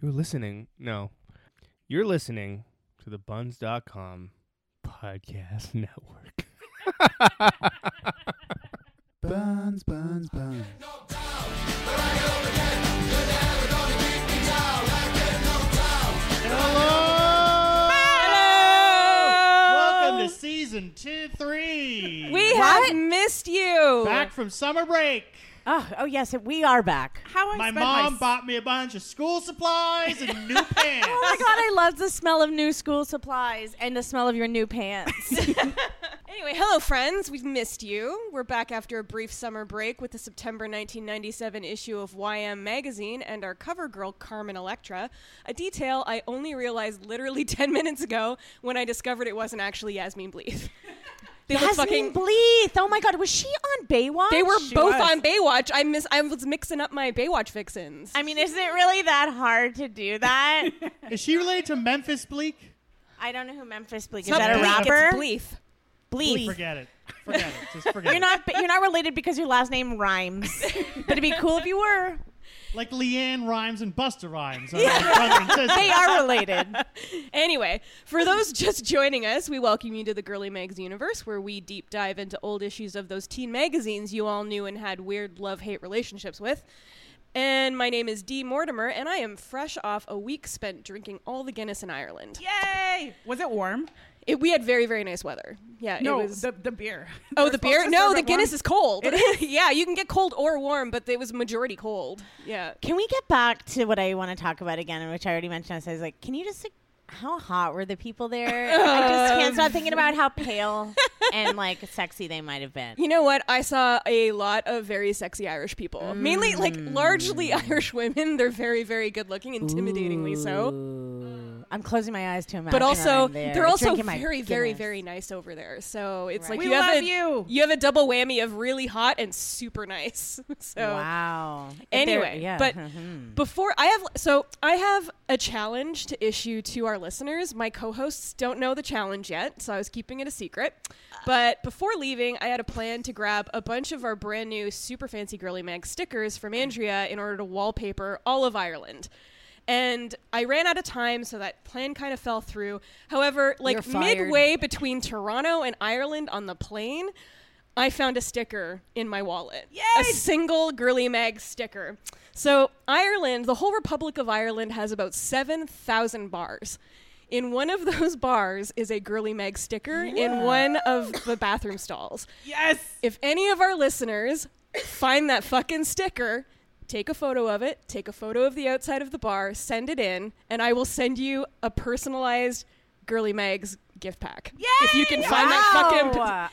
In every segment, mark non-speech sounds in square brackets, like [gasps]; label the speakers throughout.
Speaker 1: You're listening. No. You're listening to the buns.com podcast network.
Speaker 2: Buns, buns, buns.
Speaker 3: Welcome to season two, three.
Speaker 4: Oh. We
Speaker 5: What?
Speaker 4: have missed you.
Speaker 3: back from summer break.
Speaker 5: Oh, oh yes, we are back.
Speaker 4: How Oh, I
Speaker 3: My
Speaker 4: spend
Speaker 3: mom
Speaker 4: s-
Speaker 3: bought me a bunch of school supplies and
Speaker 4: [laughs]
Speaker 3: new pants.
Speaker 5: Oh my god, I love the smell of new school supplies and the smell of your new [laughs] pants.
Speaker 4: Anyway, hello friends. We've missed you. We're back after a brief summer break with the September 1997 issue of YM magazine and our cover girl Carmen Electra, a detail I only realized literally [laughs] 10 minutes ago when I discovered it wasn't actually Yasmin Bleeth. [laughs] They were
Speaker 5: Jasmine
Speaker 4: fucking
Speaker 5: Bleeth. Oh my god, was she on Baywatch?
Speaker 4: They were both
Speaker 5: was.
Speaker 4: on Baywatch. I miss I was mixing up my Baywatch vixens.
Speaker 5: I mean, is it really that hard to do that?
Speaker 3: Is she related to Memphis Bleak?
Speaker 5: I don't know who Memphis Bleeth is.
Speaker 4: It's not
Speaker 5: that a
Speaker 4: Bleak, It's
Speaker 5: rapper?
Speaker 4: Bleeth.
Speaker 5: Bleeth.
Speaker 3: Forget it. Forget it. Just forget
Speaker 5: You're not. You're not related because your last name rhymes. but it'd be cool if you were.
Speaker 3: it. Like Leanne Rhymes and Busta Rhymes. Yeah. brother and sister.
Speaker 5: They are related. [laughs]
Speaker 4: Anyway, for those [laughs] just joining us, we welcome you to the Girly Mags universe, where we deep dive into old issues of those teen magazines you all knew and had weird love hate relationships with. And my name is Dee Mortimer, and I am fresh off a week spent drinking all the Guinness in Ireland.
Speaker 6: Yay! Was it warm?
Speaker 4: It, we had very, very nice weather. Yeah,
Speaker 6: No,
Speaker 4: it was.
Speaker 6: the, the beer.
Speaker 4: oh,
Speaker 6: We're
Speaker 4: the
Speaker 6: supposed
Speaker 4: beer?
Speaker 6: to
Speaker 4: No,
Speaker 6: serve
Speaker 4: the
Speaker 6: it
Speaker 4: Guinness
Speaker 6: warm.
Speaker 4: is cold. [laughs] yeah, you can get cold or warm, but it was majority cold. Yeah.
Speaker 5: Can we get back to what I want to talk about again, which I already mentioned? I was like, can you just like, how hot were the people there? I just can't stop thinking about how pale and like sexy they might have been.
Speaker 4: You know what? I saw a lot of very sexy Irish people. Mainly, like, largely
Speaker 5: Mm.
Speaker 4: Irish women. They're very, very good looking, intimidatingly so.
Speaker 5: Ooh. I'm closing my eyes to imagine.
Speaker 4: But also,
Speaker 5: I'm there,
Speaker 4: they're also
Speaker 5: drinking my
Speaker 4: very, very,
Speaker 5: Guinness.
Speaker 4: very nice over there. So it's like
Speaker 6: We
Speaker 4: you have
Speaker 6: love
Speaker 4: a
Speaker 6: you.
Speaker 4: have a double whammy of really hot and super nice. [laughs] So
Speaker 5: Wow. If they're-
Speaker 4: anyway,
Speaker 5: yeah.
Speaker 4: but
Speaker 5: Mhm.
Speaker 4: before I have so I have a challenge to issue to our listeners. My co-hosts don't know the challenge yet, so I was keeping it a secret. But before leaving, I had a plan to grab a bunch of our brand new super fancy girly mag stickers from Andrea in order to wallpaper all of Ireland. And I ran out of time, so that plan kind of fell through. However, You're like fired. midway between Toronto and Ireland on the plane, I found a sticker in my wallet. A single Girly Mag sticker. So, Ireland, the whole Republic of Ireland has about 7,000 bars. In one of [laughs] those bars is a Girly Mag sticker in one of the bathroom stalls.
Speaker 6: Yes.
Speaker 4: If any of our listeners find that fucking sticker, take a photo of it, take a photo of the outside of the bar, send it in, and I will send you a personalized Girly Mags gift pack. If you can find that fucking
Speaker 5: Wow.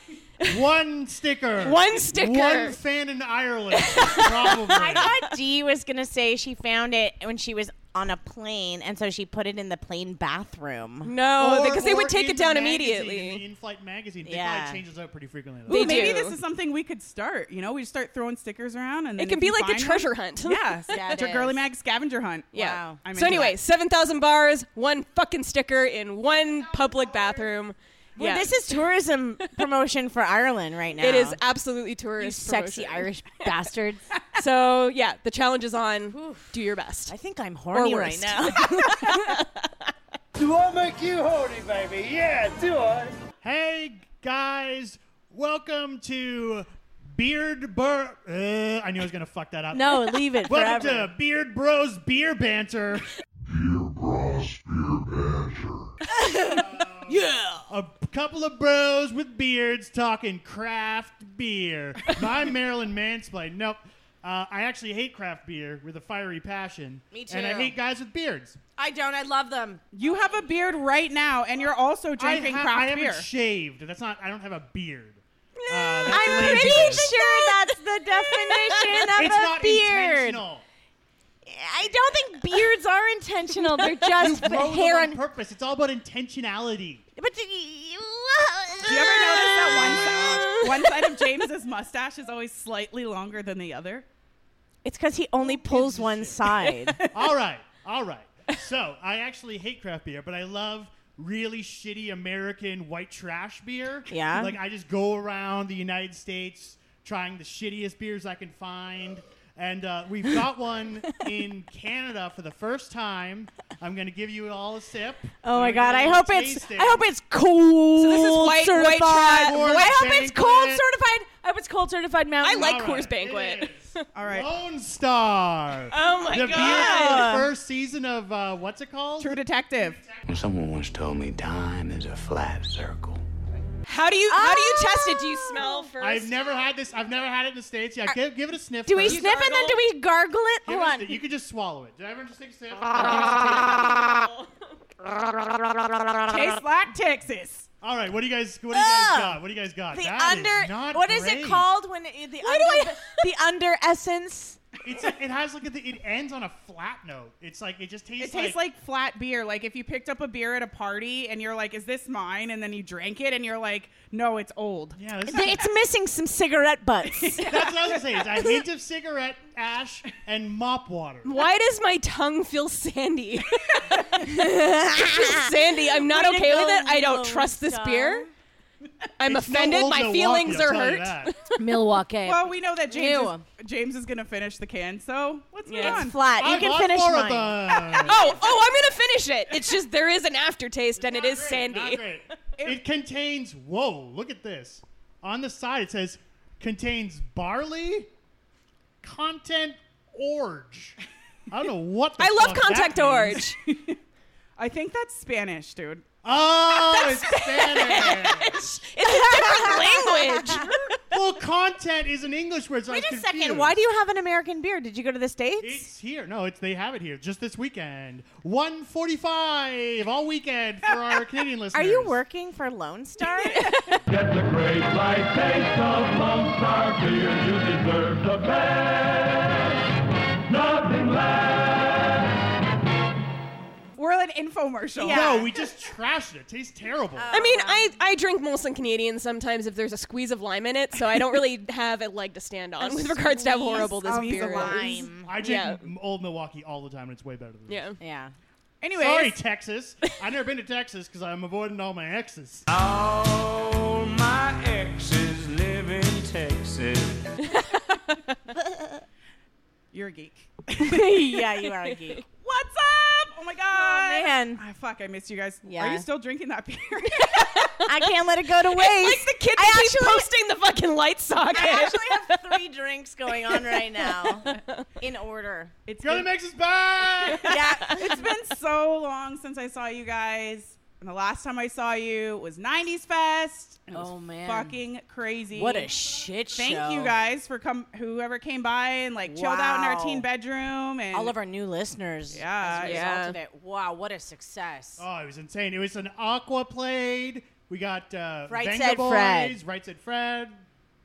Speaker 3: One sticker.
Speaker 4: one sticker.
Speaker 3: One fan in Ireland.
Speaker 4: [laughs]
Speaker 3: Probably.
Speaker 5: I thought Dee was gonna say she found it when she was on a plane, and so she put it in the plane bathroom.
Speaker 4: no,
Speaker 3: Or-
Speaker 4: because they
Speaker 3: or
Speaker 4: would take
Speaker 3: in
Speaker 4: it down
Speaker 3: the magazine, In the
Speaker 4: immediately.
Speaker 3: in-flight magazine. They
Speaker 5: Yeah.
Speaker 3: probably change those out pretty frequently.
Speaker 4: They
Speaker 6: Ooh, maybe
Speaker 4: do.
Speaker 6: this is something we could start. You know, we just start throwing stickers around, and
Speaker 4: It
Speaker 6: then
Speaker 4: can
Speaker 6: if
Speaker 4: be
Speaker 6: you
Speaker 4: like the
Speaker 6: find
Speaker 4: treasure
Speaker 6: them-
Speaker 4: hunt.
Speaker 6: Yes,
Speaker 4: [laughs]
Speaker 5: Yeah, it
Speaker 6: it's a girly
Speaker 5: is.
Speaker 6: mag scavenger hunt.
Speaker 4: Yeah.
Speaker 5: Wow.
Speaker 6: I'm
Speaker 4: so
Speaker 6: into
Speaker 4: anyway,
Speaker 6: that.
Speaker 4: seven thousand bars, one fucking sticker in one public bathroom.
Speaker 5: Well,
Speaker 4: yeah,
Speaker 5: this is tourism promotion for Ireland right now.
Speaker 4: it is absolutely
Speaker 5: You
Speaker 4: tourist
Speaker 5: sexy
Speaker 4: promotion.
Speaker 5: Irish bastards.
Speaker 4: [laughs] So yeah, the challenge is on. Do your best.
Speaker 5: I think I'm horny right
Speaker 4: worst.
Speaker 5: now.
Speaker 7: [laughs] Do I make you horny, baby? Yeah, do I?
Speaker 3: Hey guys, welcome to Beard Bur. Uh, I knew I was gonna fuck that up.
Speaker 5: no, leave it
Speaker 3: [laughs] welcome
Speaker 5: forever.
Speaker 3: to Beard Bros Beer
Speaker 5: [laughs]
Speaker 3: Banter,
Speaker 5: [laughs] Yeah.
Speaker 3: a couple of bros with beards talking craft
Speaker 5: [laughs]
Speaker 3: beer. My Maryland mansplain. Nope. Uh, I actually hate craft beer with a fiery passion.
Speaker 5: Me
Speaker 3: And I
Speaker 5: too.
Speaker 3: hate guys with beards.
Speaker 5: I don't. I love them.
Speaker 6: you have a beard right now, and you're also drinking
Speaker 3: I, ha-
Speaker 6: craft
Speaker 3: I haven't
Speaker 6: beer.
Speaker 3: shaved. That's not. I don't have a beard. Uh, that's
Speaker 5: Mm, I'm
Speaker 3: lazy.
Speaker 5: pretty sure that's the definition of
Speaker 3: It's
Speaker 5: a
Speaker 3: not
Speaker 5: beard.
Speaker 3: intentional.
Speaker 5: I don't think beards are intentional. They're just
Speaker 3: Grow them
Speaker 5: hair
Speaker 3: on
Speaker 5: on.
Speaker 3: purpose. It's all about
Speaker 5: [laughs]
Speaker 3: intentionality.
Speaker 5: But do you ever
Speaker 6: Do you ever notice that
Speaker 4: [laughs]
Speaker 6: one side, one side of James's mustache is always slightly longer than the other?
Speaker 5: It's because he only pulls one side.
Speaker 3: [laughs] all right, all right. So I actually hate craft beer, but I love really shitty American white trash beer.
Speaker 5: Yeah.
Speaker 3: Like I just go around the United States trying the shittiest beers I can find. And uh, we've
Speaker 5: [laughs]
Speaker 3: got one in Canada for the first time. I'm going to give you all a sip.
Speaker 5: Oh my
Speaker 3: We're
Speaker 5: god!
Speaker 3: gonna
Speaker 5: I hope it's
Speaker 3: taste it.
Speaker 5: I hope it's cold.
Speaker 4: So this is white- white
Speaker 5: certified.
Speaker 4: trash.
Speaker 5: Well, I hope
Speaker 3: Orange
Speaker 5: it's cold
Speaker 3: banquet.
Speaker 5: certified. I hope it's cold certified
Speaker 4: I
Speaker 5: mountain.
Speaker 4: like
Speaker 3: All
Speaker 4: Coors
Speaker 3: right,
Speaker 4: Banquet.
Speaker 3: it is
Speaker 6: All right.
Speaker 3: Lone Star.
Speaker 4: Oh my
Speaker 3: the beer from
Speaker 5: God.
Speaker 3: the first season of uh, what's it called?
Speaker 4: [laughs]
Speaker 6: True Detective.
Speaker 2: Someone once told me time is a flat circle.
Speaker 4: How do you how do you test it? Do you
Speaker 5: Oh.
Speaker 4: smell first?
Speaker 3: I've never had this. I've never had it in the states. Yeah, give, give it a sniff.
Speaker 5: do we
Speaker 3: first.
Speaker 5: sniff it then? Do we gargle it?
Speaker 3: Give it a
Speaker 5: Hold
Speaker 3: sniff.
Speaker 5: on.
Speaker 3: You could just swallow it. Did everyone just take a sniff?
Speaker 6: Tastes like Texas.
Speaker 3: All right. What do you guys? What do you guys
Speaker 5: Ugh.
Speaker 3: got? What do you guys got?
Speaker 5: The
Speaker 3: That is
Speaker 5: under.
Speaker 3: not
Speaker 5: What is it
Speaker 3: great.
Speaker 5: called when it, the under, the under essence?
Speaker 3: It's, it has like a, it ends on a flat note. It's like it just tastes.
Speaker 6: It tastes like flat beer. Like if you picked up a beer at a party and you're like, "Is this mine?" and then you drank it and you're like, "No, it's old."
Speaker 3: yeah. This is,
Speaker 5: It's missing some cigarette butts.
Speaker 3: that's what I was gonna say. It's a hint of cigarette ash and mop water.
Speaker 4: Why does my tongue feel sandy? [laughs] It feels sandy. I'm not
Speaker 5: Way to
Speaker 4: okay
Speaker 5: go,
Speaker 4: with it. I don't
Speaker 5: Lone
Speaker 4: trust this
Speaker 5: Star.
Speaker 4: beer. I'm
Speaker 3: It's no
Speaker 4: offended.
Speaker 3: old
Speaker 4: my
Speaker 3: Milwaukee,
Speaker 4: feelings
Speaker 3: I'll
Speaker 4: are
Speaker 3: tell you
Speaker 4: hurt.
Speaker 3: that.
Speaker 5: Milwaukee.
Speaker 6: Well, we know that James
Speaker 5: Ew.
Speaker 6: is, James is gonna finish the can, so let's move
Speaker 5: it's
Speaker 6: on.
Speaker 5: flat. You
Speaker 3: I
Speaker 5: can
Speaker 3: bought
Speaker 5: finish
Speaker 3: four
Speaker 5: mine. [laughs]
Speaker 3: Of them.
Speaker 4: Oh, oh, I'm gonna finish it. It's just there is an aftertaste and it is
Speaker 3: Great,
Speaker 4: sandy.
Speaker 3: not
Speaker 5: [laughs]
Speaker 3: great. It contains. Whoa! Look at this. On the side it says contains barley, content orange. I don't know what.
Speaker 5: [laughs]
Speaker 3: The
Speaker 4: I love
Speaker 3: fuck that
Speaker 4: contact
Speaker 3: means.
Speaker 4: orange.
Speaker 6: I think that's Spanish, dude.
Speaker 3: [laughs] Oh, it's Spanish.
Speaker 4: It's a different language.
Speaker 3: [laughs] well, content is an English word. So
Speaker 5: Wait
Speaker 3: I
Speaker 5: a
Speaker 3: was
Speaker 5: second.
Speaker 3: confused.
Speaker 5: Why do you have an American beer? Did you go to the states?
Speaker 3: It's here. No, it's they have it here. Just this weekend, 1:45 all weekend for
Speaker 5: [laughs]
Speaker 3: our Canadian
Speaker 5: Are
Speaker 3: listeners.
Speaker 5: you working for Lone [laughs] Star?
Speaker 8: Get the great light taste of Lone Star beer. You deserve the best. Nothing less.
Speaker 6: We're an infomercial.
Speaker 3: No, we just trashed it. It tastes
Speaker 5: [laughs]
Speaker 3: terrible.
Speaker 4: I mean, I, I drink Molson Canadian sometimes if there's a squeeze of lime in it, so I don't
Speaker 5: [laughs]
Speaker 4: really have a leg to stand on with regards to how horrible this
Speaker 6: of
Speaker 4: beer is.
Speaker 6: lime.
Speaker 3: I drink
Speaker 4: yeah.
Speaker 3: m- Old Milwaukee all the time, and it's way better than this.
Speaker 4: Yeah.
Speaker 5: yeah.
Speaker 6: Anyways,
Speaker 3: Sorry, Texas. I've never been to Texas because I'm avoiding all my exes.
Speaker 7: All my exes live in Texas.
Speaker 6: you're a geek.
Speaker 5: [laughs]
Speaker 6: [laughs]
Speaker 5: yeah, you are a geek.
Speaker 6: What's up? Oh my god,
Speaker 5: Oh, man.
Speaker 6: Ah, fuck, I missed you guys.
Speaker 5: Yeah.
Speaker 6: Are you still drinking
Speaker 5: [laughs]
Speaker 6: that beer?
Speaker 5: I can't let it go to waste.
Speaker 4: It's like the kid
Speaker 5: I
Speaker 4: that keeps
Speaker 5: actually,
Speaker 4: posting the fucking light socket.
Speaker 5: I actually have three drinks going on right [laughs] now in order.
Speaker 6: it's
Speaker 3: Girl, it
Speaker 6: been,
Speaker 3: makes us bad.
Speaker 5: Yeah.
Speaker 6: it's been so long since I saw you guys, and the last time I saw you was '90s Fest. and it was
Speaker 5: Oh, man.
Speaker 6: fucking crazy.
Speaker 5: What a shit show.
Speaker 6: Thank you guys for come whoever came by and like chilled out in our
Speaker 5: Wow.
Speaker 6: teen bedroom and
Speaker 5: All of our new listeners.
Speaker 6: Yeah,
Speaker 5: As a
Speaker 4: yeah.
Speaker 5: Result of it. Wow, what a success.
Speaker 3: Oh, it was insane. It was an Aqua played. We got uh,
Speaker 5: Right
Speaker 3: Venga
Speaker 5: Said
Speaker 3: Boys,
Speaker 5: Fred.
Speaker 3: Right Said Fred.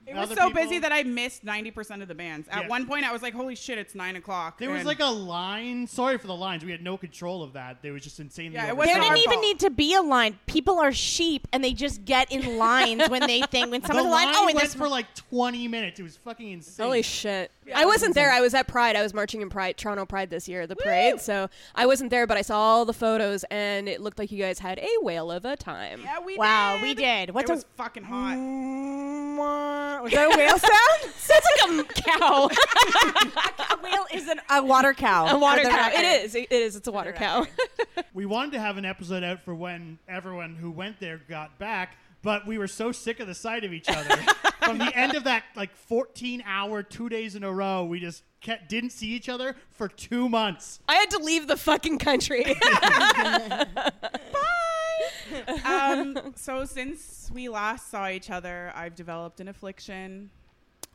Speaker 6: It was
Speaker 3: other
Speaker 6: so
Speaker 3: people.
Speaker 6: busy that I missed ninety percent of the bands. At
Speaker 3: Yeah.
Speaker 6: one point, I was like, "Holy shit, it's nine o'clock."
Speaker 3: There was
Speaker 6: and-
Speaker 3: like a line. Sorry for the lines. We had no control of that. There was just insanely.
Speaker 6: Yeah, it
Speaker 3: over-
Speaker 6: wasn't
Speaker 5: There
Speaker 6: our
Speaker 5: didn't even
Speaker 6: fault.
Speaker 5: need to be a line. People are sheep and they just get in lines when they think when
Speaker 3: The
Speaker 5: someone's
Speaker 3: line
Speaker 5: like, oh, and
Speaker 3: went
Speaker 5: this
Speaker 3: for like 20 minutes. It was fucking insane.
Speaker 4: Holy shit. I wasn't there. I was at Pride. I was marching in Pride, Toronto Pride this year, the parade. So I wasn't there, but I saw all the photos and it looked like you guys had a whale of a time. [laughs]
Speaker 6: yeah, we
Speaker 5: Wow,
Speaker 6: did.
Speaker 5: we did. What's
Speaker 6: it was
Speaker 5: a-
Speaker 6: fucking hot.
Speaker 5: [laughs] Was that a whale sound?
Speaker 4: Sounds like a cow.
Speaker 5: [laughs] a whale is an, [laughs] a water cow.
Speaker 4: a water
Speaker 5: for the
Speaker 4: cow.
Speaker 5: record.
Speaker 4: It is. It is. It's a water cow. [laughs]
Speaker 3: We wanted to have an episode out for when everyone who went there got back, but we were so sick of the sight of each other. From the end of that like 14 hour, two days in a row, we just kept, didn't see each other for two months.
Speaker 4: I had to leave the fucking
Speaker 5: [laughs]
Speaker 4: country. [laughs]
Speaker 6: Um, so since we last saw each other, I've developed an affliction.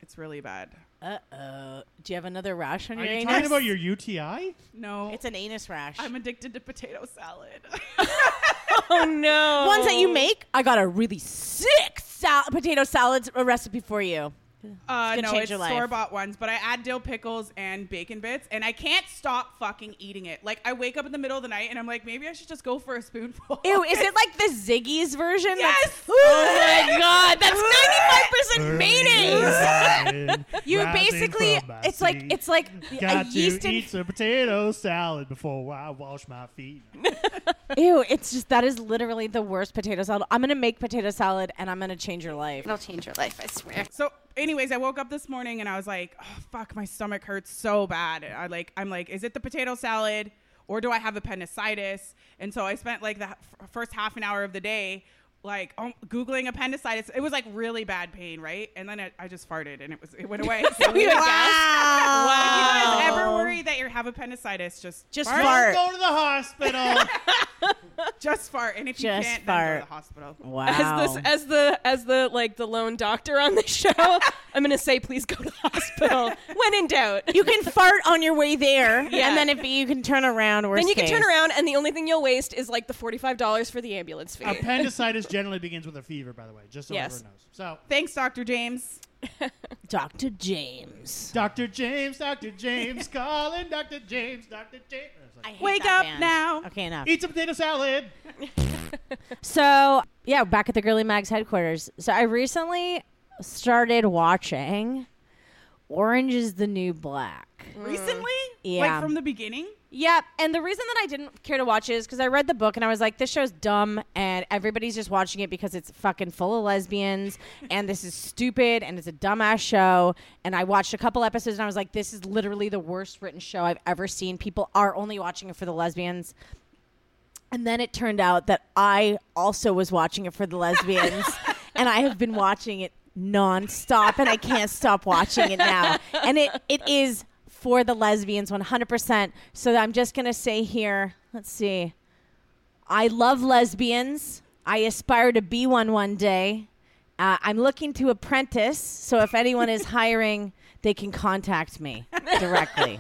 Speaker 6: It's really bad.
Speaker 5: Uh-oh. Do you have another rash on
Speaker 3: Are
Speaker 5: your
Speaker 3: you
Speaker 5: anus?
Speaker 3: talking about your UTI?
Speaker 6: No,
Speaker 5: It's an anus rash.
Speaker 6: I'm addicted to potato salad. [laughs]
Speaker 4: oh no.
Speaker 5: Ones that you
Speaker 3: Oh.
Speaker 5: make. I got a really sick sal- potato salads a recipe for you.
Speaker 6: Uh,
Speaker 5: It's gonna
Speaker 6: no,
Speaker 5: change
Speaker 6: it's
Speaker 5: your life.
Speaker 6: store bought ones, but I add dill pickles and bacon bits, and I can't stop fucking eating it. Like I wake up in the middle of the night and I'm like, maybe I should just go for a spoonful.
Speaker 5: Ew, is it like the Ziggy's version?
Speaker 6: Yes!
Speaker 5: That's- oh my
Speaker 3: [laughs]
Speaker 5: god, that's 95% mayonnaise. You
Speaker 3: Rising
Speaker 5: basically
Speaker 3: from my
Speaker 5: it's like
Speaker 3: seat.
Speaker 5: it's like a
Speaker 3: Got to
Speaker 5: yeast
Speaker 3: eat
Speaker 5: and
Speaker 3: some potato salad before I wash my feet.
Speaker 5: Ew, it's just that is literally the worst potato salad. I'm gonna make potato salad and I'm gonna change your life.
Speaker 9: It'll change your life, I swear.
Speaker 6: So, anyways, I woke up this morning and I was like, oh, "Fuck, my stomach hurts so bad." I like, I'm like, "Is it the potato salad, or do I have appendicitis?" And so I spent like the h- f- first half an hour of the day like um, googling appendicitis. It was like really bad pain, right? And then I, I just farted and it was it went away. [laughs]
Speaker 5: [laughs]
Speaker 6: so
Speaker 5: we would guess. Ah.
Speaker 6: Wow. If you guys
Speaker 5: Wow.
Speaker 6: ever worry that you have appendicitis, just
Speaker 5: Oh. Just
Speaker 6: fart.
Speaker 5: fart.
Speaker 3: Go to the hospital. [laughs]
Speaker 6: Just fart. And if you
Speaker 5: Just
Speaker 6: can't, then go to
Speaker 5: fart.
Speaker 6: the hospital.
Speaker 5: Wow.
Speaker 4: As this, as the, as the like the lone doctor on the
Speaker 5: [laughs]
Speaker 4: show, I'm gonna say please go to the hospital when in doubt.
Speaker 5: you can fart on your way there,
Speaker 4: Yeah.
Speaker 5: and then if you can turn around, worst
Speaker 4: then you can turn
Speaker 5: case.
Speaker 4: around, and the only thing you'll waste is like the forty-five dollars for the ambulance fee.
Speaker 3: Appendicitis generally begins with a fever, by the way, just so
Speaker 4: Yes.
Speaker 3: everyone knows. So,
Speaker 6: Thanks, Dr. James.
Speaker 5: Dr. James.
Speaker 3: Dr. James, Dr. James, calling Dr. James, Dr. James.
Speaker 6: Wake up now.
Speaker 5: Okay, enough.
Speaker 3: Eat some potato salad.
Speaker 5: So, yeah, back at the Girly Mags headquarters. So, I recently started watching Orange is the New Black.
Speaker 6: Recently?
Speaker 5: Mm. Yeah.
Speaker 6: Like from the beginning?
Speaker 5: Yep. And the reason that I didn't care to watch it is because I read the book and I was like, this show's dumb and everybody's just watching it because it's fucking full of lesbians and this is stupid and it's a dumbass show. And I watched a couple episodes and I was like, this is literally the worst written show I've ever seen. People are only watching it for the lesbians. And then it turned out that I also was watching it for the [laughs] lesbians, and I have been watching it nonstop, and I can't stop watching it now. And it, it is for the lesbians 100%. So I'm just going to say here let's see. I love lesbians. I aspire to be one one day. Uh, I'm looking to apprentice, so if anyone [laughs] is hiring, they can contact me directly.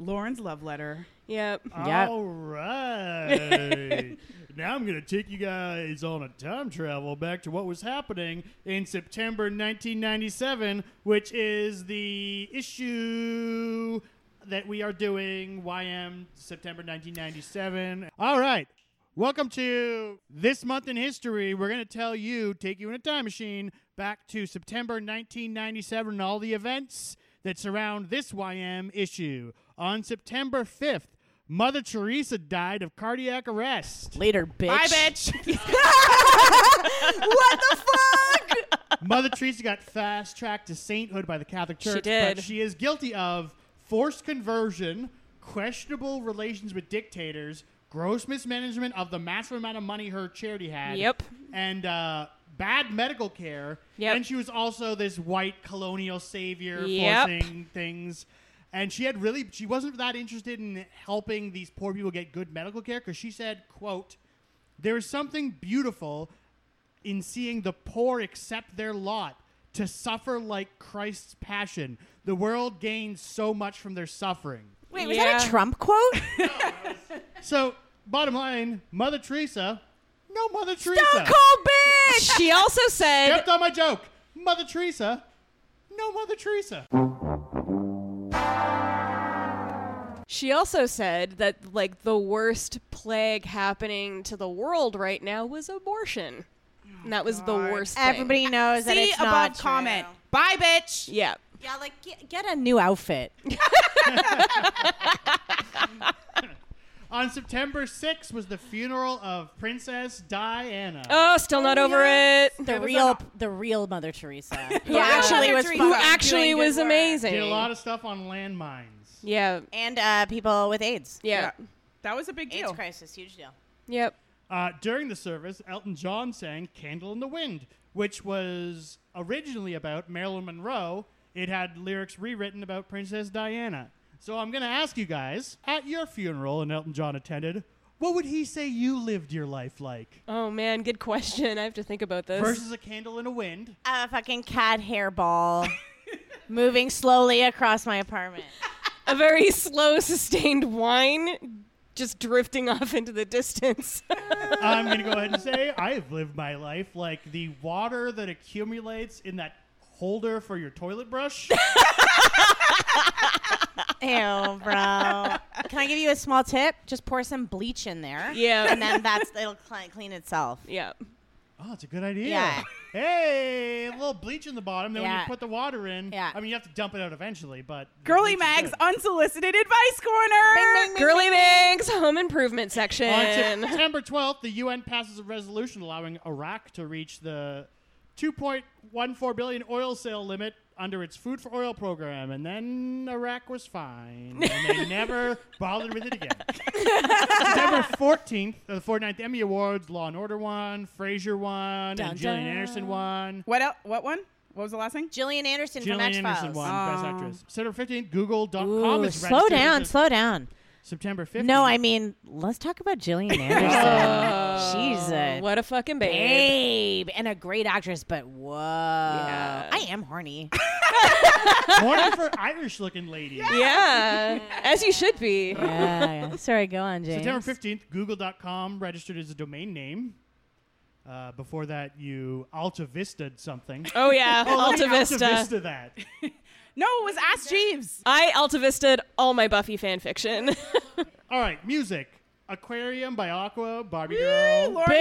Speaker 6: Lauren's love letter.
Speaker 4: Yep.
Speaker 5: Yep.
Speaker 3: All right. now I'm going to take you guys on a time travel back to what was happening in September 1997, which is the issue that we are doing YM September 1997. All right. Welcome to This Month in History. We're going to tell you, take you in a time machine back to September 1997 and all the events that surround this YM issue. On September 5th, Mother Teresa died of cardiac arrest.
Speaker 5: [laughs] Later, bitch.
Speaker 6: Bye, bitch.
Speaker 4: [laughs]
Speaker 3: Mother Teresa got fast tracked to sainthood by the Catholic Church.
Speaker 4: did.
Speaker 3: But she is guilty of forced conversion, questionable relations with dictators, gross mismanagement of the massive amount of money her charity had.
Speaker 4: Yep.
Speaker 3: And uh, bad medical care.
Speaker 4: Yep.
Speaker 3: And she was also this white colonial savior
Speaker 4: Yep.
Speaker 3: forcing things. And she had really, she wasn't that interested in helping these poor people get good medical care because she said, quote, there is something beautiful in seeing the poor accept their lot to suffer like Christ's passion. The world gains so much from their suffering.
Speaker 5: Wait, was that
Speaker 4: Yeah.
Speaker 5: a Trump quote?
Speaker 3: So, bottom line, Mother Teresa, no Mother Teresa.
Speaker 5: Stone Cold bitch.
Speaker 4: She also said
Speaker 3: Kept on my joke. Mother Teresa, no Mother Teresa.
Speaker 4: she also said that like the worst plague happening to the world right now was abortion. And that was the worst. thing.
Speaker 5: Everybody knows Oh, that
Speaker 6: See
Speaker 5: it's
Speaker 6: above
Speaker 5: not
Speaker 6: comment.
Speaker 5: true.
Speaker 6: Bye, bitch.
Speaker 4: Yeah.
Speaker 5: Yeah, like get, get a new [laughs] outfit.
Speaker 3: On September 6th was the funeral of Princess Diana.
Speaker 4: Oh, still not over it.
Speaker 5: The real, the real Mother [laughs] Teresa, who
Speaker 4: Yeah.
Speaker 5: actually
Speaker 6: Mother
Speaker 5: was
Speaker 6: Teresa.
Speaker 4: Who
Speaker 5: fucked.
Speaker 4: actually
Speaker 6: doing good
Speaker 4: was
Speaker 6: work.
Speaker 4: amazing.
Speaker 3: Did a lot of stuff on landmines.
Speaker 4: yeah.
Speaker 5: and uh, people with AIDS.
Speaker 4: Yeah.
Speaker 6: That was a big deal.
Speaker 5: crisis, huge deal.
Speaker 4: Yep.
Speaker 3: Uh, during the service, Elton John sang Candle in the Wind, which was originally about Marilyn Monroe. It had lyrics rewritten about Princess Diana. So I'm going to ask you guys at your funeral, and Elton John attended, what would he say you lived your life like?
Speaker 4: Oh man, good question. I have to think about this.
Speaker 3: Versus a candle in a wind.
Speaker 5: A fucking cat [laughs] hairball moving slowly across my [laughs] apartment.
Speaker 4: a very [laughs] slow, sustained whine, just drifting off into the distance.
Speaker 3: I'm going to go ahead and say I've lived my life like the water that accumulates in that holder for your toilet
Speaker 5: [laughs]
Speaker 3: brush.
Speaker 5: Ew, bro. Can I give you a small tip? Just pour some bleach in there.
Speaker 4: Yeah.
Speaker 5: and then that's it'll cl- clean itself.
Speaker 4: yeah.
Speaker 3: Oh, it's a good idea.
Speaker 5: Yeah.
Speaker 3: Hey, a little bleach in the bottom. Then when
Speaker 5: Yeah.
Speaker 3: you put the water in,
Speaker 5: Yeah.
Speaker 3: I mean, you have to dump it out eventually, but. the bleach
Speaker 6: Girly
Speaker 3: is
Speaker 6: Mag's
Speaker 3: good.
Speaker 6: unsolicited advice corner.
Speaker 4: Girly Banks Home Improvement
Speaker 3: On
Speaker 5: [laughs]
Speaker 4: section.
Speaker 3: September 12th, the UN passes a resolution allowing Iraq to reach the 2.14 billion oil sale limit under its food for oil program, and then Iraq was fine, and
Speaker 5: [laughs]
Speaker 3: they never bothered with it again. September 14th, the 49th Emmy Awards, Law and Order won, Frasier won,
Speaker 5: Dun,
Speaker 3: and Gillian
Speaker 5: dun.
Speaker 3: Anderson won.
Speaker 6: What el- What one? What was the last thing?
Speaker 5: Gillian Anderson
Speaker 3: Gillian
Speaker 5: from X
Speaker 3: Anderson
Speaker 5: Files.
Speaker 3: won Best
Speaker 6: Oh.
Speaker 3: Actress. September 15th, Google.com
Speaker 5: Ooh,
Speaker 3: is
Speaker 5: slow
Speaker 3: registered
Speaker 5: down,
Speaker 3: as a-
Speaker 5: slow down.
Speaker 3: September 15th.
Speaker 5: No, I mean, let's talk about [laughs] Gillian Anderson.
Speaker 3: [laughs]
Speaker 5: She's a
Speaker 4: What a fucking babe.
Speaker 5: babe and a great actress, but whoa,
Speaker 4: Yeah.
Speaker 5: I am horny.
Speaker 3: [laughs] Morning for Irish-looking ladies.
Speaker 5: [laughs]
Speaker 4: Yeah, as you should be.
Speaker 5: yeah, sorry, go on, James.
Speaker 3: September 15th, Google.com registered as a domain name. Uh, before that, you Alta Vista'd something. [laughs]
Speaker 4: Oh
Speaker 5: [laughs]
Speaker 4: yeah, Alta
Speaker 3: Alta
Speaker 4: Vista.
Speaker 3: Vista that.
Speaker 6: No, it was Ask Jeeves.
Speaker 4: I Alta Vista'd all my Buffy fan fiction. [laughs]
Speaker 3: All right, music. Aquarium by Aqua, Barbie
Speaker 6: Ooh,
Speaker 3: Girl.
Speaker 6: Lauren's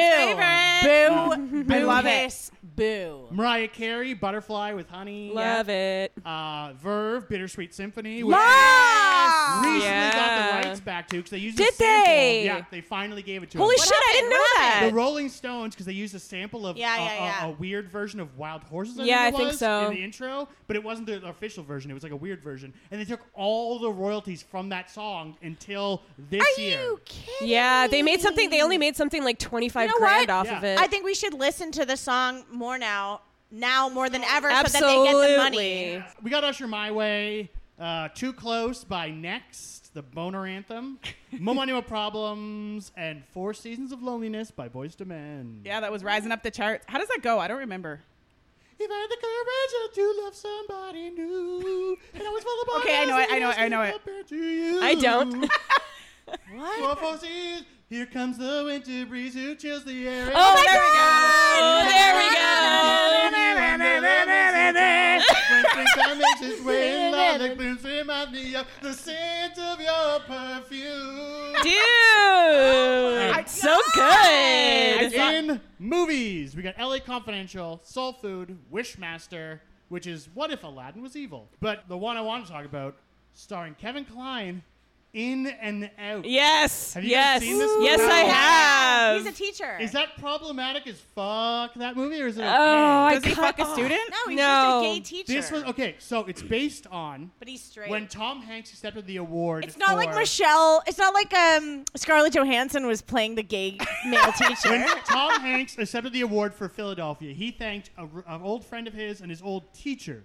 Speaker 6: favorite.
Speaker 5: Boo, boo,
Speaker 6: I love it.
Speaker 5: hiss, boo.
Speaker 3: Mariah Carey, Butterfly with Honey.
Speaker 4: Love it.
Speaker 3: Uh, Verve, Bittersweet Symphony. Which
Speaker 5: Love.
Speaker 3: recently
Speaker 4: Yeah.
Speaker 3: got the rights back to because they used
Speaker 4: Did
Speaker 3: a sample.
Speaker 4: they?
Speaker 3: Yeah, they finally gave it to
Speaker 4: Holy
Speaker 3: them.
Speaker 4: shit! I didn't know that.
Speaker 3: The Rolling Stones, because they used a sample of
Speaker 5: Yeah,
Speaker 3: a,
Speaker 5: yeah,
Speaker 3: a-
Speaker 5: yeah.
Speaker 3: a weird version of Wild Horses. I
Speaker 4: Yeah,
Speaker 3: think, it
Speaker 4: I think
Speaker 3: was,
Speaker 4: so.
Speaker 3: In the intro, but it wasn't the official version. It was like a weird version, and they took all the royalties from that song until this
Speaker 5: Are
Speaker 3: year.
Speaker 5: you kidding?
Speaker 4: Yeah, they made something. They only
Speaker 5: me?
Speaker 4: made something like twenty five
Speaker 5: You know
Speaker 4: grand
Speaker 5: what?
Speaker 4: off
Speaker 3: Yeah.
Speaker 4: of it.
Speaker 5: I think we should listen to the song more now, now more than ever, so that they get the money.
Speaker 4: absolutely.
Speaker 3: We got Usher My Way, uh, Too Close by Next, the Boner Anthem,
Speaker 5: [laughs]
Speaker 3: Moma Nima Problems, and Four Seasons of Loneliness by Boys to Men.
Speaker 6: Yeah, that was rising up the charts. How does that go? I don't remember.
Speaker 3: If I had the courage to love somebody new, and I was full of
Speaker 6: [laughs] Okay, I know it, I know it, I know it.
Speaker 3: it. [laughs]
Speaker 4: I don't.
Speaker 3: Four forces, here comes the winter breeze who chills the air.
Speaker 4: Oh, there we go. Oh, there we go.
Speaker 5: [laughs]
Speaker 3: When springtime makes
Speaker 6: [laughs]
Speaker 3: its way in lilac blooms, remind me of the scent of your perfume.
Speaker 4: Dude, so good.
Speaker 3: In movies, we got LA Confidential, Soul Food, Wishmaster, which is What If Aladdin Was Evil? But the one I want to talk about, starring Kevin Kline, In and Out.
Speaker 4: Yes,
Speaker 3: Have you guys
Speaker 4: yes,
Speaker 3: seen this?
Speaker 4: yes.
Speaker 3: No.
Speaker 4: I have.
Speaker 5: He's a teacher.
Speaker 3: Is that problematic as fuck, that movie, or is it okay?
Speaker 4: oh, I
Speaker 6: Does he
Speaker 4: cut-
Speaker 6: fuck a
Speaker 4: oh.
Speaker 6: student?
Speaker 5: no,
Speaker 4: No.
Speaker 5: he's just a gay teacher.
Speaker 3: This was okay. So it's based on
Speaker 5: but he's straight.
Speaker 3: when Tom Hanks accepted the award.
Speaker 5: it's not like
Speaker 3: for-
Speaker 5: Michelle. It's not like um Scarlett Johansson was playing the gay
Speaker 3: [laughs]
Speaker 5: male teacher.
Speaker 3: When Tom Hanks accepted the award for Philadelphia, he thanked a, an old friend of his and his old teacher,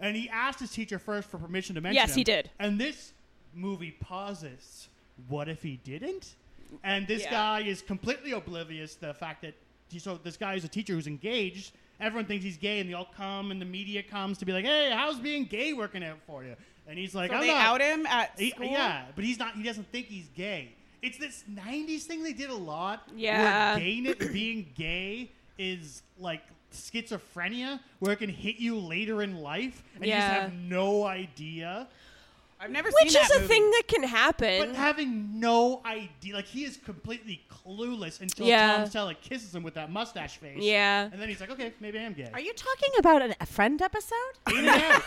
Speaker 3: and he asked his teacher first for permission to mention.
Speaker 4: Yes, he
Speaker 3: him.
Speaker 4: did.
Speaker 3: And this movie pauses. What if he didn't? And this
Speaker 4: Yeah.
Speaker 3: guy is completely oblivious to the fact that he, so this guy is a teacher who's engaged. Everyone thinks he's gay, and they all come, and the media comes to be like, "Hey, how's being gay working out for you?" And he's like,
Speaker 6: So
Speaker 3: "I'm
Speaker 6: they
Speaker 3: not."
Speaker 6: out him at
Speaker 3: He- uh,
Speaker 6: school.
Speaker 3: yeah, but he's not. He doesn't think he's gay. It's this '90s thing they did a lot.
Speaker 4: Yeah.
Speaker 3: where gayness, [coughs] being gay is like schizophrenia, where it can hit you later in life, and you
Speaker 4: Yeah.
Speaker 3: just have no idea.
Speaker 6: I've never
Speaker 4: Which
Speaker 6: seen
Speaker 4: is
Speaker 6: that
Speaker 4: a
Speaker 6: movie.
Speaker 4: thing that can
Speaker 3: But
Speaker 4: happen.
Speaker 3: having no idea, like he is completely clueless until
Speaker 4: Yeah.
Speaker 3: Tom Selleck kisses him with that mustache face.
Speaker 4: Yeah.
Speaker 3: and then he's like, "Okay, maybe I am gay."
Speaker 5: Are you talking about an, a friend episode?
Speaker 3: In and
Speaker 4: [laughs]
Speaker 3: out.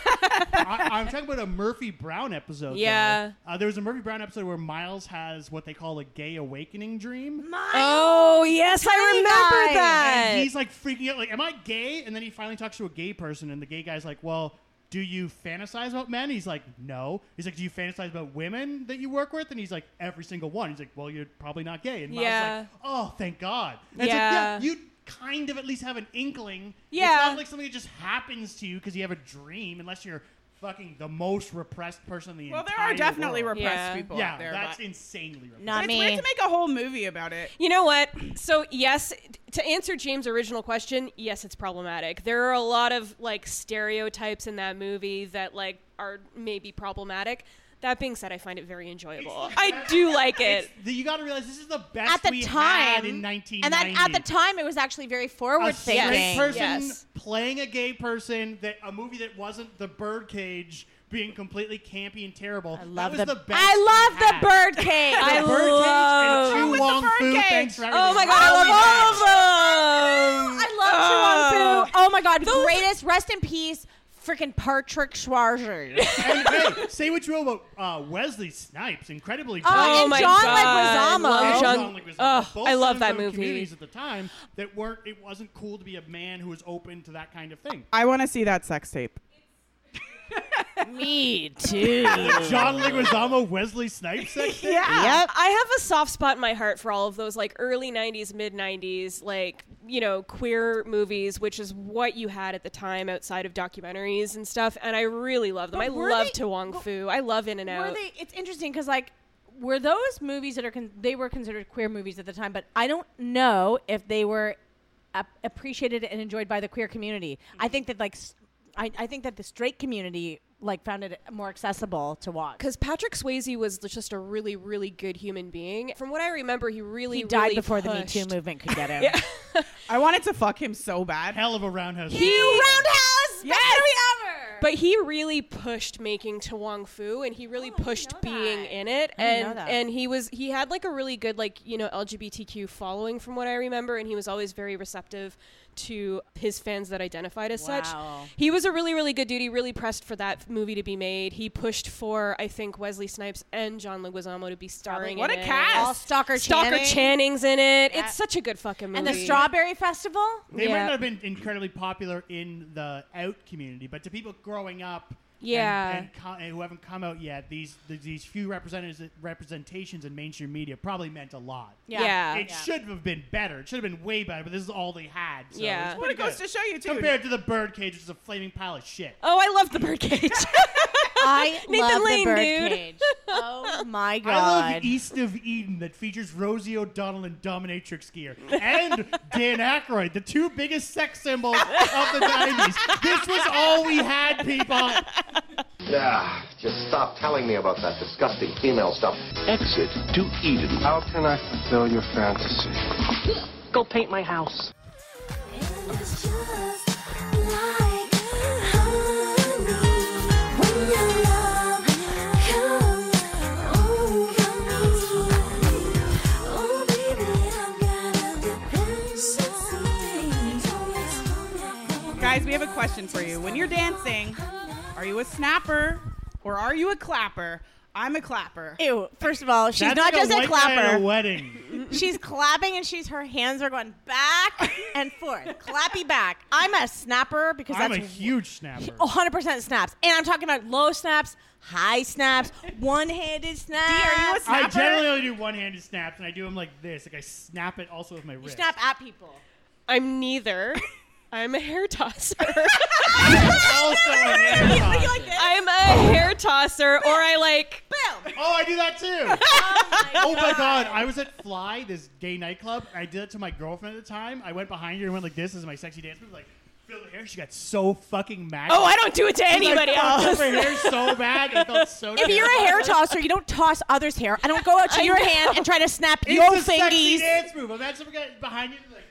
Speaker 3: I, I'm talking about a Murphy Brown episode. though.
Speaker 4: Yeah.
Speaker 3: uh, there was a Murphy Brown episode where Miles has what they call a gay awakening dream.
Speaker 4: Oh yes, I
Speaker 5: Tiny
Speaker 4: remember
Speaker 5: guy.
Speaker 4: that.
Speaker 3: And he's like freaking out, like, "Am I gay?" And then he finally talks to a gay person, and the gay guy's like, "Well, do you fantasize about men?" He's like, "No." He's like, "Do you fantasize about women that you work with?" And he's like, "Every single one." He's like, "Well, you're probably not gay." And Miles
Speaker 4: Yeah.
Speaker 3: is like, "Oh, thank God." And it's like,
Speaker 4: Yeah.
Speaker 3: yeah, you kind of at least have an inkling.
Speaker 4: Yeah.
Speaker 3: it's not like something that just happens to you because you have a dream, unless you're fucking the most repressed person in the
Speaker 6: Well, there
Speaker 3: entire
Speaker 6: are definitely
Speaker 3: world.
Speaker 6: repressed
Speaker 4: Yeah.
Speaker 6: people
Speaker 3: yeah,
Speaker 6: out there.
Speaker 3: that's
Speaker 6: but-
Speaker 3: insanely repressed.
Speaker 5: Not
Speaker 6: it's
Speaker 5: me.
Speaker 6: weird to make a whole movie about it.
Speaker 4: You know what? So yes, to answer James' original question, yes, it's problematic. There are a lot of like stereotypes in that movie that like are maybe problematic. That being said, I find it very enjoyable. I do like it.
Speaker 3: The- you got to realize this is the best
Speaker 5: at the
Speaker 3: we
Speaker 5: time,
Speaker 3: had in 1990.
Speaker 5: and then at the time, it was actually very
Speaker 3: a
Speaker 5: forward
Speaker 3: straight
Speaker 5: thinking.
Speaker 3: person
Speaker 4: Yes.
Speaker 3: playing a gay person that a movie that wasn't the birdcage being completely campy and terrible.
Speaker 5: I love
Speaker 3: that was the,
Speaker 5: the,
Speaker 3: best.
Speaker 5: I love the
Speaker 3: we had. [laughs]
Speaker 5: bird cage.
Speaker 4: I
Speaker 3: The
Speaker 4: love-
Speaker 3: birdcage
Speaker 4: love-
Speaker 3: and Chu
Speaker 4: What's
Speaker 3: Wong Fu.
Speaker 6: birdcage?
Speaker 3: Thanks for everything.
Speaker 4: Oh my god, I love all of them.
Speaker 5: I love Chu Wong Fu. Oh my god,
Speaker 4: Those-
Speaker 5: greatest rest in peace, freaking Patrick Schwarzer.
Speaker 3: [laughs] And hey, say what you will about uh, Wesley Snipes, incredibly.
Speaker 5: Oh,
Speaker 3: brilliant.
Speaker 5: and
Speaker 4: my
Speaker 5: John
Speaker 4: Young.
Speaker 3: Like, was
Speaker 4: Ugh,
Speaker 3: both
Speaker 4: oh, I love
Speaker 3: of
Speaker 4: that
Speaker 3: those
Speaker 4: movie.
Speaker 3: Communities at the time that weren't. It wasn't cool to be a man who was open to that kind of thing.
Speaker 6: I want to see that sex tape.
Speaker 5: Me too.
Speaker 4: Oh.
Speaker 3: John Leguizamo, Wesley Snipes.
Speaker 5: [laughs]
Speaker 3: sex tape?
Speaker 4: Yeah. I have a soft spot in my heart for all of those like early 90s, mid 90s, like, you know, queer movies, which is what you had at the time outside of documentaries and stuff. And I really love them.
Speaker 5: But
Speaker 4: I
Speaker 5: were
Speaker 4: love
Speaker 5: they-
Speaker 4: To Wong
Speaker 5: but
Speaker 4: Fu. I love In and
Speaker 5: Were
Speaker 4: Out.
Speaker 5: they? It's interesting because like. Were those movies that are con- they were considered queer movies at the time, but I don't know if they were ap- appreciated and enjoyed by the queer community. I think that like s- I, I think that the straight community like found it more accessible to watch.
Speaker 4: because Patrick Swayze was just a really, really good human being. From what I remember, he really
Speaker 5: he died
Speaker 4: really
Speaker 5: before
Speaker 4: pushed.
Speaker 5: the Me Too movement could get him.
Speaker 6: I wanted to fuck him so bad.
Speaker 3: Hell of a roundhouse.
Speaker 5: You
Speaker 3: kick.
Speaker 5: roundhouse, yes. ever.
Speaker 4: But he really pushed making To Wong Fu, and he really
Speaker 5: Oh, I didn't
Speaker 4: pushed
Speaker 5: know
Speaker 4: being
Speaker 5: that.
Speaker 4: in it.
Speaker 5: I didn't know
Speaker 4: And
Speaker 5: that.
Speaker 4: and he was he had like a really good like you know LGBTQ following from what I remember, and he was always very receptive to his fans that identified as
Speaker 5: Wow.
Speaker 4: such. He was a really really good dude. He really pressed for that movie to be made. He pushed for I think Wesley Snipes and John Leguizamo to be starring.
Speaker 6: What
Speaker 4: in
Speaker 6: a
Speaker 4: it.
Speaker 6: cast.
Speaker 5: all stalker,
Speaker 4: Stalker
Speaker 5: Channing.
Speaker 4: Channing's in it.
Speaker 5: Yeah.
Speaker 4: It's such a good fucking movie.
Speaker 5: and the Strawberry Festival.
Speaker 3: They might
Speaker 4: Yeah.
Speaker 3: not have been incredibly popular in the out community, but to people growing up, and-
Speaker 4: Yeah.
Speaker 3: and, co- and who haven't come out yet, these th- these few representatives representations in mainstream media probably meant a lot.
Speaker 4: Yeah. Yeah.
Speaker 3: It should have been better. It should have been way better, but this is all they had. So
Speaker 4: Yeah.
Speaker 3: it's
Speaker 6: What
Speaker 3: pretty
Speaker 6: it goes
Speaker 3: good.
Speaker 6: to show you, too.
Speaker 3: compared to the Birdcage, which is a flaming pile of shit.
Speaker 4: Oh, I love the birdcage. [laughs]
Speaker 5: I
Speaker 4: Nathan
Speaker 5: love
Speaker 4: Lane,
Speaker 5: the
Speaker 4: dude.
Speaker 5: birdcage. [laughs] Oh my god!
Speaker 3: I love East of Eden that features Rosie O'Donnell and Dominatrix Gear and [laughs] Dan Aykroyd, the two biggest sex symbols of the 90s. This was all we had, people.
Speaker 9: Yeah, just stop telling me about that disgusting female stuff.
Speaker 2: Exit to Eden.
Speaker 10: How can I fulfill your fantasy?
Speaker 11: Go paint my house.
Speaker 6: Guys, we have a question for you. When you're dancing, are you a snapper or are you a clapper? I'm a clapper.
Speaker 5: Ew! First of all, she's
Speaker 3: That's
Speaker 5: not
Speaker 3: like
Speaker 5: just
Speaker 3: a,
Speaker 5: a,
Speaker 3: white guy at a
Speaker 5: clapper.
Speaker 3: wedding.
Speaker 5: [laughs] She's clapping, and she's her hands are going back and forth, clappy back. I'm a snapper because
Speaker 3: I'm a
Speaker 5: that's
Speaker 3: huge snapper.
Speaker 5: 100% Oh, snaps, and I'm talking about low snaps, high snaps, one-handed snaps.
Speaker 6: are you a
Speaker 3: I
Speaker 6: snapper?
Speaker 3: generally only do one-handed snaps, and I do them like this. Like I snap it also with my
Speaker 5: You
Speaker 3: wrist.
Speaker 5: snap at people.
Speaker 4: I'm
Speaker 5: [laughs]
Speaker 4: neither. I'm a hair tosser.
Speaker 3: [laughs] Also a
Speaker 5: [laughs]
Speaker 3: hand toss.
Speaker 4: I'm a hair tosser, or I like.
Speaker 5: Boom!
Speaker 3: Oh, I do that
Speaker 5: [laughs]
Speaker 3: too. oh my god, I was at Fly, this gay nightclub. I did it to my girlfriend at the time. I went behind her and went like this. this is my sexy dance move. Like, feel the hair. She got so fucking mad.
Speaker 4: Oh, I don't do it to
Speaker 3: She, like,
Speaker 4: anybody
Speaker 3: fucked up
Speaker 4: else.
Speaker 3: Her hair so bad. It felt so.
Speaker 5: oh, If you're a hair tosser, you don't toss others' hair. I don't go out to your hand and try to snap
Speaker 3: it's
Speaker 5: your
Speaker 3: the sexy
Speaker 5: fingies. [laughs]
Speaker 3: dance move. Imagine someone got behind you like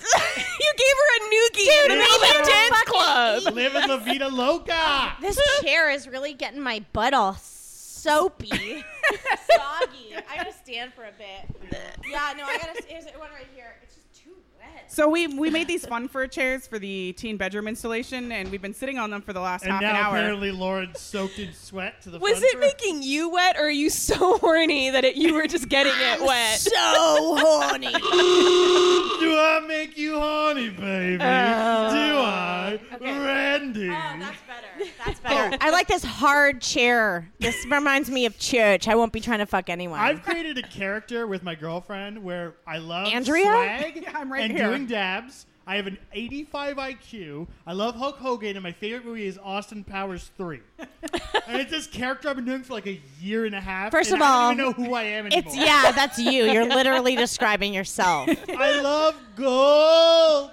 Speaker 4: you gave her a noogie. Dude,
Speaker 3: Yeah. make it a
Speaker 4: dance
Speaker 5: fucking
Speaker 4: club.
Speaker 3: living la vida loca.
Speaker 5: This chair is really getting my butt all soapy, soggy. I gotta stand for a [laughs] bit. Yeah, no, I gotta. Here's one right here. It's just too wet.
Speaker 6: So we we made these fun fur chairs for the teen bedroom installation, and we've been sitting on them for the last
Speaker 3: And
Speaker 6: half
Speaker 3: now
Speaker 6: an hour.
Speaker 3: apparently Lauren soaked in sweat to the.
Speaker 4: Was
Speaker 3: front
Speaker 4: it
Speaker 3: row.
Speaker 4: making you wet, or are you so [laughs] horny that it, you were just getting it wet?
Speaker 5: So [laughs] horny.
Speaker 3: Do I make you horny, baby? Do I, Randy?
Speaker 5: better. That's better. Oh, I like this hard chair. This reminds me of church. I won't be trying to fuck anyone.
Speaker 3: I've created a character with my girlfriend where I love
Speaker 5: Andrea?
Speaker 3: swag
Speaker 6: Yeah, [laughs] I'm right
Speaker 3: and
Speaker 6: here.
Speaker 3: doing dabs. I have an 85 IQ. I love Hulk Hogan, and my favorite movie is Austin Powers 3. and it's this character I've been doing for like a year and a half.
Speaker 5: First
Speaker 3: and
Speaker 5: of
Speaker 3: I don't
Speaker 5: all,
Speaker 3: even know who I am anymore.
Speaker 5: it's yeah, that's you. You're literally describing yourself.
Speaker 3: I love gold.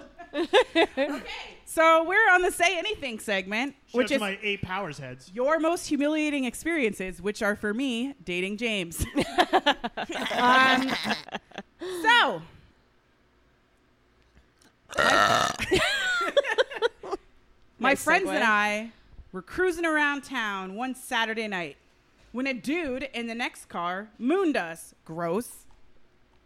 Speaker 6: So we're on the say anything segment,
Speaker 3: Which
Speaker 6: which is
Speaker 3: my eight powers heads.
Speaker 6: your most humiliating experiences, which are for me dating James. [laughs] um, so. [laughs] My
Speaker 4: Nice
Speaker 6: friends
Speaker 4: segue.
Speaker 6: and I were cruising around town one Saturday night when a dude in the next car mooned us. Gross.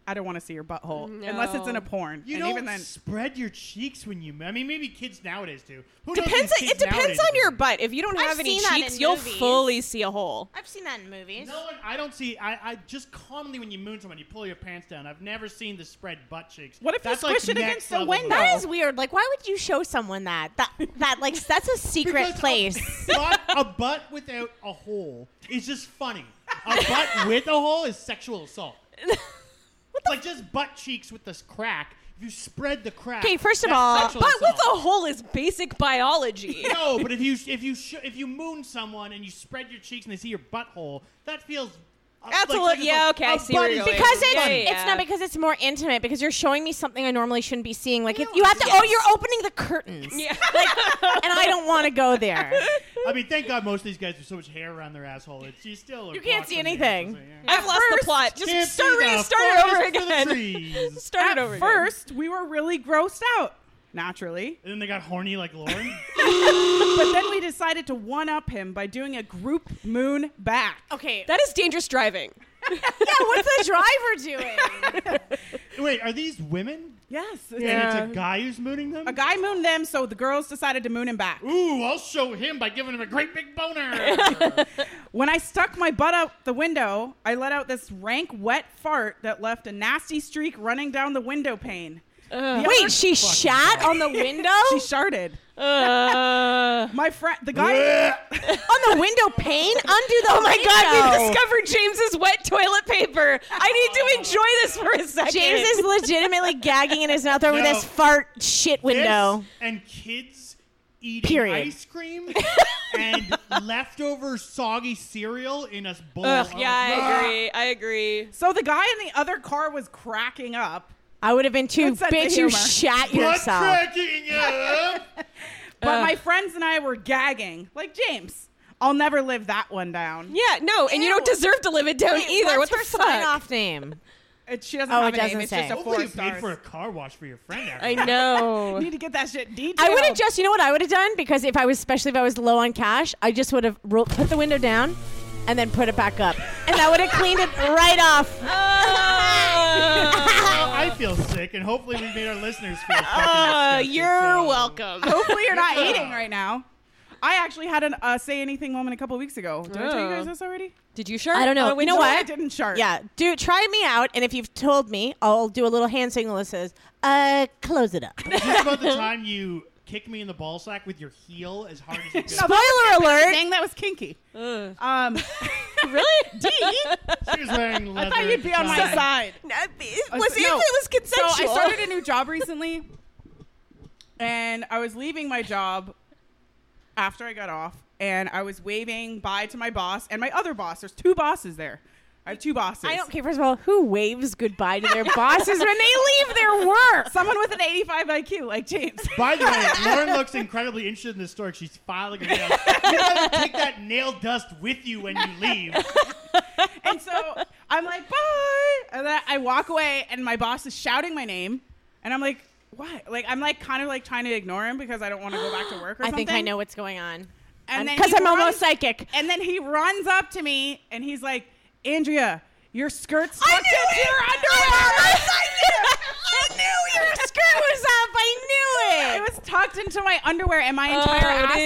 Speaker 6: I don't want to see your butthole unless it's in a porn.
Speaker 3: You
Speaker 6: and
Speaker 3: don't
Speaker 6: even then,
Speaker 3: spread your cheeks when you. I mean, maybe kids nowadays do. Who knows these
Speaker 4: Depends. On,
Speaker 3: kids
Speaker 4: it depends
Speaker 3: nowadays
Speaker 4: on
Speaker 3: do?
Speaker 4: your butt. If you don't
Speaker 5: I've
Speaker 4: have any
Speaker 5: seen that
Speaker 4: cheeks,
Speaker 5: in
Speaker 4: you'll
Speaker 5: movies.
Speaker 4: fully see a hole.
Speaker 5: [laughs] I've seen that in movies.
Speaker 3: No one. I don't see. I, I just commonly when you moon someone, you pull your pants down. I've never seen the spread butt cheeks.
Speaker 6: What if you
Speaker 3: That's
Speaker 6: squish
Speaker 3: like
Speaker 6: it
Speaker 3: next
Speaker 6: against the
Speaker 3: level
Speaker 6: window?
Speaker 3: butt.
Speaker 5: That is weird. Like, why would you show someone that? That that like that's a secret
Speaker 3: Because a- [laughs]
Speaker 5: place.
Speaker 3: butt, a butt without a hole is just funny. A butt with a hole is sexual assault. like just butt cheeks with this crack. If you spread the crack.
Speaker 5: Okay, first of
Speaker 3: that's
Speaker 5: all- [laughs]
Speaker 3: sexual
Speaker 4: Uh, But with
Speaker 3: assault.
Speaker 4: a hole is basic
Speaker 3: [laughs]
Speaker 4: biology.
Speaker 3: No, but if you if you sh- if you moon someone and you spread your cheeks and they see your butthole, that feels. uh,
Speaker 4: That's a
Speaker 3: like
Speaker 4: little-
Speaker 3: sexual
Speaker 4: yeah,
Speaker 3: assault.
Speaker 4: okay, I
Speaker 3: A
Speaker 4: see where
Speaker 3: butt
Speaker 4: you're
Speaker 3: is-
Speaker 4: going.
Speaker 5: Because it's
Speaker 4: Yeah, yeah, yeah.
Speaker 5: it's not because it's more intimate because you're showing me something I normally shouldn't be seeing. Like if you have to
Speaker 4: Yes.
Speaker 5: oh you're opening the curtains.
Speaker 4: Yeah.
Speaker 5: and I don't want to go [laughs] there.
Speaker 3: I mean, thank God most of these guys have so much hair around their asshole. It's, you still are
Speaker 5: You can't
Speaker 3: blocked
Speaker 5: see
Speaker 3: from the
Speaker 5: anything.
Speaker 3: asshole, yeah.
Speaker 4: I've lost the plot. Just
Speaker 3: Can't
Speaker 4: start,
Speaker 3: see
Speaker 4: re-
Speaker 3: the
Speaker 4: start it over
Speaker 3: forest for the
Speaker 4: again.
Speaker 3: trees.
Speaker 4: Start it
Speaker 6: at
Speaker 4: over again.
Speaker 6: first we were really grossed out naturally,
Speaker 3: And then they got horny like
Speaker 4: [laughs]
Speaker 3: Lauren.
Speaker 6: but then we decided to one up him by doing a group moon back.
Speaker 5: Okay.
Speaker 4: That is dangerous [laughs] driving.
Speaker 5: yeah, what's the driver doing?
Speaker 3: Wait, are these women?
Speaker 6: Yes,
Speaker 3: And it's a guy who's mooning them?
Speaker 6: A guy mooned them, so the girls decided to moon him back.
Speaker 3: Ooh, I'll show him by giving him a great big
Speaker 4: [laughs]
Speaker 3: boner.
Speaker 6: When I stuck my butt out the window, I let out this rank wet fart that left a nasty streak running down the window pane. The other-
Speaker 5: [laughs] Wait, she shat on the window?
Speaker 6: she sharded.
Speaker 4: Uh,
Speaker 6: My friend, the guy,
Speaker 5: on the window pane? Undo the
Speaker 4: oh my God,
Speaker 5: window.
Speaker 4: we've discovered James's wet toilet paper. I need to enjoy this for a second.
Speaker 5: James is legitimately gagging in his mouth over
Speaker 3: No.
Speaker 5: this fart shit window.
Speaker 3: This and kids eating
Speaker 5: Period.
Speaker 3: ice cream and leftover soggy cereal in a bowl.
Speaker 4: Ugh,
Speaker 3: of-
Speaker 4: yeah, I agree. I agree.
Speaker 6: so the guy in the other car was cracking up,
Speaker 5: I would have been too.
Speaker 6: Good sense of
Speaker 5: Bitch, you
Speaker 6: humor.
Speaker 5: shat
Speaker 3: Butt
Speaker 5: yourself.
Speaker 3: cracking, yeah.
Speaker 6: but
Speaker 5: Uh.
Speaker 4: Ugh.
Speaker 6: my friends and I were gagging. Like James, I'll never live that one down.
Speaker 4: Yeah, no, and you don't
Speaker 5: Ew.
Speaker 4: deserve to live it down either. What
Speaker 5: What's
Speaker 4: the
Speaker 5: her
Speaker 4: fuck?
Speaker 5: sign-off name?
Speaker 6: It, she doesn't
Speaker 5: Oh,
Speaker 6: have
Speaker 5: it
Speaker 6: a name.
Speaker 5: doesn't
Speaker 6: It's just
Speaker 5: say.
Speaker 6: a
Speaker 3: Hopefully
Speaker 6: four
Speaker 3: you paid
Speaker 6: stars.
Speaker 3: for a car wash for your friend. after
Speaker 4: I
Speaker 3: that.
Speaker 4: [laughs]
Speaker 6: You
Speaker 4: know.
Speaker 6: need to get that shit detailed.
Speaker 5: I would have just, you know what I would have done? Because if I was, especially if I was low on cash, I just would have ro- put the window down and then put it back up. And I would have cleaned it right [laughs] off.
Speaker 4: Oh.
Speaker 3: Now I feel sick, and hopefully we made our listeners feel. fucking
Speaker 5: Oh.
Speaker 6: [laughs]
Speaker 4: Uh,
Speaker 3: disgusted,
Speaker 4: you're
Speaker 3: so- um,
Speaker 4: welcome.
Speaker 6: Hopefully you're not eating right now. I actually had an uh, say anything moment a couple weeks ago. Did I tell you
Speaker 4: Oh.
Speaker 6: guys this already?
Speaker 4: Did you shark?
Speaker 5: [laughs] I don't know.
Speaker 4: Oh, wait,
Speaker 5: you know
Speaker 6: no,
Speaker 5: what?
Speaker 6: I didn't shark.
Speaker 5: Yeah, do try me out, and if you've told me, I'll do a little hand signal that says, "Uh, close it up."
Speaker 6: [laughs]
Speaker 3: Is this about the time you kick me in the ball sack with your heel as hard as you could?
Speaker 5: Spoiler alert!
Speaker 6: Dang, that was kinky. Um, [laughs]
Speaker 4: Really?
Speaker 5: [laughs]
Speaker 4: D?
Speaker 3: She was wearing leather.
Speaker 6: I thought you'd
Speaker 3: at the
Speaker 6: be on my
Speaker 3: time.
Speaker 6: side.
Speaker 4: was
Speaker 6: Uh, no.
Speaker 4: if it was
Speaker 6: So
Speaker 4: consensual.
Speaker 6: I started a new job recently, and I was leaving my job after I got off, and I was waving bye to my boss and my other boss. There's two bosses there. I have two bosses.
Speaker 5: I don't care. First of all, who waves goodbye to their bosses when they leave their work?
Speaker 6: Someone with an 85 IQ like James. [laughs]
Speaker 3: By the way, Lauren looks incredibly interested in this story. She's filing her nails. You gotta take that nail dust with you when you leave.
Speaker 6: And so I'm like, bye. And then I walk away, and my boss is shouting my name. And I'm like, what? Like, I'm like kind of like trying to ignore him because I don't want to go back to work or
Speaker 5: [gasps] I
Speaker 6: something.
Speaker 5: think I know what's going on.
Speaker 6: And then
Speaker 5: because
Speaker 6: he
Speaker 5: I'm almost
Speaker 6: runs- [laughs]
Speaker 5: psychic.
Speaker 6: And then he runs up to me and he's like, Andrea, your skirt's
Speaker 5: I
Speaker 6: tucked
Speaker 5: knew
Speaker 6: into
Speaker 5: it!
Speaker 4: [laughs]
Speaker 6: your
Speaker 5: I
Speaker 6: underwear.
Speaker 5: almost psychic! I knew your skirt was up. I knew
Speaker 6: It
Speaker 5: it.
Speaker 6: was tucked into my underwear and my entire
Speaker 4: Oh,
Speaker 6: ass was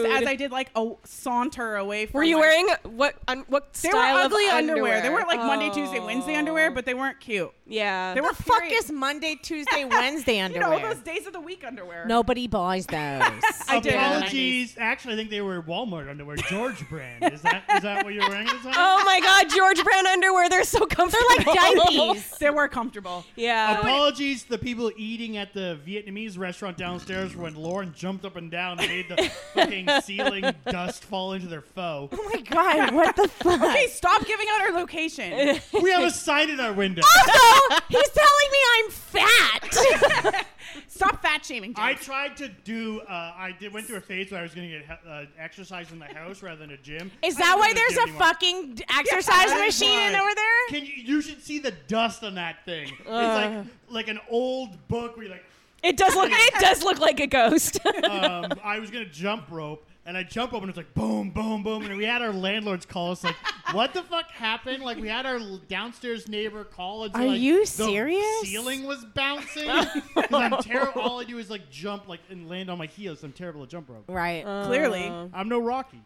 Speaker 6: exposed
Speaker 4: dude.
Speaker 6: as I did like a saunter away from
Speaker 4: Were you
Speaker 6: my-
Speaker 4: wearing what? Un, what
Speaker 6: They
Speaker 4: style
Speaker 6: were ugly
Speaker 4: of
Speaker 6: underwear.
Speaker 4: underwear?
Speaker 6: They weren't like Monday,
Speaker 4: Oh.
Speaker 6: Tuesday, Wednesday underwear, but they weren't cute.
Speaker 4: yeah, [laughs]
Speaker 6: They were
Speaker 5: the fuck
Speaker 6: period-
Speaker 5: is Monday, Tuesday, Wednesday
Speaker 6: [laughs] you know
Speaker 5: underwear?
Speaker 6: those days of the week underwear. [laughs]
Speaker 5: Nobody buys those.
Speaker 6: I did.
Speaker 3: Apologies. Actually, I think they were Walmart underwear, George brand. Is that is that what you're wearing at the time?
Speaker 4: Oh my God, George Brand underwear. They're so comfortable.
Speaker 6: [laughs]
Speaker 5: They're like diapers.
Speaker 6: They were comfortable.
Speaker 4: Yeah.
Speaker 3: Apologies to the people eating at the Vietnamese restaurant downstairs when Lauren jumped up and down and made the
Speaker 5: [laughs]
Speaker 3: fucking ceiling dust fall into their foe.
Speaker 5: Oh my god, what [laughs] the fuck?
Speaker 6: Hey, stop giving out our
Speaker 5: [laughs]
Speaker 6: location.
Speaker 3: We have a sign in our window.
Speaker 5: Ah! Also, he's telling me I'm fat.
Speaker 6: Stop fat shaming.
Speaker 3: I
Speaker 6: James.
Speaker 3: tried to do. Uh, I did went through a phase where I was going to get he- uh, exercise in the house rather than a gym.
Speaker 5: [laughs] Is
Speaker 3: I don't
Speaker 5: that
Speaker 3: go
Speaker 5: why
Speaker 3: to
Speaker 5: there's
Speaker 3: gym
Speaker 5: a
Speaker 3: anymore.
Speaker 5: fucking d- exercise
Speaker 3: That is
Speaker 5: machine in
Speaker 3: why.
Speaker 5: over there? Uh.
Speaker 3: Can you? You should see the dust on that thing. It's like like an old
Speaker 5: [laughs]
Speaker 3: book where you're like,
Speaker 4: It does look. It does look like a ghost.
Speaker 3: um, I was gonna jump rope. and I jump up and it's like boom, boom, boom, and we had our landlords call us like, "What the fuck happened?" Like we had our l- downstairs neighbor call and say,
Speaker 5: Are
Speaker 3: like,
Speaker 5: you
Speaker 3: the
Speaker 5: serious?
Speaker 3: Ceiling was bouncing.
Speaker 5: [laughs]
Speaker 3: 'Cause I'm terrible. All I do is like jump like and land on my heels. I'm terrible at jump rope.
Speaker 5: Right.
Speaker 6: Clearly.
Speaker 5: Uh.
Speaker 3: I'm no Rocky.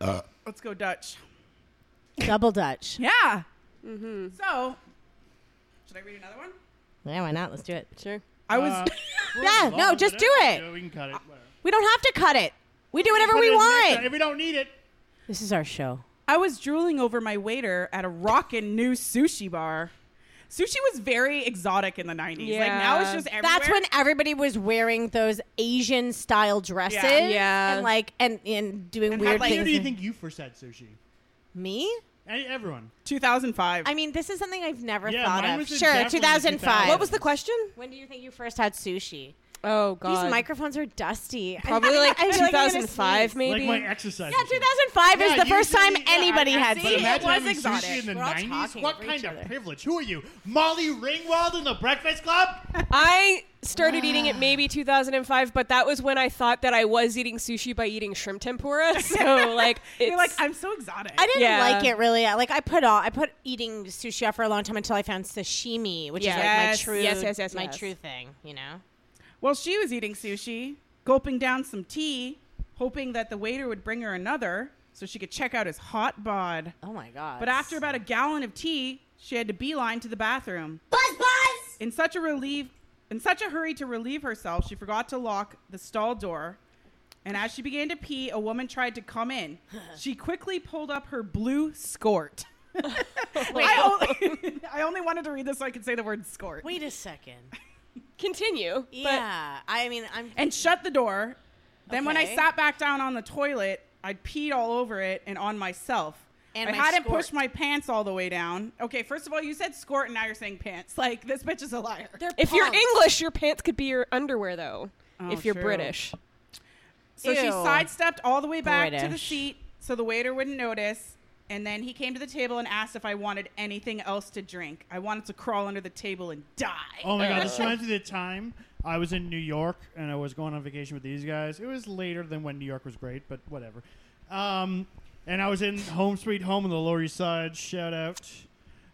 Speaker 6: Let's go Dutch.
Speaker 5: Double Dutch.
Speaker 6: Yeah.
Speaker 5: Mm-hmm.
Speaker 6: So, should I read another one?
Speaker 5: Yeah, why not? Let's do it.
Speaker 4: Sure.
Speaker 6: I was.
Speaker 3: Uh, we're
Speaker 5: [laughs] Yeah, no,
Speaker 3: long,
Speaker 5: just
Speaker 3: but
Speaker 5: do
Speaker 3: that's-
Speaker 5: it.
Speaker 3: yeah, We can cut it. whatever.
Speaker 5: We don't have to cut it. We do whatever
Speaker 3: Put
Speaker 5: we
Speaker 3: it in next time.
Speaker 5: want.
Speaker 3: If we don't need it,
Speaker 5: This is our show.
Speaker 6: I was drooling over my waiter at a rockin' new sushi bar. Sushi was very exotic in the 90s. Like now it's
Speaker 4: Yeah.
Speaker 6: just everywhere.
Speaker 5: That's when everybody was wearing those Asian style dresses.
Speaker 4: Yeah.
Speaker 5: And like and, and doing
Speaker 6: And had,
Speaker 5: weird
Speaker 6: like-
Speaker 5: things.
Speaker 3: where do you think you first had sushi?
Speaker 5: Me?
Speaker 3: Any- Everyone.
Speaker 6: 2005.
Speaker 5: I mean, this is something I've never
Speaker 3: Yeah,
Speaker 5: thought
Speaker 3: mine
Speaker 5: of.
Speaker 3: was in
Speaker 5: Sure,
Speaker 3: definitely
Speaker 5: 2005.
Speaker 3: 2000.
Speaker 4: What was the question?
Speaker 5: When do you think you first had sushi?
Speaker 4: Oh God.
Speaker 5: These microphones are dusty. I-
Speaker 4: Probably
Speaker 5: [laughs] I-
Speaker 4: like
Speaker 5: I feel I'm gonna
Speaker 4: 2005,
Speaker 5: sneeze.
Speaker 4: maybe.
Speaker 3: Like my exercise.
Speaker 5: Yeah,
Speaker 3: routine.
Speaker 5: 2005 is
Speaker 3: Yeah,
Speaker 5: the first
Speaker 3: usually-
Speaker 5: time
Speaker 3: yeah,
Speaker 5: anybody
Speaker 3: I- I
Speaker 5: had
Speaker 3: see,
Speaker 6: See,
Speaker 5: sushi.
Speaker 3: Imagine
Speaker 6: was
Speaker 3: having
Speaker 6: exotic.
Speaker 3: sushi in the
Speaker 5: We're all
Speaker 3: 90s.
Speaker 5: talking
Speaker 3: What
Speaker 5: over
Speaker 3: kind
Speaker 5: each
Speaker 3: of
Speaker 5: other.
Speaker 3: privilege? Who are you? Molly Ringwald in the Breakfast Club?
Speaker 4: I started eating it maybe 2005, but that was when I thought that I was eating sushi by eating shrimp tempura. [laughs] So like, it's,
Speaker 6: [laughs] You're like, I'm so exotic.
Speaker 5: I didn't
Speaker 4: Yeah.
Speaker 5: like it really. I- Like I put all I put eating sushi off for a long time until I found sashimi, which
Speaker 6: Yes.
Speaker 5: is like my true
Speaker 4: Yes, yes, yes,
Speaker 5: my
Speaker 4: yes.
Speaker 5: true thing, you know.
Speaker 6: While she was eating sushi, gulping down some tea, hoping that the waiter would bring her another so she could check out his hot bod.
Speaker 5: Oh my god.
Speaker 6: But after about a gallon of tea, she had to beeline to the bathroom. Buzz, buzz! In such a relief, in such a hurry to relieve herself, she forgot to lock the stall door. And as she began to pee, a woman tried to come [sighs] in. She quickly pulled up her blue skort. I, only, [laughs] I only wanted to read this so I could say the word skort.
Speaker 5: oh, Wait a second.
Speaker 6: [laughs]
Speaker 4: continue.
Speaker 5: yeah. I mean, I'm
Speaker 6: and shut the door. Then when I
Speaker 5: Okay.
Speaker 6: sat back down on the toilet, I peed all over it and on myself.
Speaker 5: And
Speaker 6: I
Speaker 5: my
Speaker 6: hadn't
Speaker 5: skort.
Speaker 6: pushed my pants all the way down. Okay, first of all, you said skort and now you're saying pants. [laughs] Like this bitch is a liar.
Speaker 5: They're
Speaker 4: But if you're
Speaker 5: punks.
Speaker 4: English, your pants could be your underwear though.
Speaker 6: Oh,
Speaker 4: if you're
Speaker 6: true.
Speaker 4: British,
Speaker 6: So she
Speaker 5: Ew.
Speaker 6: sidestepped all the way back to the
Speaker 5: British.
Speaker 6: seat so the waiter wouldn't notice. And then he came to the table and asked if I wanted anything else to drink. I wanted to crawl under the table and die.
Speaker 3: Oh my
Speaker 6: [laughs]
Speaker 3: god, this reminds me of the time I was in New York and I was going on vacation with these guys. It was later than when New York was great, but whatever. Um, and I was in Home Sweet Home on the Lower East Side. Shout out.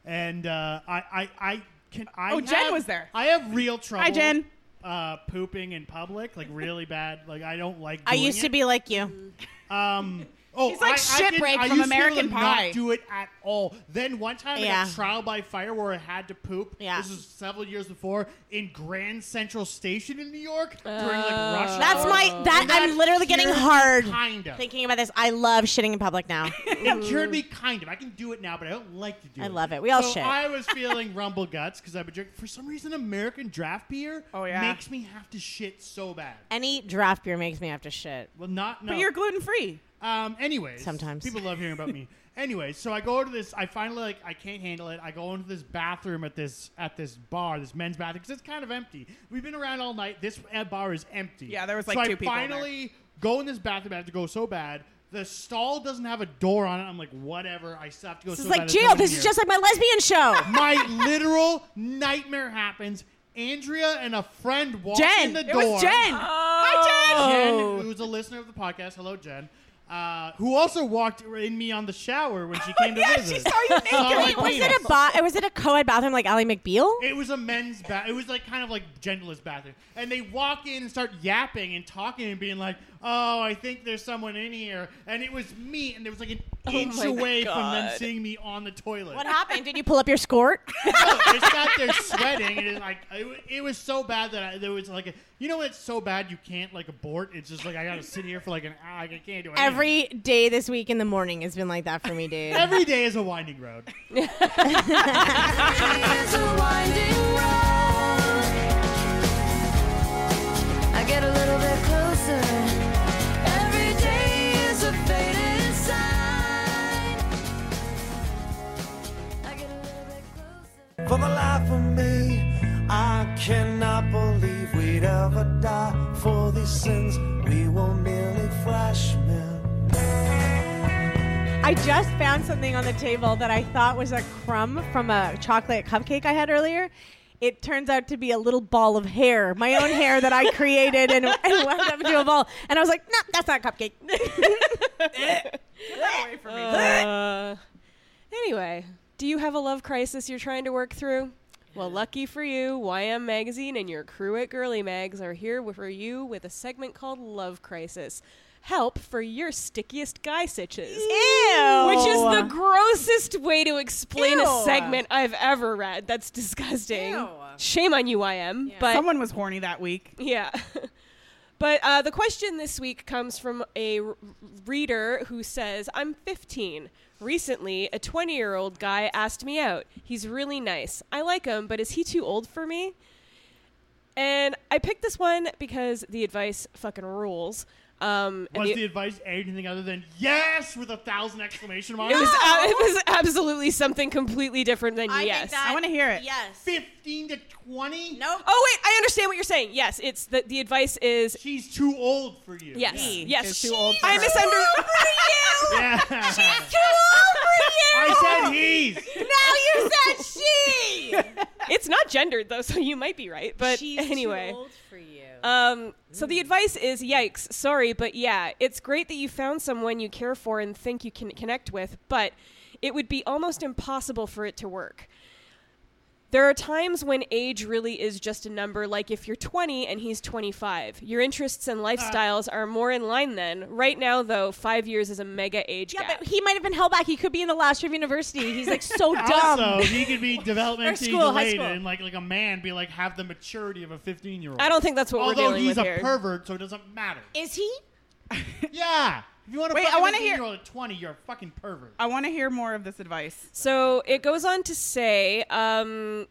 Speaker 3: And uh, I, I, I can. I
Speaker 6: Oh, Jen
Speaker 3: have-
Speaker 6: was there.
Speaker 3: I have real trouble.
Speaker 6: Hi, Jen.
Speaker 3: Uh, pooping in public, like really bad. Like I don't like.
Speaker 5: I
Speaker 3: doing
Speaker 5: used to
Speaker 3: it.
Speaker 5: be like you.
Speaker 3: Um, oh,
Speaker 6: He's
Speaker 3: I,
Speaker 6: like
Speaker 3: I didn't-
Speaker 6: shipwrecked
Speaker 3: I
Speaker 6: from
Speaker 3: used to be able
Speaker 6: American
Speaker 3: to
Speaker 6: Pie.
Speaker 3: Not do it at all. Then one time I
Speaker 5: Yeah.
Speaker 3: got trial by fire where I had to poop.
Speaker 5: Yeah.
Speaker 3: This was several years before in Grand Central Station in New York during like rush
Speaker 5: That's
Speaker 3: hour.
Speaker 6: Oh.
Speaker 5: my that
Speaker 3: And
Speaker 5: I'm literally getting
Speaker 3: cured me
Speaker 5: hard
Speaker 3: Kind of.
Speaker 5: thinking about this. I love shitting in public now.
Speaker 3: [laughs]
Speaker 5: [laughs]
Speaker 3: It cured me kind of. I can do it now, but I don't like to do it.
Speaker 5: I love it. We all
Speaker 3: so
Speaker 5: shit.
Speaker 3: I was feeling rumble guts because I've been drinking. For some reason, American draft beer
Speaker 6: Oh, yeah.
Speaker 3: makes me have to shit so bad.
Speaker 5: Any draft beer makes me have to shit.
Speaker 3: Well, not no.
Speaker 6: But you're gluten free.
Speaker 3: Um, anyways,
Speaker 5: Sometimes.
Speaker 3: people love hearing about
Speaker 5: [laughs]
Speaker 3: me. anyways, so I go to this. I finally like I can't handle it. I go into this bathroom at this at this bar, this men's bathroom, because it's kind of empty. We've been around all night. This uh, bar is empty.
Speaker 6: Yeah, there was, like,
Speaker 3: so
Speaker 6: two
Speaker 3: I
Speaker 6: people in there.
Speaker 3: finally go in this bathroom. I have to go so bad. The stall doesn't have a door on it. I'm like, whatever. I still have to go.
Speaker 5: This
Speaker 3: so
Speaker 5: is
Speaker 3: bad.
Speaker 5: like
Speaker 3: There's no
Speaker 5: jail.
Speaker 3: one
Speaker 5: This is
Speaker 3: here.
Speaker 5: just like my lesbian [laughs]
Speaker 3: [laughs]
Speaker 5: show.
Speaker 3: my literal nightmare happens. Andrea and a friend walk in
Speaker 6: Jen.
Speaker 3: the
Speaker 6: It
Speaker 3: door.
Speaker 6: was Jen. Hi, Jen.
Speaker 5: Oh.
Speaker 3: Jen, who's a listener of the podcast. Hello, Jen. Uh, who also walked in me on the shower when she came to
Speaker 6: yeah,
Speaker 3: visit.
Speaker 6: she saw you naked.
Speaker 3: Saw my
Speaker 5: Wait, was
Speaker 3: penis.
Speaker 5: it a ba- was it a co-ed bathroom like Ally McBeal?
Speaker 3: It was a men's bath. It was like kind of like genderless bathroom. And they walk in and start yapping and talking and being like, "Oh, I think there's someone in here." And it was me, and there was like an inch away from them seeing me on the toilet.
Speaker 5: What happened? Did you pull up your skort?
Speaker 3: No, I sat there sweating, and it, like it, wa- it was so bad that I, there was like a, you know when it's so bad you can't like abort. It's just like I gotta sit here for like an hour. I can't do anything.
Speaker 5: [laughs] Every day this week in the morning has been like that for me, dude.
Speaker 3: every day is a winding road.
Speaker 12: I get a little bit closer. Every day is a faded sign. I get a little bit closer.
Speaker 7: For the life of me, I cannot believe we'd ever die for these sins. We were merely freshmen.
Speaker 5: I just found something on the table that I thought was a crumb from a chocolate cupcake I had earlier. it turns out to be a little ball of hair, my own hair that I created and, [laughs] and wound up into a ball. And I was like, no, that's not a [laughs] cupcake.
Speaker 4: Uh, anyway, do you have a love crisis you're trying to work through? Well, lucky for you, YM Magazine and your crew at Girly Mags are here wi- for you with a segment called Love Crisis. Help for your stickiest guy sitches.
Speaker 5: Ew.
Speaker 4: Which is
Speaker 3: Oh.
Speaker 4: the grossest way to explain a
Speaker 6: Ew.
Speaker 4: segment I've ever read. That's disgusting. Shame on you, YM. But
Speaker 6: Someone was horny that week.
Speaker 4: yeah. [laughs] But uh, the question this week comes from a r- reader who says, I'm 15. Recently, a 20 year old guy asked me out. He's really nice. I like him, but is he too old for me? And I picked this one because the advice fucking rules. Um, and
Speaker 3: Was
Speaker 4: the-
Speaker 3: the advice anything other than yes with a thousand exclamation marks?
Speaker 4: it, was, a- [laughs] it was absolutely something completely different than yes.
Speaker 3: that- I wanna
Speaker 6: hear it.
Speaker 5: Yes.
Speaker 3: 15 to 20?
Speaker 5: Nope.
Speaker 4: Oh, wait, I understand what you're saying. Yes, it's the, the advice is.
Speaker 3: She's too old for you.
Speaker 4: Yes.
Speaker 3: Yeah.
Speaker 4: Yes.
Speaker 3: She's too old for
Speaker 4: I
Speaker 3: her.
Speaker 4: misunderstood.
Speaker 3: Yeah.
Speaker 4: [laughs] I
Speaker 3: said he's.
Speaker 5: Now you said she.
Speaker 4: [laughs]
Speaker 5: [laughs]
Speaker 4: it's not gendered though, so you might be right. But anyway,
Speaker 5: for you.
Speaker 4: um, so the advice is, yikes, sorry, but yeah, it's great that you found someone you care for and think you can connect with, but it would be almost impossible for it to work. There are times when age really is just a number, like if you're 20 and he's 25. Your interests
Speaker 5: Uh.
Speaker 4: and lifestyles are more in line then. Right now, though, five years is a mega age
Speaker 5: Yeah,
Speaker 4: gap.
Speaker 5: but he might have been held back. He could be in the last year of university. He's
Speaker 4: [laughs]
Speaker 5: like so dumb.
Speaker 3: Also, he could be
Speaker 5: Or
Speaker 3: developmentally
Speaker 5: school, high
Speaker 3: delayed
Speaker 5: school.
Speaker 3: and like like a man be like have the maturity of a 15 year old.
Speaker 4: I don't think that's what we're
Speaker 3: Although
Speaker 4: dealing
Speaker 3: he's
Speaker 4: with
Speaker 3: a
Speaker 4: here.
Speaker 3: pervert, so it doesn't matter.
Speaker 5: Is he?
Speaker 3: Yeah. If you want to
Speaker 6: Wait,
Speaker 3: fuck
Speaker 6: I
Speaker 3: a
Speaker 6: wanna
Speaker 3: 15
Speaker 6: hear- Oh,
Speaker 3: year old at 20, you're a fucking pervert.
Speaker 6: I want to hear more of this advice.
Speaker 4: So it goes on to say um,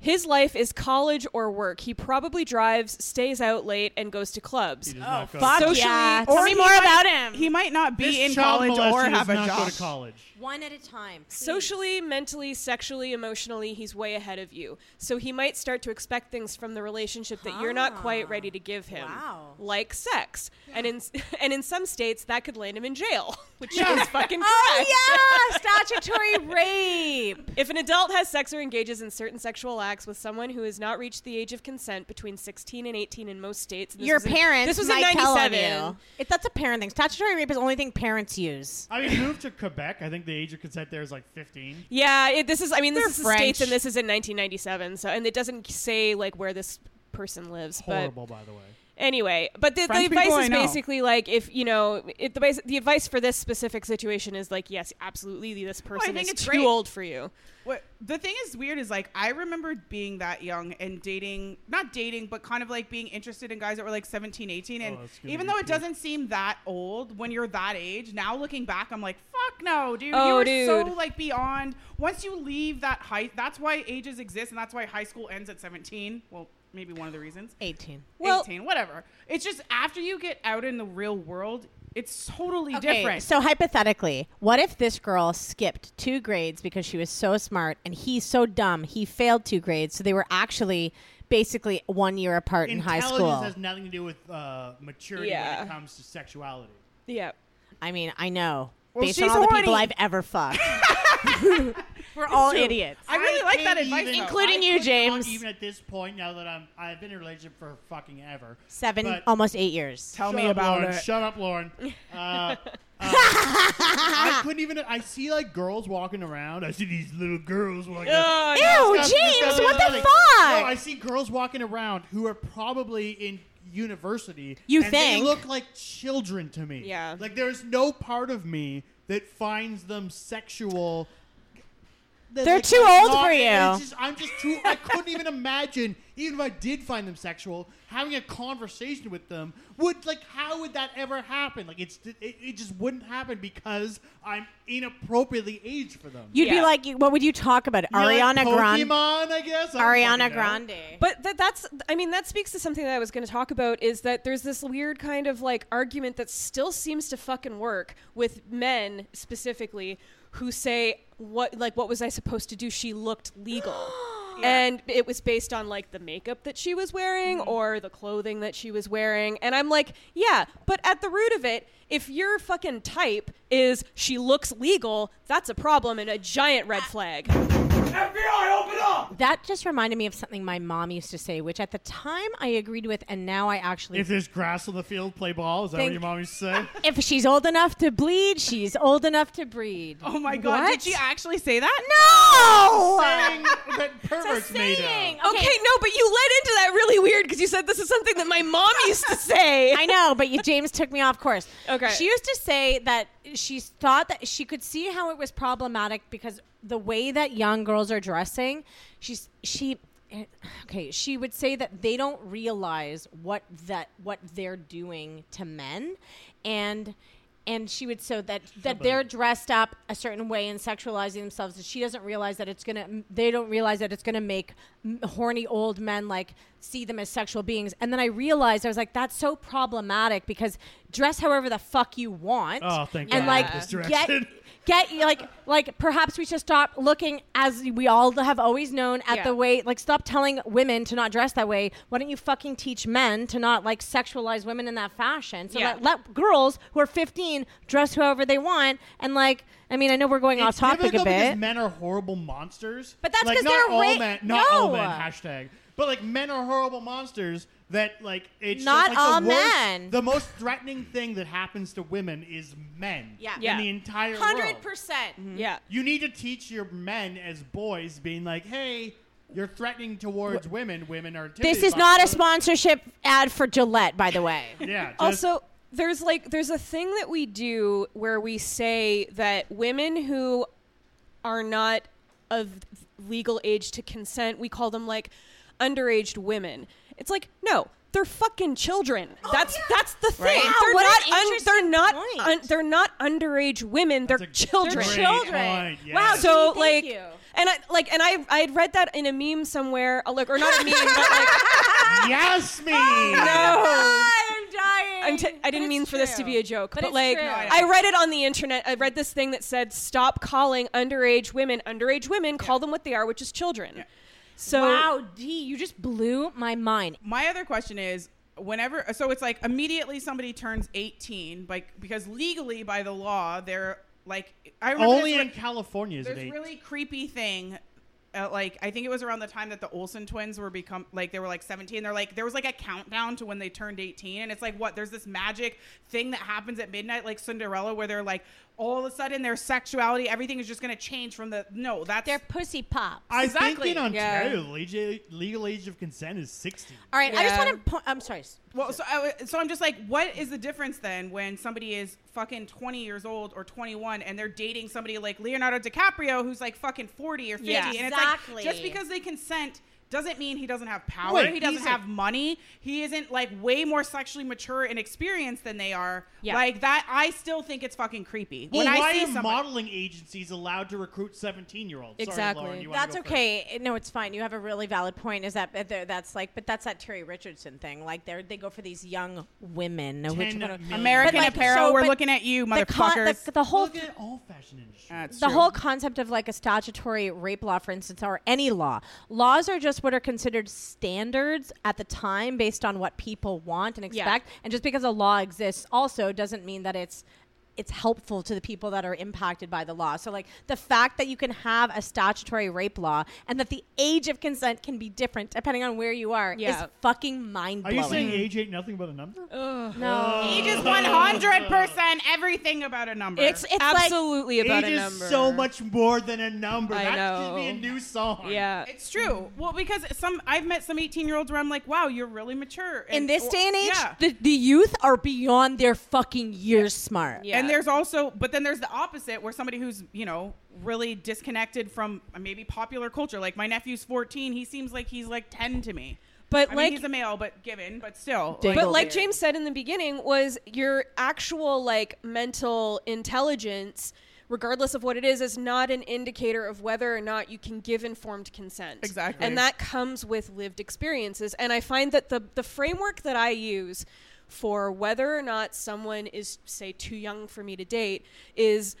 Speaker 4: his life is college or work. He probably drives, stays out late, and goes to clubs.
Speaker 3: does not go to
Speaker 5: Oh, Fuck
Speaker 4: Socially-
Speaker 5: yeah.
Speaker 4: or
Speaker 5: Tell me
Speaker 6: he
Speaker 5: more
Speaker 6: might-
Speaker 5: about him.
Speaker 6: He might not be
Speaker 3: This
Speaker 6: in
Speaker 3: child
Speaker 6: college
Speaker 3: molester
Speaker 6: or
Speaker 3: does
Speaker 6: have a
Speaker 3: not
Speaker 6: job.
Speaker 3: go to college.
Speaker 5: One at a time. please.
Speaker 4: Socially, mentally, sexually, emotionally, he's way ahead of you. So he might start to expect things from the relationship that you're not quite ready to give him,
Speaker 5: Wow.
Speaker 4: like sex. And in [laughs] and in some states, that could land him in jail, [laughs] which is fucking correct.
Speaker 5: Oh yeah, statutory rape.
Speaker 4: If an adult has sex or engages in certain sexual acts with someone who has not reached the age of consent between 16 and 18 in most states, and this
Speaker 5: Your
Speaker 4: was in-
Speaker 5: parents.
Speaker 4: this was
Speaker 5: might
Speaker 4: in
Speaker 5: tell on
Speaker 4: 97.
Speaker 5: you. If that's a parent thing, statutory rape is the only thing parents use.
Speaker 3: I mean, move to Quebec. I think the age of consent there is like 15.
Speaker 4: Yeah, it, this is. I mean, this
Speaker 5: They're
Speaker 4: is the
Speaker 5: French.
Speaker 4: states, and this is in 1997. So, and it doesn't say like where this person lives. But
Speaker 3: Horrible, by the way.
Speaker 4: Anyway, but the, the
Speaker 6: French people
Speaker 4: advice
Speaker 6: I
Speaker 4: is
Speaker 6: know.
Speaker 4: basically like if you know it, the bas- the advice for this specific situation is like yes, absolutely, this person
Speaker 6: think
Speaker 4: is
Speaker 6: it's
Speaker 4: too
Speaker 6: great.
Speaker 4: old for you.
Speaker 6: What the thing is weird is like I remember being that young and dating, not dating, but kind of like being interested in guys that were like 17, 18 and
Speaker 3: Oh, that's gonna
Speaker 6: even
Speaker 3: be
Speaker 6: though it
Speaker 3: cute.
Speaker 6: doesn't seem that old when you're that age, now looking back I'm like, "Fuck no, dude.
Speaker 4: Oh,
Speaker 6: you were
Speaker 4: dude.
Speaker 6: so like beyond once you leave that high that's why ages exist and that's why high school ends at 17. Well, maybe one of the reasons.
Speaker 5: Eighteen.
Speaker 4: Well-
Speaker 6: 18, whatever. It's just after you get out in the real world, it's totally different.
Speaker 5: So hypothetically, what if this girl skipped two grades because she was so smart and he's so dumb he failed two grades, so they were actually basically one year apart in high
Speaker 3: Intelligence
Speaker 5: school.
Speaker 3: has nothing to do with uh, maturity
Speaker 4: Yeah.
Speaker 3: when it comes to sexuality.
Speaker 4: Yeah.
Speaker 5: I mean, I know.
Speaker 6: Well,
Speaker 5: based on
Speaker 6: she's
Speaker 5: all the people
Speaker 6: horny.
Speaker 5: I've ever fucked. [laughs] We're all
Speaker 6: True.
Speaker 5: idiots.
Speaker 6: I really like that
Speaker 3: can't
Speaker 6: advice,
Speaker 3: even-
Speaker 6: though.
Speaker 5: Including
Speaker 3: I
Speaker 5: you,
Speaker 3: could not
Speaker 5: James.
Speaker 3: Even at this point, now that I'm, I've been in a relationship for fucking ever.
Speaker 5: Seven, oh,
Speaker 3: But-
Speaker 5: almost eight years.
Speaker 6: Tell
Speaker 3: shut
Speaker 6: me
Speaker 3: up,
Speaker 4: Oh,
Speaker 6: about
Speaker 3: Lauren,
Speaker 6: it.
Speaker 3: Shut up, Lauren. Uh, uh, I couldn't even. I see like girls walking around. I see these little girls walking. around.
Speaker 4: Oh,
Speaker 5: Ew,
Speaker 3: Disgusting,
Speaker 5: Oh, James,
Speaker 3: disgusting,
Speaker 5: what the
Speaker 3: disgusting.
Speaker 5: fuck?
Speaker 3: No, I see girls walking around who are probably in university.
Speaker 5: You
Speaker 3: and they
Speaker 5: think?
Speaker 3: look like children to me.
Speaker 4: Yeah.
Speaker 3: Like there's no part of me that finds them sexual. that,
Speaker 5: They're
Speaker 3: like,
Speaker 5: too
Speaker 3: I'm
Speaker 5: old
Speaker 3: not-
Speaker 5: for
Speaker 3: and it's
Speaker 5: you.
Speaker 3: just- I'm just too. I couldn't even imagine, even if I did find them sexual, having a conversation with them would like. How would that ever happen? Like it's it, it just wouldn't happen because I'm inappropriately aged for them.
Speaker 5: You'd be
Speaker 4: Yeah.
Speaker 5: like, you- what would you talk about?
Speaker 3: You're
Speaker 5: Ariana
Speaker 3: like
Speaker 5: Grande.
Speaker 3: Pokemon, I guess. I don't fucking
Speaker 5: Ariana
Speaker 3: know.
Speaker 5: Grande.
Speaker 4: But that that's I mean that speaks to something that I was going to talk about is that there's this weird kind of like argument that still seems to fucking work with men specifically who say what like what was I supposed to do she looked legal. And it was based on like the makeup that she was wearing or the clothing that she was wearing. And I'm like, yeah, but at the root of it, if your fucking type is she looks legal, that's a problem and a giant red flag.
Speaker 5: That just reminded me of something my mom used to say, which at the time I agreed with, and now I actually.
Speaker 3: If there's grass on the field, play ball. Is that
Speaker 5: Think-
Speaker 3: what your mom used to
Speaker 5: [laughs]
Speaker 3: [laughs] say?
Speaker 5: If she's old enough to bleed, she's old enough to breed.
Speaker 6: Oh my god,
Speaker 5: What?
Speaker 6: did she actually say that?
Speaker 5: No!
Speaker 3: Saying that perverts made up.
Speaker 4: Okay, no, but you led into that really weird because you said this is something that my [laughs] mom used to say. [laughs]
Speaker 5: I know, but you, James took me off course.
Speaker 4: Okay.
Speaker 5: She used to say that she thought that she could see how it was problematic because the way that young girls are dressing, she's she okay, she would say that they don't realize what that what they're doing to men and and she would so that that they're dressed up a certain way and sexualizing themselves that she doesn't realize that it's gonna they don't realize that it's gonna make m- horny old men like see them as sexual beings and then i realized i was like that's so problematic because dress however the fuck you want
Speaker 3: Oh, thank
Speaker 5: and
Speaker 3: God.
Speaker 5: like
Speaker 3: This
Speaker 5: get
Speaker 3: direction.
Speaker 5: get like like perhaps we should stop looking as we all have always known at
Speaker 4: Yeah.
Speaker 5: the way like stop telling women to not dress that way why don't you fucking teach men to not like sexualize women in that fashion so
Speaker 4: Yeah.
Speaker 5: let, let girls who are 15 dress however they want and like i mean i know we're going
Speaker 3: It's
Speaker 5: off topic a
Speaker 3: difficult because
Speaker 5: bit
Speaker 3: Men are horrible monsters.
Speaker 5: But that's
Speaker 3: like,
Speaker 5: 'cause
Speaker 3: not
Speaker 5: they're
Speaker 3: all
Speaker 5: ra-
Speaker 3: men. Not all
Speaker 5: No.
Speaker 3: men. Hashtag. But like men are horrible monsters. That like it's just,
Speaker 5: Not
Speaker 3: like,
Speaker 5: all
Speaker 3: the worst-
Speaker 5: men.
Speaker 3: The most threatening thing that happens to women is men.
Speaker 5: Yeah.
Speaker 3: In
Speaker 4: Yeah.
Speaker 3: the entire world. Mm-hmm.
Speaker 4: Yeah.
Speaker 3: You need to teach your men as boys, being like, hey, you're threatening towards women. Women are.
Speaker 5: this
Speaker 3: intimidated
Speaker 5: is
Speaker 3: by
Speaker 5: not a
Speaker 3: it."
Speaker 5: sponsorship ad for gillette by the way
Speaker 3: [laughs] Yeah. Just,
Speaker 4: also there's like there's a thing that we do where we say that women who are not of legal age to consent we call them like underaged women it's like no they're fucking children. [gasps] that's that's the thing.
Speaker 5: Right. Wow,
Speaker 4: They're,
Speaker 5: what
Speaker 4: not
Speaker 5: an
Speaker 4: they're
Speaker 5: interesting
Speaker 4: not
Speaker 5: point.
Speaker 4: un- they're not underage women. They're
Speaker 3: That's a
Speaker 4: children.
Speaker 3: great point, yes.
Speaker 5: wow
Speaker 4: So
Speaker 5: Jeannie,
Speaker 4: like,
Speaker 5: thank you.
Speaker 4: and I like, and I I had read that in a meme somewhere, uh, like, or not a meme, but
Speaker 5: [laughs]
Speaker 4: like,
Speaker 3: yes, me.
Speaker 5: [laughs] i'm dying
Speaker 4: I'm t- I
Speaker 5: But
Speaker 4: didn't
Speaker 5: it's
Speaker 4: mean for this to
Speaker 5: true.
Speaker 4: be a joke, but,
Speaker 5: it's
Speaker 4: like
Speaker 5: true.
Speaker 4: I read it on the internet. I read this thing that said, "Stop calling underage women underage women. Call them what they are, which is children." So
Speaker 5: wow d you just blew my mind
Speaker 6: My other question is whenever so it's like immediately somebody turns 18 like because legally by the law they're like I remember
Speaker 3: Only
Speaker 6: this,
Speaker 3: in
Speaker 6: like,
Speaker 3: California is it
Speaker 6: There's
Speaker 3: eight.
Speaker 6: really creepy thing. Uh, like I think it was around the time that the Olsen twins were become like they were like 17. They're like there was like a countdown to when they turned 18, and it's like what there's this magic thing that happens at midnight, like Cinderella, where they're like all of a sudden their sexuality, everything is just gonna change from the no. That's
Speaker 5: they're pussy pops
Speaker 3: I
Speaker 6: Exactly,
Speaker 3: think in Ontario,
Speaker 4: yeah.
Speaker 3: the legal, legal age of consent is 60.
Speaker 5: all right i just
Speaker 4: Yeah.
Speaker 5: want to point i'm sorry
Speaker 6: Well, so I, w- so I'm just like, what is the difference then when somebody is fucking 20 years old or 21 and they're dating somebody like Leonardo DiCaprio who's like fucking 40 or 50?
Speaker 4: Yeah.
Speaker 6: And it's like,
Speaker 5: Exactly.
Speaker 6: just because they consent doesn't mean he doesn't have power.
Speaker 3: Wait,
Speaker 6: he doesn't
Speaker 3: he's
Speaker 6: have money. He isn't like way more sexually mature and experienced than they are.
Speaker 4: Yeah.
Speaker 6: Like that, I still think it's fucking creepy.
Speaker 3: Well,
Speaker 6: when
Speaker 3: why
Speaker 6: I see
Speaker 3: are
Speaker 6: someone,
Speaker 3: modeling agencies allowed to recruit 17 year olds?
Speaker 4: Exactly.
Speaker 3: Sorry, Lauren, you wanna
Speaker 5: That's
Speaker 3: go first?
Speaker 5: okay. No, it's fine. You have a really valid point. Is that that- that's like, but that's that Terry Richardson thing. Like they they go for these young women. which
Speaker 3: Ten
Speaker 5: one of-
Speaker 3: million.
Speaker 6: American
Speaker 5: But, like,
Speaker 6: Apparel,
Speaker 5: so-
Speaker 6: we're
Speaker 5: but
Speaker 6: looking at you,
Speaker 5: the con- the-
Speaker 6: motherfuckers.
Speaker 5: the whole
Speaker 3: Look at all fashion industry.
Speaker 6: That's
Speaker 5: the
Speaker 6: true.
Speaker 5: whole concept of like a statutory rape law, for instance, or any law. Laws are just what are considered standards at the time based on what people want and
Speaker 4: Yeah.
Speaker 5: expect. And just because a law exists also doesn't mean that it's it's helpful to the people that are impacted by the law. So like the fact that you can have a statutory rape law and that the age of consent can be different depending on where you are
Speaker 4: Yeah.
Speaker 5: is fucking mind
Speaker 3: Are
Speaker 5: blowing.
Speaker 3: you saying age ain't nothing but a number? Oh.
Speaker 5: no.
Speaker 6: Age is 100% everything about a number.
Speaker 4: it's,
Speaker 5: it's like-
Speaker 4: absolutely about
Speaker 3: age
Speaker 4: a
Speaker 3: is
Speaker 4: number.
Speaker 3: so much more than a number.
Speaker 4: I
Speaker 3: that should be a
Speaker 4: know.
Speaker 3: new song.
Speaker 4: Yeah.
Speaker 6: It's true. Well, because some I've met some 18 year olds where I'm like, wow, you're really mature.
Speaker 5: in this
Speaker 6: or-
Speaker 5: day and age,
Speaker 6: yeah.
Speaker 5: the, the youth are beyond their fucking years smart.
Speaker 4: Yeah.
Speaker 6: And there's also, but then there's the opposite where somebody who's you know really disconnected from maybe popular culture. Like my nephew's 14, he seems like he's like 10 to me.
Speaker 4: but
Speaker 6: I
Speaker 4: like
Speaker 6: mean, he's a male, but given, but still.
Speaker 5: Dang.
Speaker 4: But like
Speaker 5: Weird.
Speaker 4: James said in the beginning, was your actual like mental intelligence, regardless of what it is, is not an indicator of whether or not you can give informed consent.
Speaker 6: Exactly.
Speaker 4: And that comes with lived experiences. And I find that the the framework that I use for whether or not someone is say too young for me to date is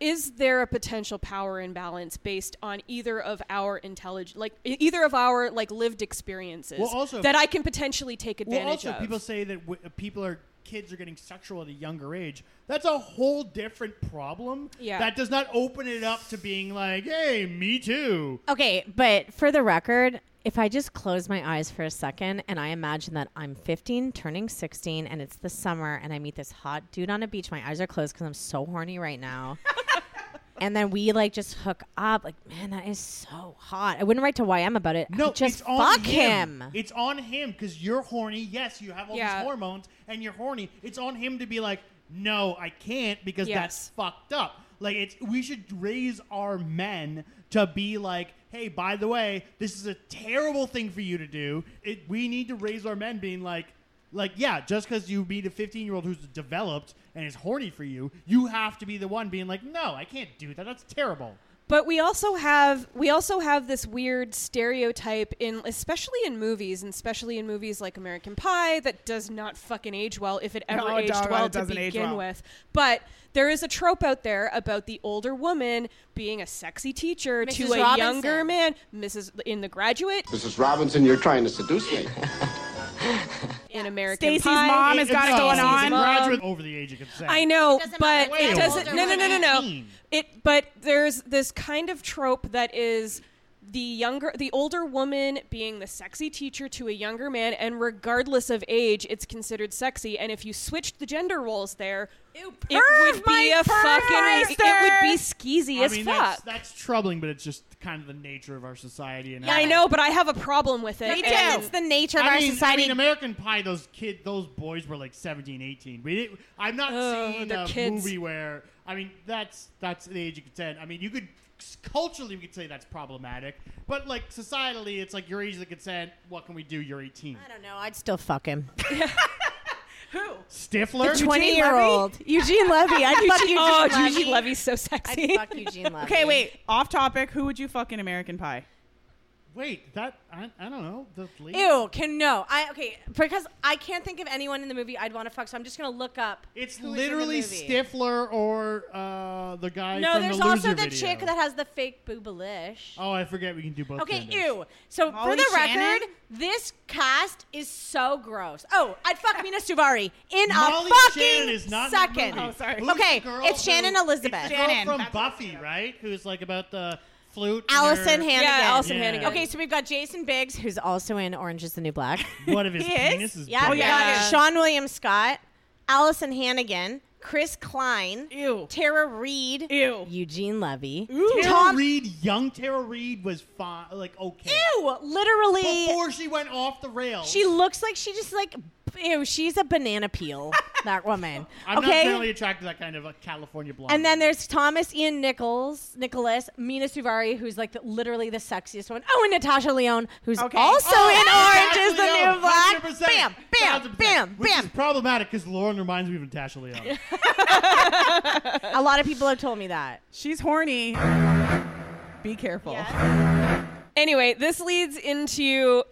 Speaker 4: is there a potential power imbalance based on either of our intelligence, like e- either of our like lived experiences
Speaker 3: Well, also-
Speaker 4: that I can potentially take advantage
Speaker 3: Well, also,
Speaker 4: of?
Speaker 3: people say that w- people are kids are getting sexual at a younger age. That's a whole different problem.
Speaker 4: Yeah.
Speaker 3: That does not open it up to being like, hey, me too.
Speaker 5: Okay, but for the record, if I just close my eyes for a second and I imagine that I'm 15, turning 16, and it's the summer, and I meet this hot dude on a beach, my eyes are closed because I'm so horny
Speaker 3: [laughs]
Speaker 5: right now. and then we like just hook up. Like, man, that is so hot. I wouldn't write to YM about it. I
Speaker 3: No,
Speaker 5: would just
Speaker 3: it's on
Speaker 5: fuck
Speaker 3: him.
Speaker 5: him.
Speaker 3: It's on him because you're horny. Yes, you have all
Speaker 4: Yeah.
Speaker 3: these hormones and you're horny. It's on him to be like, no, I can't because that's
Speaker 4: Yes.
Speaker 3: fucked up. Like it's we should raise our men to be like, hey, by the way, this is a terrible thing for you to do. It, we need to raise our men being like, like yeah, just because you meet a 15 year old who's developed and is horny for you, you have to be the one being like, no, I can't do that. That's terrible.
Speaker 4: But we also have we also have this weird stereotype in especially in movies and especially in movies like American Pie that does not fucking age well if it ever
Speaker 6: No, it
Speaker 4: aged
Speaker 6: don't.
Speaker 4: well
Speaker 6: It
Speaker 4: to
Speaker 6: doesn't age
Speaker 4: begin
Speaker 6: well.
Speaker 4: with. But there is a trope out there about the older woman being a sexy teacher to
Speaker 5: Mrs.
Speaker 4: a
Speaker 5: Robinson.
Speaker 4: younger man, Mrs. in The Graduate,
Speaker 2: Mrs. Robinson, you're trying to seduce me.
Speaker 4: in American
Speaker 6: Stacy's
Speaker 4: Pie.
Speaker 6: mom has got it going
Speaker 4: Stacy's mom.
Speaker 6: on.
Speaker 3: Graduate over the age of consent.
Speaker 4: I know,
Speaker 5: It
Speaker 4: but
Speaker 5: doesn't matter
Speaker 4: it
Speaker 5: what
Speaker 4: doesn't.
Speaker 5: older
Speaker 4: No, no, no, no, no.
Speaker 3: women.
Speaker 4: It. But there's this kind of trope that is the younger, the older woman being the sexy teacher to a younger man, and regardless of age, it's considered sexy. And if you switched the gender roles there, it would be a fucking. It would be skeezy
Speaker 3: I
Speaker 4: as
Speaker 3: mean, that's,
Speaker 4: fuck.
Speaker 3: that's troubling, but it's just kind of the nature of our society. And
Speaker 4: Yeah, I know, but I have a problem with it.
Speaker 5: Me too.
Speaker 4: and-
Speaker 5: It's the nature of
Speaker 3: I
Speaker 5: our
Speaker 3: mean,
Speaker 5: society.
Speaker 3: I mean, American Pie. Those kid, those boys were like 17, 18. We didn't, I'm not
Speaker 4: Ugh,
Speaker 3: seeing
Speaker 4: they're
Speaker 3: a
Speaker 4: kids.
Speaker 3: movie where I mean that's that's the age of consent. I mean, you could culturally we could say that's problematic, but like societally, it's like your age of consent. What can we do? You're 18.
Speaker 5: I don't know. I'd still fuck him.
Speaker 3: Stifler.
Speaker 5: 20 year old. Eugene Levy. [laughs] I'd fuck Eugene
Speaker 4: oh,
Speaker 5: Levy.
Speaker 4: Gigi Levy's so sexy.
Speaker 5: I'd fuck [laughs] Eugene Levy.
Speaker 6: Okay, wait. Off topic. Who would you fuck in American Pie?
Speaker 3: Wait, that I, I don't know. The lead-
Speaker 5: Ew, can no. I okay because I can't think of anyone in the movie I'd want to fuck, so I'm just gonna look up.
Speaker 3: It's
Speaker 5: who is in the
Speaker 3: literally
Speaker 5: movie.
Speaker 3: Stifler or uh, the guy.
Speaker 5: No,
Speaker 3: from
Speaker 5: there's
Speaker 3: the
Speaker 5: also
Speaker 3: Loser
Speaker 5: the
Speaker 3: video.
Speaker 5: chick that has the fake boobalish.
Speaker 3: Oh, I forget we can do both.
Speaker 5: Okay,
Speaker 3: genders.
Speaker 5: ew. So
Speaker 6: Molly
Speaker 5: for the
Speaker 6: Shannon?
Speaker 5: record, this cast is so gross. Oh, I'd fuck Mina Suvari in
Speaker 3: Molly
Speaker 5: a fucking
Speaker 3: Shannon is not in the
Speaker 5: second.
Speaker 3: movie.
Speaker 6: Oh, sorry.
Speaker 3: Who's the
Speaker 5: Okay,
Speaker 3: girl
Speaker 5: it's Shannon
Speaker 3: who-
Speaker 5: Elizabeth.
Speaker 3: It's the girl
Speaker 6: Shannon,
Speaker 3: from
Speaker 6: that's what I'm
Speaker 3: Buffy,
Speaker 6: thinking of.
Speaker 3: right? Who's like about the flute. and
Speaker 5: Allison
Speaker 3: her-
Speaker 5: Hannigan.
Speaker 4: Yeah, Allison
Speaker 3: Yeah.
Speaker 4: Hannigan.
Speaker 5: Okay, so we've got Jason Biggs, who's also in Orange is the New Black.
Speaker 3: One
Speaker 5: [laughs]
Speaker 3: of his
Speaker 6: He is?
Speaker 3: penises.
Speaker 5: Yeah,
Speaker 6: Oh,
Speaker 5: we
Speaker 6: yeah.
Speaker 5: got Sean William Scott, Allison Hannigan, Chris Klein,
Speaker 6: Ew.
Speaker 5: Tara Reed,
Speaker 6: Ew.
Speaker 5: Eugene Levy,
Speaker 3: Tara
Speaker 5: Tom.
Speaker 3: Reed, young Tara Reed was fine. Like okay.
Speaker 5: Ew, literally,
Speaker 3: Before she went off the rails.
Speaker 5: she looks like she just like ew. She's a banana peel. that woman.
Speaker 3: I'm not
Speaker 5: okay.
Speaker 3: generally attracted to that kind of like, California blonde.
Speaker 5: and then there's Thomas Ian Nichols, Nicholas, Mina Suvari, who's like the, literally the sexiest one. Oh, and Natasha Leone, who's
Speaker 6: Okay.
Speaker 5: also
Speaker 6: Oh,
Speaker 5: in Orange
Speaker 3: Natasha
Speaker 5: is the
Speaker 3: Lyonne,
Speaker 5: New Black.
Speaker 3: 100%,
Speaker 5: Bam, bam,
Speaker 3: 1000%,
Speaker 5: bam,
Speaker 3: Which
Speaker 5: bam.
Speaker 3: is problematic because Lauren reminds me of Natasha Leon.
Speaker 5: A lot of people have told me that.
Speaker 6: She's horny. Be careful.
Speaker 4: Anyway, this leads into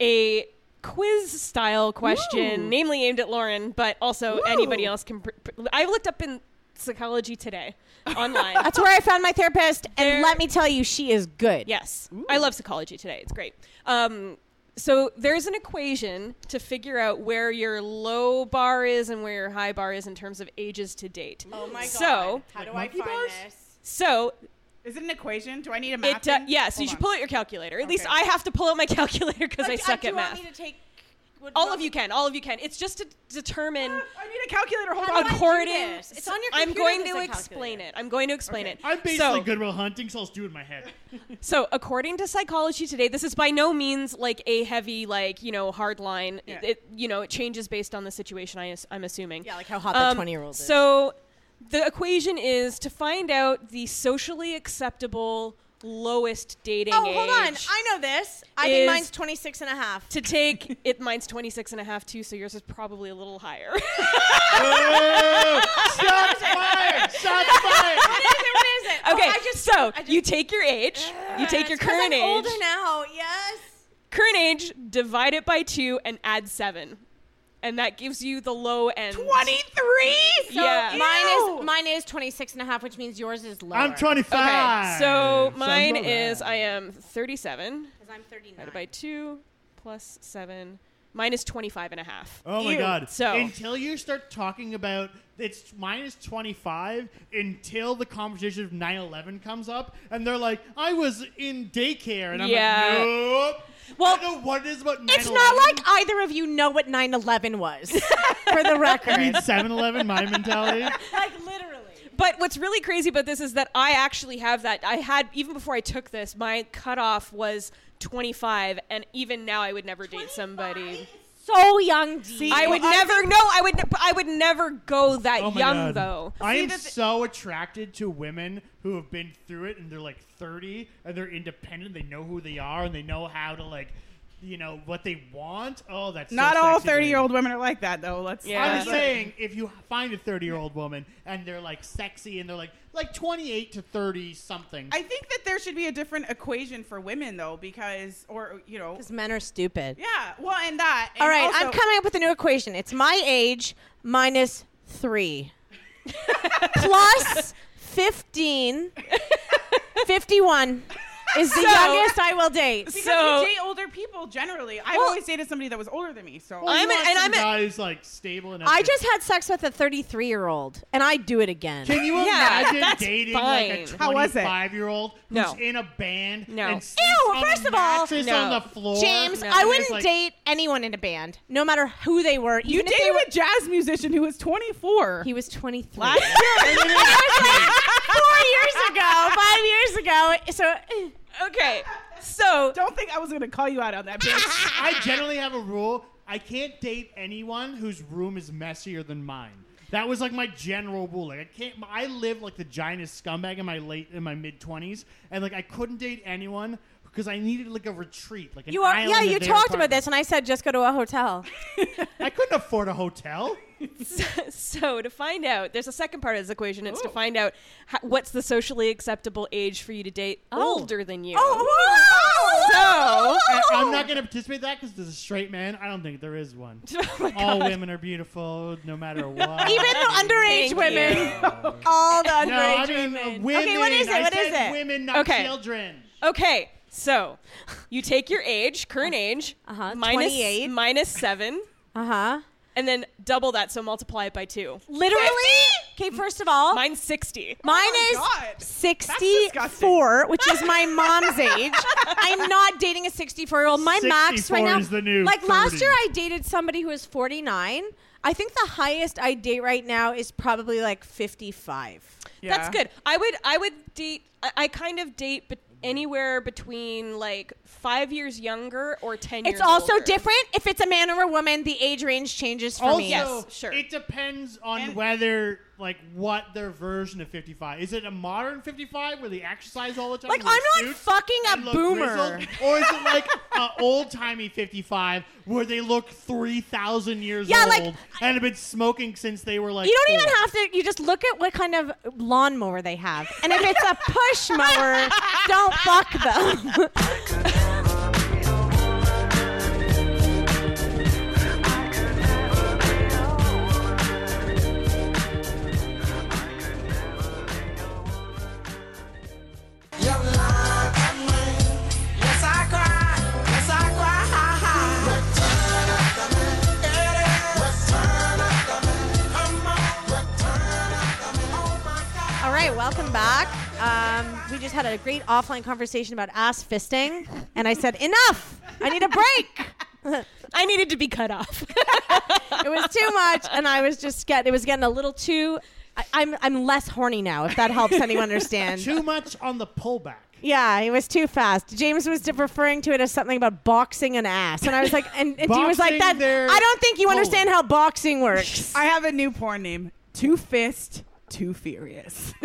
Speaker 4: a quiz style question,
Speaker 6: Ooh.
Speaker 4: namely aimed at Lauren, but also anybody else can. Pr- pr- I looked up in psychology today online.
Speaker 5: That's where I found my therapist,
Speaker 4: There-
Speaker 5: and let me tell you, she is good.
Speaker 4: yes, I love psychology today. It's great. Um, so there's an equation to figure out where your low bar is and where your high bar is in terms of ages to date. Oh my god! So,
Speaker 5: How do
Speaker 3: monkey bars?
Speaker 5: this?
Speaker 4: so
Speaker 6: Is it an equation? Do I need a
Speaker 4: it
Speaker 6: math?
Speaker 4: do-
Speaker 6: thing?
Speaker 4: yeah. So you
Speaker 6: Hold
Speaker 4: should
Speaker 6: on.
Speaker 4: pull out your calculator. At least
Speaker 6: Okay.
Speaker 4: I have to pull out my [laughs] calculator because I suck at math. All of you can. All of you can. It's just to determine
Speaker 6: I need a calculator. Hold
Speaker 5: How
Speaker 6: on.
Speaker 5: Ah, do I do
Speaker 4: accordance.
Speaker 5: this? It's on your
Speaker 4: I'm
Speaker 5: computer,
Speaker 4: going
Speaker 5: there's
Speaker 4: to
Speaker 5: a
Speaker 4: explain
Speaker 5: calculator.
Speaker 4: it. I'm going to explain it.
Speaker 5: [laughs]
Speaker 3: I'm basically
Speaker 4: so,
Speaker 3: Goodwill Hunting, so I'll just do it in my head.
Speaker 4: so according to psychology today, this is by no means like a heavy, like you know, hard line.
Speaker 6: Yeah.
Speaker 4: It, it- you know, it changes based on the situation. I, am assuming. Um,
Speaker 5: Yeah, like how hot that 20-year-old is.
Speaker 4: So the equation is to find out the socially acceptable lowest dating
Speaker 5: Oh,
Speaker 4: age.
Speaker 5: hold on. I know this. I think
Speaker 4: is-
Speaker 5: mine's 26 and a half.
Speaker 4: to take it mine's 26 and a half too so yours is probably a little higher [laughs]
Speaker 3: Shots fired! Shots fired!
Speaker 5: what is it? What is it?
Speaker 4: okay
Speaker 5: Oh, I just,
Speaker 4: so
Speaker 5: I just-
Speaker 4: you take your age you take your
Speaker 5: It's 'cause
Speaker 4: current
Speaker 5: I'm
Speaker 4: age
Speaker 5: older now. Yes.
Speaker 4: current age divide it by two and add seven and that gives you the low end.
Speaker 6: 23?
Speaker 5: So
Speaker 4: yeah.
Speaker 5: mine is mine is 26 and a half, which means yours is lower.
Speaker 3: I'm 25.
Speaker 4: Okay, so
Speaker 3: Sounds
Speaker 4: mine
Speaker 3: about
Speaker 4: is
Speaker 3: right.
Speaker 4: I am 37
Speaker 5: Because I'm 39.
Speaker 4: divided by 2 plus 7. Mine is 25 and a half.
Speaker 3: Oh my
Speaker 4: Ew.
Speaker 3: god.
Speaker 4: So
Speaker 3: until you start talking about it's minus 25 until the conversation of 9/11 comes up and they're like, "I was in daycare." And I'm
Speaker 5: Yeah.
Speaker 3: like, "Nope."
Speaker 5: Well,
Speaker 3: I know what it is about 9/11.
Speaker 5: It's not like either of you know what 9/11 was, for the record.
Speaker 3: I mean 7-Eleven my mentality.
Speaker 5: like literally.
Speaker 4: But what's really crazy about this is that I actually have that. I had even before I took this, my cutoff was 25, and even now I would never date somebody.
Speaker 5: So young, See,
Speaker 4: I would never. No, I would. ne- I would never go that
Speaker 3: Oh my
Speaker 4: young
Speaker 3: God.
Speaker 4: though.
Speaker 3: I am so attracted to women who have been through it and they're like 30 and they're independent. They know who they are and they know how to like, you know, what they want. Oh, that's so
Speaker 6: Not all
Speaker 3: sexy to me.
Speaker 6: 30 year old women are like that, though. Let's
Speaker 3: I'm just saying, if you find a 30 year old woman and they're like sexy and they're like like 28 to 30 something.
Speaker 6: I think that there should be a different equation for women, though, because, or, you know.
Speaker 5: Because men are stupid.
Speaker 6: Yeah, well, and that. and
Speaker 5: All right, I'm
Speaker 6: also-
Speaker 5: coming up with a new equation. It's my age minus three plus 15. 51 is the
Speaker 6: So-
Speaker 5: youngest I will date.
Speaker 6: Because
Speaker 5: So-
Speaker 6: you date older people generally. I've
Speaker 5: Well-
Speaker 6: always dated somebody that was older than me, so.
Speaker 3: Well, you want some guy who's like stable and
Speaker 5: I just had sex with a 33 year old, and I'd do it again. [laughs]
Speaker 3: Can you imagine dating like a
Speaker 5: How was it?
Speaker 3: 25 year old who's
Speaker 5: No.
Speaker 3: in a band
Speaker 5: No.
Speaker 3: and sleeps
Speaker 5: Ew,
Speaker 3: on
Speaker 5: first
Speaker 3: a
Speaker 5: of all,
Speaker 3: mattress on the floor?
Speaker 5: James,
Speaker 3: and
Speaker 5: I
Speaker 3: is
Speaker 5: wouldn't
Speaker 3: like-
Speaker 5: date anyone in a band, no matter who they were.
Speaker 6: You
Speaker 5: even if they
Speaker 6: dated
Speaker 5: were-
Speaker 6: a jazz musician who was 24. [laughs] He
Speaker 5: was 23.
Speaker 6: Last
Speaker 5: [laughs]
Speaker 6: year.
Speaker 5: It was like four years ago, five years ago. So,
Speaker 4: okay. So
Speaker 6: don't think I was gonna call you out on that,
Speaker 5: [laughs]
Speaker 6: bitch.
Speaker 3: I generally have a rule I can't date anyone whose room is messier than mine. That was like my general rule. Like I can't. I live like the giant scumbag in my late in my mid twenties, and like I couldn't date anyone because I needed like a retreat, like an
Speaker 5: you are,
Speaker 3: island
Speaker 5: yeah,
Speaker 3: of
Speaker 5: you
Speaker 3: their
Speaker 5: talked
Speaker 3: apartment.
Speaker 5: about this, and I said just go to a hotel.
Speaker 3: I couldn't afford a hotel.
Speaker 4: so to find out, there's a second part of this equation. It's to find out ho- what's the socially acceptable age for you to date older than you.
Speaker 5: Oh,
Speaker 3: I, I'm not going to participate in that because there's a straight man. I don't think there is one. All women are beautiful, no
Speaker 5: [laughs]
Speaker 3: matter what.
Speaker 5: [laughs] Oh Even the underage
Speaker 4: Thank
Speaker 5: women.
Speaker 4: you.
Speaker 5: All the underage
Speaker 3: No, I mean uh,
Speaker 5: women.
Speaker 3: women.
Speaker 5: Okay, what is it?
Speaker 3: I
Speaker 5: What is
Speaker 3: said
Speaker 5: it?
Speaker 3: Women, not
Speaker 4: Okay.
Speaker 3: children.
Speaker 4: Okay, so you take your age, current age, uh-huh,
Speaker 5: 28.
Speaker 4: minus seven,
Speaker 5: Uh huh.
Speaker 4: and then double that, so multiply it by two.
Speaker 5: Literally. Okay, first of all,
Speaker 4: mine's sixty.
Speaker 5: Mine is 64, which is my mom's age. I'm not dating a 64 year old. My max right
Speaker 3: 64
Speaker 5: now
Speaker 3: is the new
Speaker 5: Like last
Speaker 3: 30.
Speaker 5: year, I dated somebody who was 49. I think the highest I date right now is probably like 55.
Speaker 4: That's good. I would I would date. I, I kind of date bet anywhere between like five years younger or ten.
Speaker 5: It's
Speaker 4: years
Speaker 5: also
Speaker 4: older.
Speaker 5: different if it's a man or a woman. The age range changes for
Speaker 3: also,
Speaker 5: me.
Speaker 3: it depends on whether, like, what their version of 55 is. It a modern 55 where they exercise all the time?
Speaker 5: Like,
Speaker 3: and wear
Speaker 5: I'm not
Speaker 3: suits
Speaker 5: fucking a
Speaker 3: and look
Speaker 5: boomer.
Speaker 3: grizzled? or is it like an old timey 55 where they look 3,000 years
Speaker 5: Yeah,
Speaker 3: old
Speaker 5: like,
Speaker 3: and have been smoking since they were like.
Speaker 5: you don't
Speaker 3: four.
Speaker 5: even have to. You just look at what kind of lawnmower they have, and if it's a push mower, don't fuck them. [laughs]
Speaker 12: Yes, I cry. Yes, I cry. Ha ha. Return of the man. It is. Return of the man. Come on. Return of the man. Oh, my God.
Speaker 5: All right, welcome back. Um, we just had a great offline conversation about ass fisting, and I said, "Enough! I need a break."
Speaker 4: I needed to be cut off. [laughs]
Speaker 5: it was too much, and I was just getting. It was getting a little too. I, I'm I'm less horny now. If that helps anyone
Speaker 6: [laughs]
Speaker 5: understand.
Speaker 3: Too much on the pullback.
Speaker 5: Yeah, it was too fast. James was referring to it as something about boxing an ass, and I was like, and, and he was like,
Speaker 6: Boxing
Speaker 5: "That
Speaker 6: their
Speaker 5: I don't think you
Speaker 6: colon."
Speaker 5: understand how boxing works."
Speaker 6: I have a new porn name: Two Fist, Two Furious. [laughs]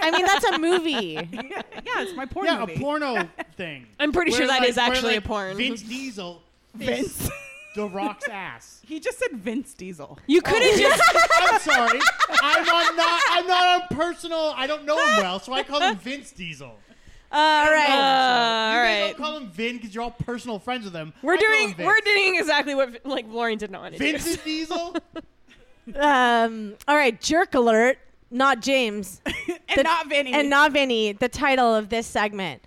Speaker 5: I mean, that's a movie.
Speaker 6: Yeah, it's my porn
Speaker 3: yeah,
Speaker 6: movie.
Speaker 3: a
Speaker 5: [laughs]
Speaker 3: porno thing.
Speaker 4: I'm pretty sure
Speaker 3: that
Speaker 4: that
Speaker 3: is
Speaker 4: is actually a porn.
Speaker 3: Vince
Speaker 5: [laughs]
Speaker 3: Diesel.
Speaker 6: Vince.
Speaker 3: fists The Rock's ass.
Speaker 6: He just said Vince Diesel.
Speaker 4: [laughs] You could
Speaker 3: [laughs]
Speaker 4: have just.
Speaker 3: I'm sorry. I'm on not. I'm not on personal. I don't know him well, so I call him Vince Diesel.
Speaker 5: All
Speaker 3: I don't know him,
Speaker 5: right.
Speaker 3: so- you
Speaker 4: Uh, all
Speaker 3: guys
Speaker 4: right.
Speaker 3: Don't call him Vin because you're all personal friends with him.
Speaker 4: We're
Speaker 3: I call
Speaker 4: doing
Speaker 3: him Vince.
Speaker 4: we're doing exactly what like Lauren did not want to do.
Speaker 3: Vincent Diesel.
Speaker 5: Um, all right, jerk alert. Not James. and
Speaker 6: not Vinny.
Speaker 5: And not Vinny. The title of this segment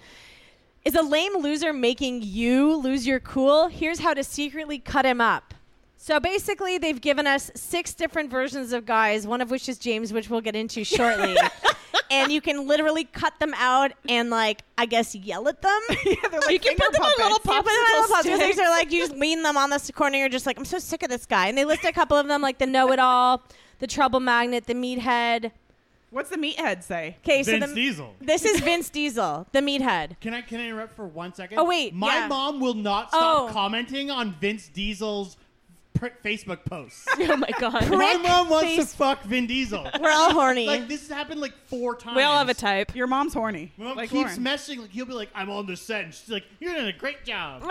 Speaker 5: is a lame loser making you lose your cool. Here's how to secretly cut him up. So basically, they've given us six different versions of guys, one of which is James, which we'll get into shortly. and you can literally cut them out and, like, I guess yell at them. [laughs]
Speaker 6: [laughs]
Speaker 4: you can put them on little
Speaker 5: You put them on
Speaker 4: popsicle
Speaker 5: little popsicle
Speaker 4: sticks.
Speaker 5: sticks, or, like you just lean them on this corner. You're just like, I'm so sick of this guy. And they list a couple of them, like the know-it-all, the trouble magnet, the meathead.
Speaker 6: What's the meathead say?
Speaker 5: Okay, so
Speaker 3: Vince
Speaker 5: the,
Speaker 3: Diesel.
Speaker 5: This is Vince Diesel, the meathead.
Speaker 3: Can I can I interrupt for one second?
Speaker 5: Oh, wait,
Speaker 3: my
Speaker 5: yeah.
Speaker 3: mom will not stop
Speaker 5: Oh.
Speaker 3: commenting on Vince Diesel's pr- Facebook posts.
Speaker 4: [laughs] Oh my
Speaker 3: [laughs] [laughs]
Speaker 4: god.
Speaker 3: my
Speaker 5: Prick
Speaker 3: mom wants to
Speaker 5: face-
Speaker 3: fuck Vin Diesel.
Speaker 5: We're all
Speaker 3: [laughs]
Speaker 5: horny.
Speaker 3: like this has happened like four times.
Speaker 4: We all have a type.
Speaker 6: Your mom's horny.
Speaker 3: My mom
Speaker 6: like
Speaker 3: keeps
Speaker 6: Lauren.
Speaker 3: messaging. Like he'll be like, "I'm on the set," and she's like, "You're doing a great job."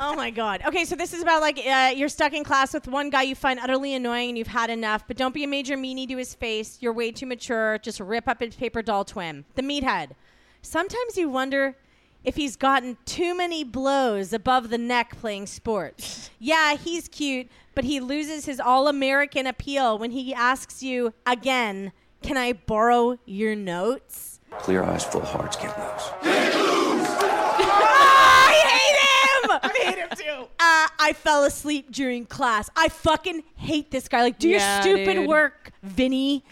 Speaker 5: oh my god. Okay, so this is about like uh, you're stuck in class with one guy you find utterly annoying and you've had enough, but don't be a major meanie to his face. You're way too mature. Just rip up his paper doll twin, the meathead. Sometimes you wonder if he's gotten too many blows above the neck
Speaker 3: [laughs]
Speaker 5: playing sports. yeah, he's cute, but he loses his all-American appeal when he asks you again, "Can I borrow your notes?"
Speaker 2: Clear eyes, full hearts, get loose.
Speaker 5: I hate him.
Speaker 6: [laughs] I hate him
Speaker 5: [laughs]
Speaker 6: too.
Speaker 5: uh, I fell asleep during class. I fucking hate this guy. Like, do
Speaker 4: Yeah,
Speaker 5: your stupid
Speaker 4: dude.
Speaker 5: work, Vinny.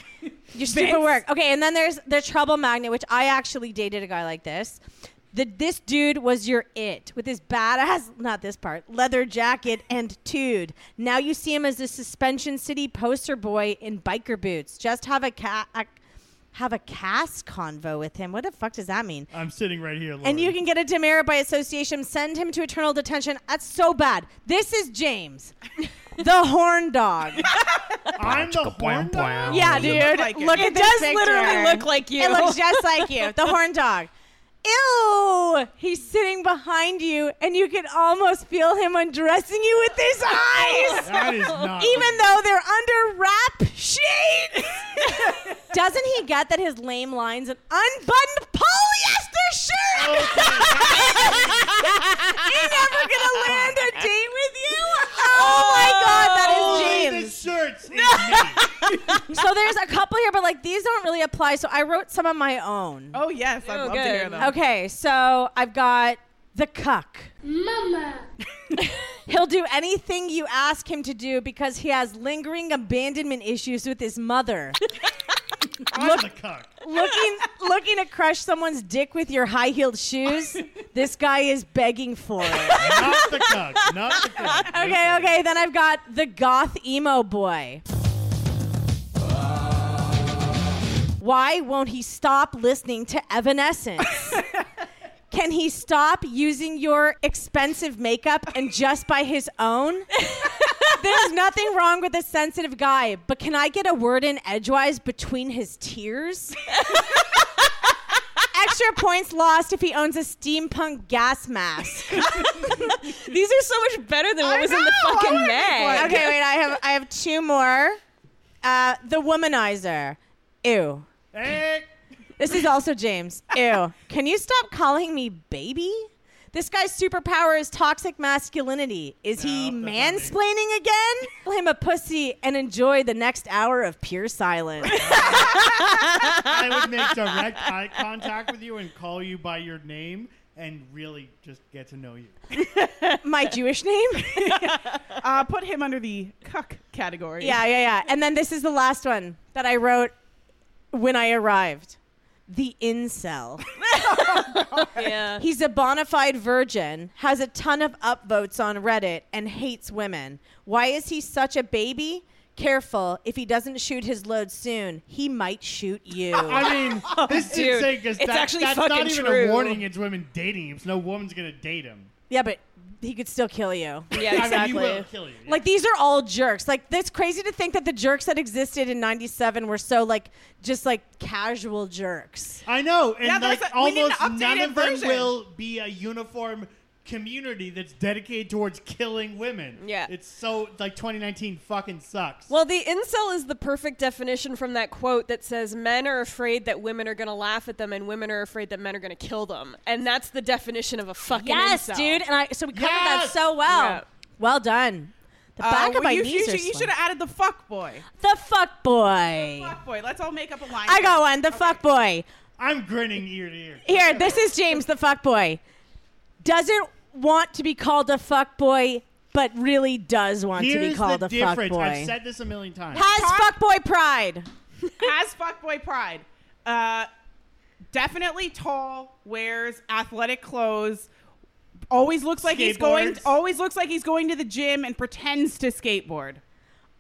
Speaker 5: Your stupid work. Okay, and then there's the trouble magnet, which I actually dated a guy like this. The, this dude was your it with his badass, not this part, leather jacket and tude. Now you see him as a suspension city poster boy in biker boots. Just have a cat, have a cast convo with him. What the fuck does that mean?
Speaker 3: I'm sitting right here, Lauren.
Speaker 5: And you can get a demerit by association. Send him to eternal detention. That's so bad. This is James, the horn dog.
Speaker 3: I'm the horn dog?
Speaker 5: Yeah, dude.
Speaker 6: like it.
Speaker 5: look
Speaker 4: It
Speaker 5: at this
Speaker 4: does
Speaker 5: picture.
Speaker 4: literally look like you.
Speaker 5: It looks [laughs] just like you, the horn dog. Ew! He's sitting behind you, and you can almost feel him undressing you with his eyes.
Speaker 3: [laughs] That is not.
Speaker 5: [laughs] Even though they're under wrap sheets. [laughs] Doesn't he get that his lame lines an unbuttoned polyester shirt? [laughs] You're never gonna land a date with you? Oh my god, that is
Speaker 3: Only the
Speaker 5: James.
Speaker 3: shirts. It's me.
Speaker 5: So there's a couple here, but like these don't really apply. So I wrote some of my own.
Speaker 6: Oh yes, I'd
Speaker 4: Oh,
Speaker 6: love to
Speaker 4: good.
Speaker 6: hear them.
Speaker 5: Okay, so I've got the cuck.
Speaker 11: Mama.
Speaker 5: [laughs] He'll do anything you ask him to do because he has lingering abandonment issues with his mother.
Speaker 3: I'm the cuck.
Speaker 5: looking looking to crush someone's dick with your high heeled shoes. This guy is begging for it.
Speaker 3: Not the cuck. Not the cuck.
Speaker 5: Okay, okay. Then I've got the goth emo boy. Why won't he stop listening to Evanescence? Can he stop using your expensive makeup and just buy his own? There's nothing wrong with a sensitive guy, but can I get a word in edgewise between his tears? Extra points lost if he owns a steampunk gas mask.
Speaker 4: These are so much better than what was in the fucking mag.
Speaker 5: okay, wait. I have I have two more. Uh, the womanizer. Ew.
Speaker 3: Hey,
Speaker 5: This is also James. Ew. Can you stop calling me baby? This guy's superpower is toxic masculinity. Is he
Speaker 3: No, that's not
Speaker 5: mansplaining again? Call him a pussy and enjoy the next hour of
Speaker 3: [laughs]
Speaker 5: pure silence.
Speaker 3: I would make direct eye contact with you and call you by your name and really just get to know you.
Speaker 5: My Jewish name? [laughs]
Speaker 6: Uh, put him under the cuck category.
Speaker 5: Yeah, yeah, yeah. And then this is the last one that I wrote when I arrived. The incel.
Speaker 4: Yeah.
Speaker 5: He's a bona fide virgin, has a ton of upvotes on Reddit, and hates women. Why is he such a baby? Careful, if he doesn't shoot his load soon, he might shoot you.
Speaker 3: I mean, this is
Speaker 4: Dude,
Speaker 3: insane because
Speaker 4: it's actually
Speaker 3: that's
Speaker 4: fucking
Speaker 3: not even
Speaker 4: true.
Speaker 3: a warning. It's women dating him. So no woman's gonna date him.
Speaker 5: yeah, but he could still kill you.
Speaker 4: Yeah,
Speaker 3: I mean, he
Speaker 4: exactly.
Speaker 3: will kill you.
Speaker 5: Like these are all jerks. Like it's crazy to think that the jerks that existed in 97 were so like just like casual jerks.
Speaker 3: I know, and
Speaker 6: Yeah, there's
Speaker 3: like
Speaker 6: a- we need an
Speaker 3: almost
Speaker 6: updated
Speaker 3: none of them
Speaker 6: version.
Speaker 3: will be a uniform community that's dedicated towards killing women.
Speaker 4: Yeah.
Speaker 3: It's so like 2019 fucking sucks.
Speaker 4: Well, the incel is the perfect definition from that quote that says men are afraid that women are going to laugh at them and women are afraid that men are going to kill them. And that's the definition of a fucking
Speaker 5: Yes,
Speaker 4: incel.
Speaker 5: dude. And I so we covered that so well.
Speaker 4: Yeah.
Speaker 5: Well done. The back
Speaker 6: Uh, well,
Speaker 5: of my
Speaker 6: you,
Speaker 5: knees
Speaker 6: you,
Speaker 5: are
Speaker 6: should- you
Speaker 5: slim.
Speaker 6: should have added the fuck boy.
Speaker 5: The fuck boy.
Speaker 6: Fuck boy. Let's all make up a line.
Speaker 5: I got one. The fuck boy.
Speaker 3: I'm grinning ear to ear.
Speaker 5: Here, this is James, the fuck boy. Doesn't want to be called a fuck boy, but really does want to be
Speaker 3: Here's
Speaker 5: called
Speaker 3: the
Speaker 5: a fuck
Speaker 3: difference.
Speaker 5: boy.
Speaker 3: I've said this a million times.
Speaker 5: Has fuck boy pride.
Speaker 6: Has fuckboy pride. Uh, definitely tall, wears athletic clothes. Always looks like he's going.
Speaker 5: Skateboards.
Speaker 6: Always looks like he's going to the gym and pretends to skateboard.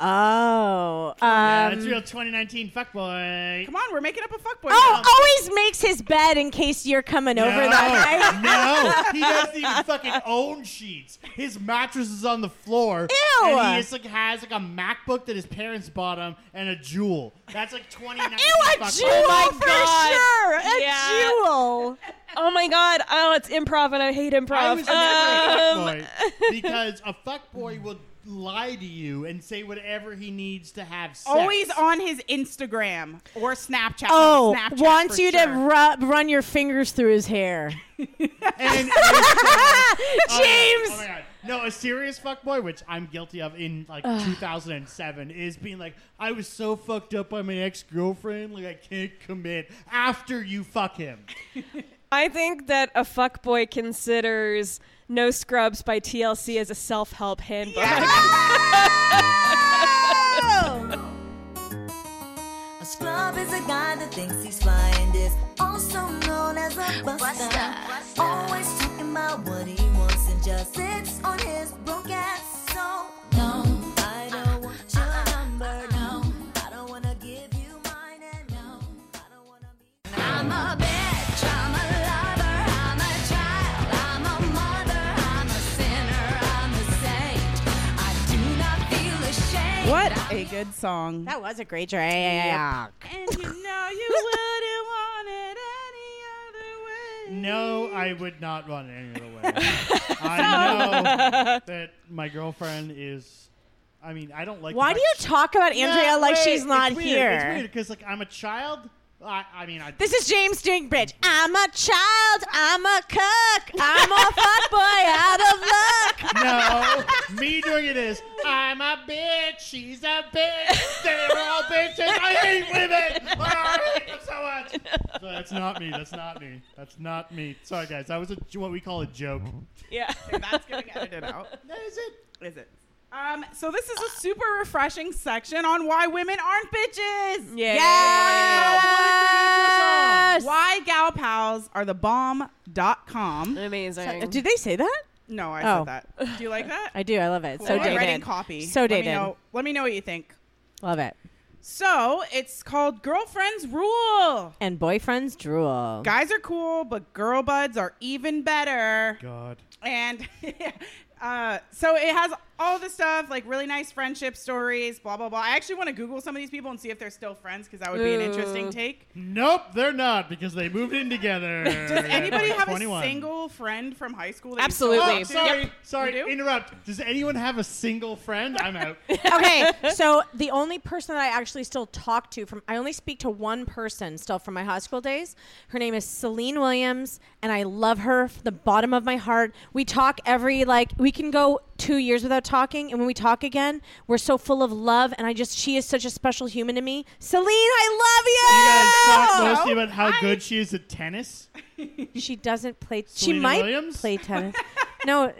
Speaker 5: Oh. Um,
Speaker 3: yeah, that's Uh, real 2019 fuckboy.
Speaker 6: Come on, we're making up a fuckboy.
Speaker 5: Oh, always makes his bed in case you're coming over that
Speaker 3: [laughs] No,
Speaker 5: night.
Speaker 3: he doesn't even fucking own sheets. His mattress is on the floor.
Speaker 5: Ew.
Speaker 3: And he is, like, has like a MacBook that his parents bought him and a jewel. That's like 2019.
Speaker 4: Ew, a
Speaker 3: fuckboy.
Speaker 4: jewel for
Speaker 3: Oh
Speaker 4: sure. A jewel. Oh my god. Oh, it's improv and I hate improv.
Speaker 3: I was never
Speaker 4: Um,
Speaker 3: a fuckboy because a fuckboy will lie to you and say whatever he needs to have sex.
Speaker 6: Always on his Instagram or Snapchat.
Speaker 5: Oh,
Speaker 6: Snapchat
Speaker 5: wants
Speaker 6: for
Speaker 5: you
Speaker 6: sure.
Speaker 5: to rub, run your fingers through his hair.
Speaker 3: And it's,
Speaker 5: [laughs]
Speaker 3: uh,
Speaker 5: James!
Speaker 3: Oh my God. No, a serious fuckboy, which I'm guilty of in like 2007, is being like, I was so fucked up by my ex girlfriend, like I can't commit after you fuck him.
Speaker 4: I think that a fuckboy considers No Scrubs by TLC as a self help handbook.
Speaker 13: A scrub is a guy that thinks he's fly and is also known as a buster. Always talking about what he wants and just sits on his broke ass. So no, I don't want your number. No, I don't wanna give you mine. And no, I don't wanna be. I'm a bitch. I'm a lover. I'm a child. I'm a mother. I'm a sinner. I'm a saint. I do not feel ashamed.
Speaker 6: What a good song.
Speaker 5: That was a great track. Yeah.
Speaker 6: And
Speaker 5: [laughs]
Speaker 6: you know you wouldn't want it any other way.
Speaker 3: No, I would not run it any other
Speaker 5: [laughs]
Speaker 3: way. I know that my girlfriend is. I mean, I don't like.
Speaker 5: Why
Speaker 3: the
Speaker 5: do
Speaker 3: fact
Speaker 5: you talk about
Speaker 3: No,
Speaker 5: Andrea like
Speaker 3: wait,
Speaker 5: she's not
Speaker 3: it's weird,
Speaker 5: here?
Speaker 3: It's weird because like I'm a child. I, I mean, I.
Speaker 5: This is James Dingbridge. I'm a child. I'm a cook. I'm [laughs] a fuckboy out of luck.
Speaker 3: no, me doing it is I'm a bitch. She's a bitch. They're all bitches. I hate women. Oh, I hate them so much. So that's not me. That's not me. That's not me. Sorry, guys. That was a, what we call a joke.
Speaker 4: [laughs]
Speaker 5: [laughs]
Speaker 4: Yeah.
Speaker 6: That's going to get edited out.
Speaker 3: Is
Speaker 6: it? Is it? Um, so this is a super refreshing section on why women aren't bitches.
Speaker 4: Yeah.
Speaker 5: Yes.
Speaker 6: Why gal pals are the bomb.com.
Speaker 4: Amazing.
Speaker 5: Did they say that?
Speaker 6: No, I
Speaker 5: Oh.
Speaker 6: said that. Do you like that?
Speaker 5: [laughs] I do. I love it.
Speaker 6: Cool.
Speaker 5: So
Speaker 6: I'm writing
Speaker 5: dated.
Speaker 6: copy.
Speaker 5: So
Speaker 6: Let me
Speaker 5: dated.
Speaker 6: know- Let me know what you think.
Speaker 5: Love it.
Speaker 6: So it's called Girlfriends Rule.
Speaker 5: And boyfriends drool.
Speaker 6: Guys are cool, but girl buds are even better.
Speaker 3: God.
Speaker 6: And [laughs] uh, so it has all the stuff, like really nice friendship stories, blah, blah, blah. I actually want to Google some of these people and see if they're still friends because that would be an interesting
Speaker 3: Ooh.
Speaker 6: take.
Speaker 3: Nope, they're not because they moved in together.
Speaker 6: Does anybody
Speaker 3: at
Speaker 6: have
Speaker 3: 21.
Speaker 6: a single friend from high school? That you Oh, still
Speaker 4: Absolutely.
Speaker 6: talk to?
Speaker 3: Oh, Sorry,
Speaker 6: Yep.
Speaker 3: sorry.
Speaker 6: You do?
Speaker 3: Interrupt. Does anyone have a single friend? I'm
Speaker 6: [laughs]
Speaker 3: out.
Speaker 5: [laughs] okay, so the only person that I actually still talk to from I only speak to one person still from my high school days. Her name is Celine Williams, and I love her from the bottom of my heart. We talk every like we can go two years without talking, and when we talk again, we're so full of love. And I just she is such a special human to me. Celine, I
Speaker 3: Talk
Speaker 5: love you.
Speaker 3: mostly about how good she is at tennis.
Speaker 5: She doesn't play. she
Speaker 3: Selena
Speaker 5: might
Speaker 3: Williams?
Speaker 5: play tennis. no,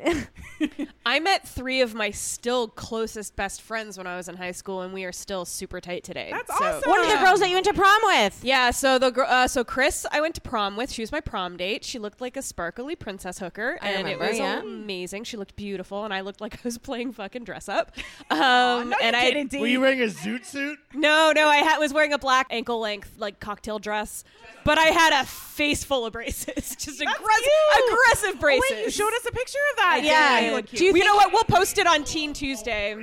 Speaker 5: [laughs]
Speaker 4: I met three of my still closest best friends when I was in high school, and we are still super tight today.
Speaker 6: That's
Speaker 4: So-
Speaker 6: awesome.
Speaker 5: one [laughs] of the girls that you went to prom with.
Speaker 4: Yeah, so the gr- uh, so Chris, I went to prom with. She was my prom date. She looked like a sparkly princess hooker,
Speaker 5: I
Speaker 4: and
Speaker 5: remember,
Speaker 4: it was
Speaker 5: yeah.
Speaker 4: amazing. She looked beautiful, and I looked like I was playing fucking dress up. [laughs] Um,
Speaker 6: no, you
Speaker 4: and I
Speaker 6: didn't, Dee.
Speaker 3: Were you wearing a zoot suit?
Speaker 4: no, no, I had, was wearing a black ankle length like cocktail dress, but I had a face full of braces, [laughs] just aggressive,
Speaker 6: you.
Speaker 4: aggressive braces.
Speaker 6: Wait, you showed us a picture of that.
Speaker 4: Yeah,
Speaker 6: You look
Speaker 4: Do you,
Speaker 6: cute. [laughs]
Speaker 4: know what? We'll post it on Teen Tuesday.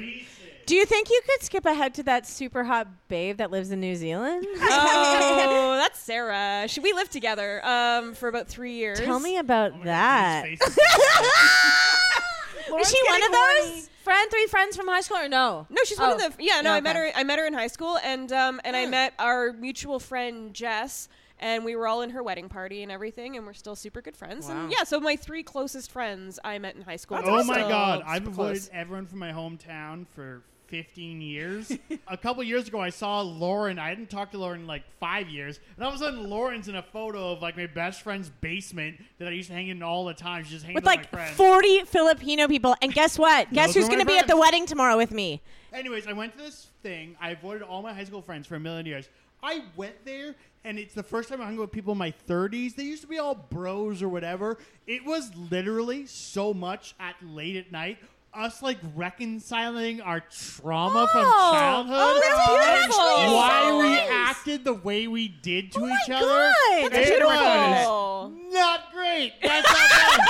Speaker 5: Do you think you could skip ahead to that super hot babe that lives in New [laughs] Zealand?
Speaker 4: oh, that's Sarah. She, we lived together um, for about three years.
Speaker 5: Tell me
Speaker 4: Oh
Speaker 5: about that. Is
Speaker 4: Lauren's
Speaker 5: she one
Speaker 4: getting
Speaker 5: of those friend three friends from high school or no? Oh.
Speaker 4: No, she's one of the yeah. No, I met
Speaker 5: okay.
Speaker 4: her. I met her in high school, and um, and I met our mutual friend Jess, and we were all in her wedding party and everything, and we're still super good friends. And
Speaker 3: Wow.
Speaker 4: yeah, so my three closest friends I met in high school.
Speaker 3: oh my god, I've
Speaker 4: am
Speaker 3: avoided everyone from my hometown for 15 years. a couple years ago, I saw Lauren. I hadn't talked to Lauren in like five years, and all of a sudden, Lauren's in a photo of like my best friend's basement that I used to hang in all the time. She's just hanging
Speaker 5: With
Speaker 3: out
Speaker 5: like
Speaker 3: my friends.
Speaker 5: 40 Filipino people. And guess what? Guess
Speaker 3: Those
Speaker 5: who's
Speaker 3: were my
Speaker 5: going to be at the
Speaker 3: friends.
Speaker 5: wedding tomorrow with
Speaker 4: [laughs]
Speaker 5: me?
Speaker 3: Anyways, I went to this thing. I avoided all my high school friends for a million years. I went there, and it's the first time I hung out with people in my 30s. They used to be all bros or whatever. It was literally so much at late at night. Us like reconciling our trauma from
Speaker 12: Oh,
Speaker 3: childhood.
Speaker 12: oh, that's
Speaker 3: and
Speaker 12: beautiful. That's
Speaker 3: Why
Speaker 12: so
Speaker 3: we
Speaker 12: nice.
Speaker 3: acted the way we did to
Speaker 12: Oh
Speaker 3: each
Speaker 12: God,
Speaker 3: other.
Speaker 12: that's
Speaker 3: It
Speaker 12: beautiful.
Speaker 3: was Not great. That's not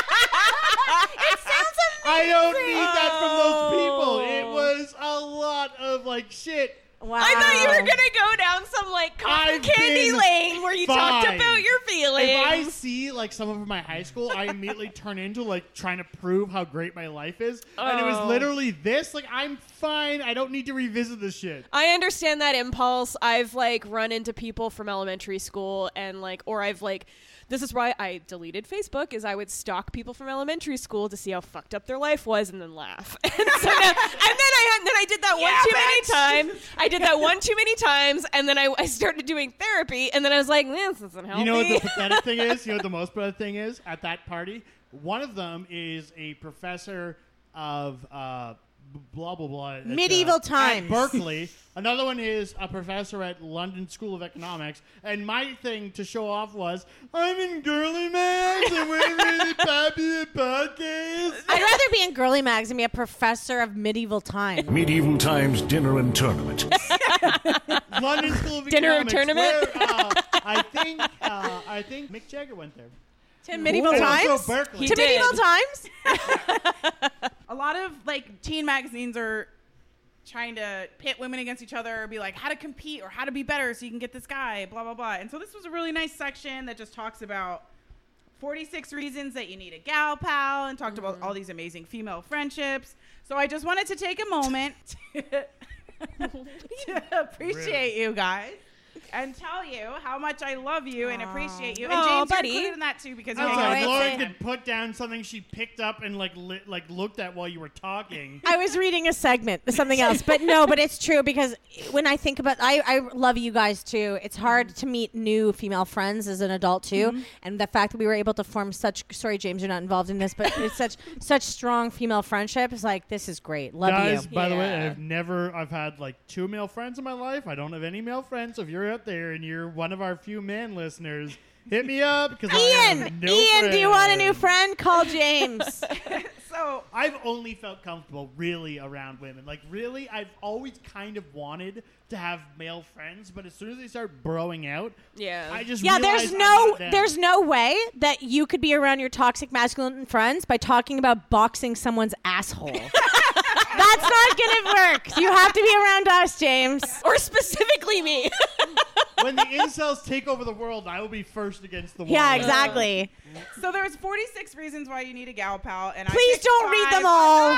Speaker 12: it sounds amazing.
Speaker 3: I don't need that from those people.
Speaker 12: [laughs]
Speaker 3: It was a lot of like shit. Wow.
Speaker 4: I thought you were gonna go down some like cotton
Speaker 3: I've
Speaker 4: candy
Speaker 3: been
Speaker 4: lane where you talked
Speaker 3: fine.
Speaker 4: about your feelings.
Speaker 3: If I see like someone from my high school, I immediately
Speaker 5: [laughs]
Speaker 3: turn into like trying to prove how great my life is, and it
Speaker 4: Oh.
Speaker 3: was literally this. Like I'm fine. I don't need to revisit this shit.
Speaker 4: I understand that impulse. I've like run into people from elementary school and like or I've like this is why I deleted Facebook is I would stalk people from elementary school to see how fucked up their life was and then laugh. [laughs] and, so now, and then I and then I did that one
Speaker 12: Yeah,
Speaker 4: too
Speaker 12: bitch.
Speaker 4: many times. I did that one too many times and then I, I started doing therapy and then I was like, this isn't healthy.
Speaker 3: You know what
Speaker 4: [laughs]
Speaker 5: [laughs]
Speaker 3: the pathetic thing is? You know what the most pathetic thing is at that party? One of them is a professor of uh, b- blah blah blah. at, uh,
Speaker 5: Medieval
Speaker 3: at
Speaker 5: times.
Speaker 3: Berkeley. Another one is a professor at London School of Economics. And my thing to show off was I'm in girly mags and we're
Speaker 5: [laughs]
Speaker 3: really popular podcast.
Speaker 5: I'd rather be in girly mags and be a professor of medieval times.
Speaker 14: Medieval times dinner and tournament.
Speaker 3: London School of
Speaker 5: Dinner and
Speaker 3: Economics.
Speaker 5: tournament?
Speaker 3: where, uh, I think uh, I think Mick Jagger went there. Oh,
Speaker 5: To medieval
Speaker 3: And also
Speaker 5: times?
Speaker 3: Berkeley.
Speaker 5: to medieval times?
Speaker 6: a lot of like teen magazines are trying to pit women against each other or be like how to compete or how to be better so you can get this guy blah blah blah and so this was a really nice section that just talks about 46 reasons that you need a gal pal and talked about all these amazing female friendships so i just wanted to take a moment [laughs] to, to appreciate you guys and tell you how much I love you and appreciate you. And
Speaker 4: Aw,
Speaker 6: James,
Speaker 4: buddy.
Speaker 6: you're included in that too because you
Speaker 3: I'm
Speaker 6: hang out
Speaker 3: sorry,
Speaker 6: with
Speaker 3: Lauren
Speaker 6: him.
Speaker 3: could put down something she picked up and like li- like looked at while you were talking.
Speaker 5: I was reading a segment, something else, but no, but it's true because when I think about, I, I love you guys too. It's hard to meet new female friends as an adult too,
Speaker 12: Mhm.
Speaker 5: and the fact that we were able to form such. Sorry, James, you're not involved in this, but it's such such strong female friendship. It's like this is great. [laughs] Love
Speaker 3: Guys,
Speaker 5: you.
Speaker 3: by the way, I've never I've had like two male friends in my life. I don't have any male friends. So if you're out there and you're one of our few man listeners, hit me up because
Speaker 5: Ian, Ian, do you want a new friend? Call James.
Speaker 6: so
Speaker 3: I've only felt comfortable really around women. Like really, I've always kind of wanted to have male friends, but as soon as they start broing out,
Speaker 4: yeah,
Speaker 3: I just
Speaker 5: yeah, there's
Speaker 3: realized I'm
Speaker 5: no
Speaker 3: not them.
Speaker 5: there's no way that you could be around your toxic masculine friends by talking about boxing someone's asshole. That's not gonna work. You have to be around us, James.
Speaker 4: Or specifically me.
Speaker 3: [laughs]
Speaker 4: [laughs]
Speaker 3: when the incels take over the world, I will be first against the wall.
Speaker 5: Yeah, exactly.
Speaker 6: So there's 46 reasons why you need a gal pal, and I
Speaker 5: Please
Speaker 6: picked
Speaker 5: don't read
Speaker 6: five.
Speaker 5: them all.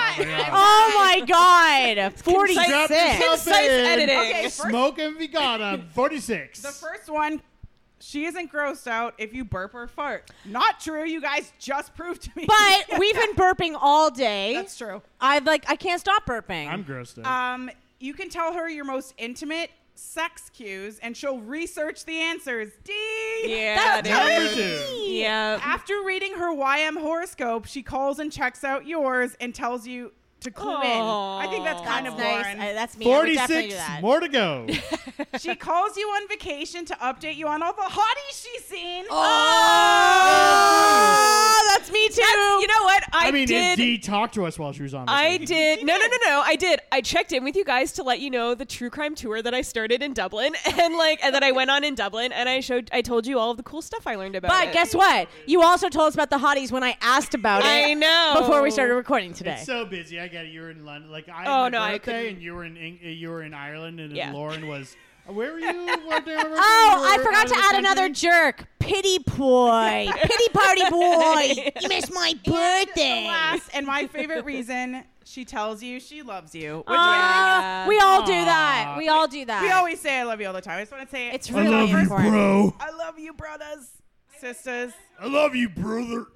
Speaker 5: Oh my god. Forty
Speaker 6: Concise-
Speaker 5: six.
Speaker 6: concise editing. Okay, first-
Speaker 3: Smoke and vegana.
Speaker 6: [laughs]
Speaker 3: Forty six.
Speaker 6: The first one, she isn't grossed out if you burp or fart. Not true. You guys just proved to me.
Speaker 5: But we've been burping all day.
Speaker 6: [laughs] That's true.
Speaker 5: I like I can't stop burping.
Speaker 3: I'm grossed out.
Speaker 5: Uh,
Speaker 6: Um, you can tell her your most intimate sex cues, and she'll research the answers. D.
Speaker 4: Yeah,
Speaker 6: That's
Speaker 4: dude.
Speaker 6: number
Speaker 4: Dude. Yeah.
Speaker 6: After reading her YM horoscope, she calls and checks out yours and tells you to clue in. I think that's kind
Speaker 5: That's
Speaker 6: of
Speaker 5: nice.
Speaker 6: Lauren.
Speaker 5: I- that's me. I would
Speaker 3: Forty
Speaker 5: definitely
Speaker 3: six
Speaker 5: do that.
Speaker 3: more to
Speaker 5: [laughs]
Speaker 3: go.
Speaker 6: she calls you on vacation to update you on all the hotties she's seen.
Speaker 5: Oh,
Speaker 4: that's me too. you know what? I,
Speaker 3: mean,
Speaker 4: did-
Speaker 3: if Dee talked to us while she was on. with
Speaker 4: I
Speaker 3: me.
Speaker 4: did. No, no, no, no. I did. I checked in with you guys to let you know the true crime tour that I started in Dublin [laughs] and like and that I went on in Dublin and I showed I told you all of the cool stuff I learned about.
Speaker 5: But
Speaker 4: it.
Speaker 5: guess what? You also told us about the hotties when I asked about it.
Speaker 4: I know.
Speaker 5: Before we started recording today.
Speaker 3: It's so busy. I got it. You were in London. Like I.
Speaker 4: Oh,
Speaker 3: had my
Speaker 4: no, I
Speaker 3: birthday
Speaker 4: couldn't-
Speaker 3: and you were in Eng- uh, you were in Ireland, and then
Speaker 5: Yeah.
Speaker 3: Lauren was. Where were you? What day were you? You
Speaker 5: Oh, I
Speaker 3: were out
Speaker 5: forgot
Speaker 3: of
Speaker 5: to
Speaker 3: the
Speaker 5: add
Speaker 3: country?
Speaker 5: another jerk. Pity boy. Pity
Speaker 4: [laughs]
Speaker 5: party boy. You missed my birthday.
Speaker 6: And last and my favorite reason she tells you she loves you.
Speaker 5: Oh
Speaker 6: Which
Speaker 5: Aw, Ah,
Speaker 6: I-
Speaker 5: we all do that. We all do that.
Speaker 6: We always say I love you all the time. I just want to say it.
Speaker 5: It's I really love you, important. bro.
Speaker 6: I love you, brothers, sisters.
Speaker 3: I love you, brother.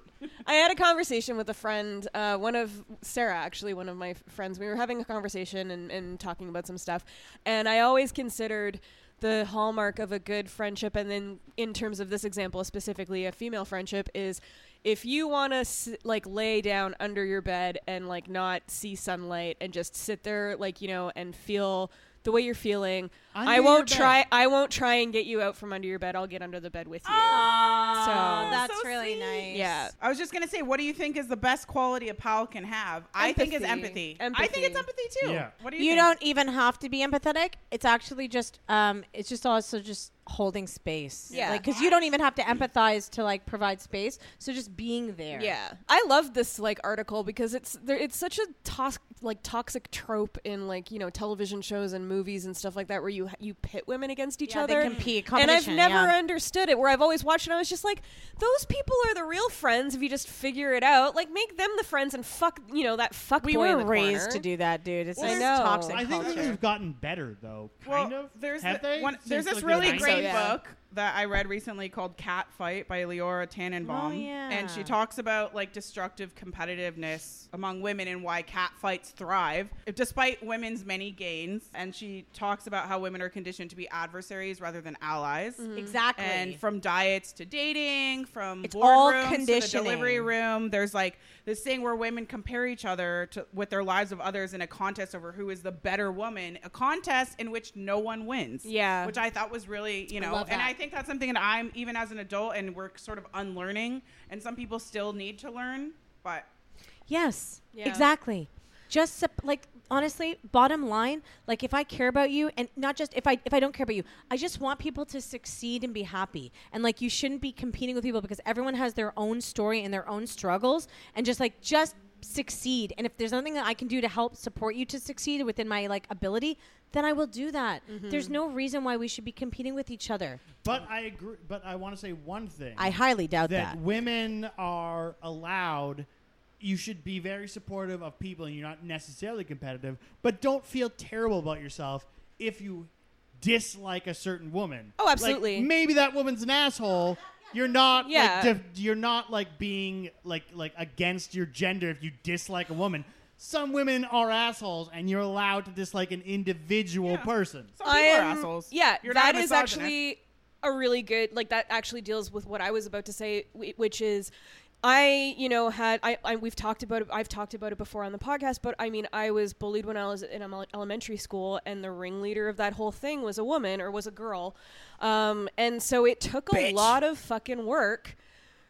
Speaker 4: I had a conversation with a friend, uh, one of Sarah, actually, one of my f- friends. We were having a conversation and, and talking about some stuff. And I always considered the hallmark of a good friendship, and then in terms of this example specifically, a female friendship, is if you want to s- like lay down under your bed and like not see sunlight and just sit there, like, you know, and feel the way you're feeling
Speaker 5: Under
Speaker 4: i
Speaker 5: your
Speaker 4: won't
Speaker 5: bed.
Speaker 4: try i won't try and get you out from under your bed i'll get under the bed with you so
Speaker 5: that's really nice.
Speaker 4: yeah
Speaker 6: I was just gonna say, what do you think is the best quality a pal can have? I think is empathy.
Speaker 4: Empathy.
Speaker 6: I think it's empathy too.
Speaker 5: Yeah.
Speaker 6: What do you?
Speaker 5: You
Speaker 6: think?
Speaker 5: don't even have to be empathetic. It's actually just, um, it's just also just holding space.
Speaker 4: Yeah.
Speaker 5: Like, because you don't even have to empathize to like provide space. So just being there.
Speaker 4: Yeah, I love this like article because it's there, it's such a tos- like toxic trope in like you know television shows and movies and stuff like that where you you pit women against each
Speaker 5: Yeah, they
Speaker 4: other.
Speaker 5: compete,
Speaker 4: and I've
Speaker 5: competition,
Speaker 4: never
Speaker 5: yeah.
Speaker 4: understood it. Where I've always watched and I was just like, those people are the real friends if you just figure it out. Like make them the friends and fuck you know that fuck.
Speaker 5: We
Speaker 4: boy in
Speaker 5: were
Speaker 4: the
Speaker 5: raised
Speaker 4: corner.
Speaker 5: to do that, dude. It's
Speaker 4: I
Speaker 5: just
Speaker 4: know.
Speaker 5: toxic
Speaker 3: I think
Speaker 5: culture.
Speaker 3: things have gotten better though. Kind
Speaker 6: well,
Speaker 3: of.
Speaker 6: There's
Speaker 3: Have
Speaker 6: the-
Speaker 3: they?
Speaker 6: one- there's
Speaker 3: Since, like,
Speaker 6: this
Speaker 3: the
Speaker 6: really
Speaker 3: 90s?
Speaker 6: great
Speaker 3: Yeah.
Speaker 6: book that I read recently called Cat Fight by Leora Tannenbaum.
Speaker 5: Oh, yeah.
Speaker 6: And she talks about like destructive competitiveness among women and why cat fights thrive despite women's many gains. And she talks about how women are conditioned to be adversaries rather than allies.
Speaker 5: Mhm. Exactly.
Speaker 6: And from diets to dating, from
Speaker 5: It's all
Speaker 6: boardrooms to the delivery
Speaker 5: conditioning.
Speaker 6: room. There's like this thing where women compare each other to, with their lives of others in a contest over who is the better woman, a contest in which no one wins.
Speaker 4: Yeah.
Speaker 6: Which I thought was really, you
Speaker 4: I
Speaker 6: know,
Speaker 4: love
Speaker 6: and
Speaker 4: that.
Speaker 6: I think that's something that I'm, even as an adult, and we're sort of unlearning, and some people still need to learn, but.
Speaker 5: Yes,
Speaker 6: Yeah.
Speaker 5: exactly. Just sup- like honestly, bottom line, like if I care about you, and not just if I if I don't care about you, I just want people to succeed and be happy. And like you shouldn't be competing with people because everyone has their own story and their own struggles. And just like just succeed. And if there's nothing that I can do to help support you to succeed within my like ability, then I will do that.
Speaker 4: Mm-hmm.
Speaker 5: There's
Speaker 3: Mhm.
Speaker 5: no reason why we should be competing with each other.
Speaker 3: But I agree. But I want to say one thing.
Speaker 5: I highly doubt
Speaker 3: that,
Speaker 5: that.
Speaker 3: women are allowed. You should be very supportive of people, and you're not necessarily competitive. But don't feel terrible about yourself if you dislike a certain woman.
Speaker 4: Oh,
Speaker 3: Like,
Speaker 4: absolutely.
Speaker 3: maybe that woman's an asshole. You're not.
Speaker 4: Yeah.
Speaker 3: Like, def- you're not like being like like against your gender if you dislike a woman. Some women are assholes, and you're allowed to dislike an individual person.
Speaker 4: I am- Yeah, that is actually a really good like that actually deals with what I was about to say, wh- which is. I, you know, had I, I we've talked about it. I've talked about it before on the podcast, but I mean, I was bullied when I was in em- elementary school, and the ringleader of that whole thing was a woman or was a girl, um, and so it took a
Speaker 5: Bitch.
Speaker 4: lot of fucking work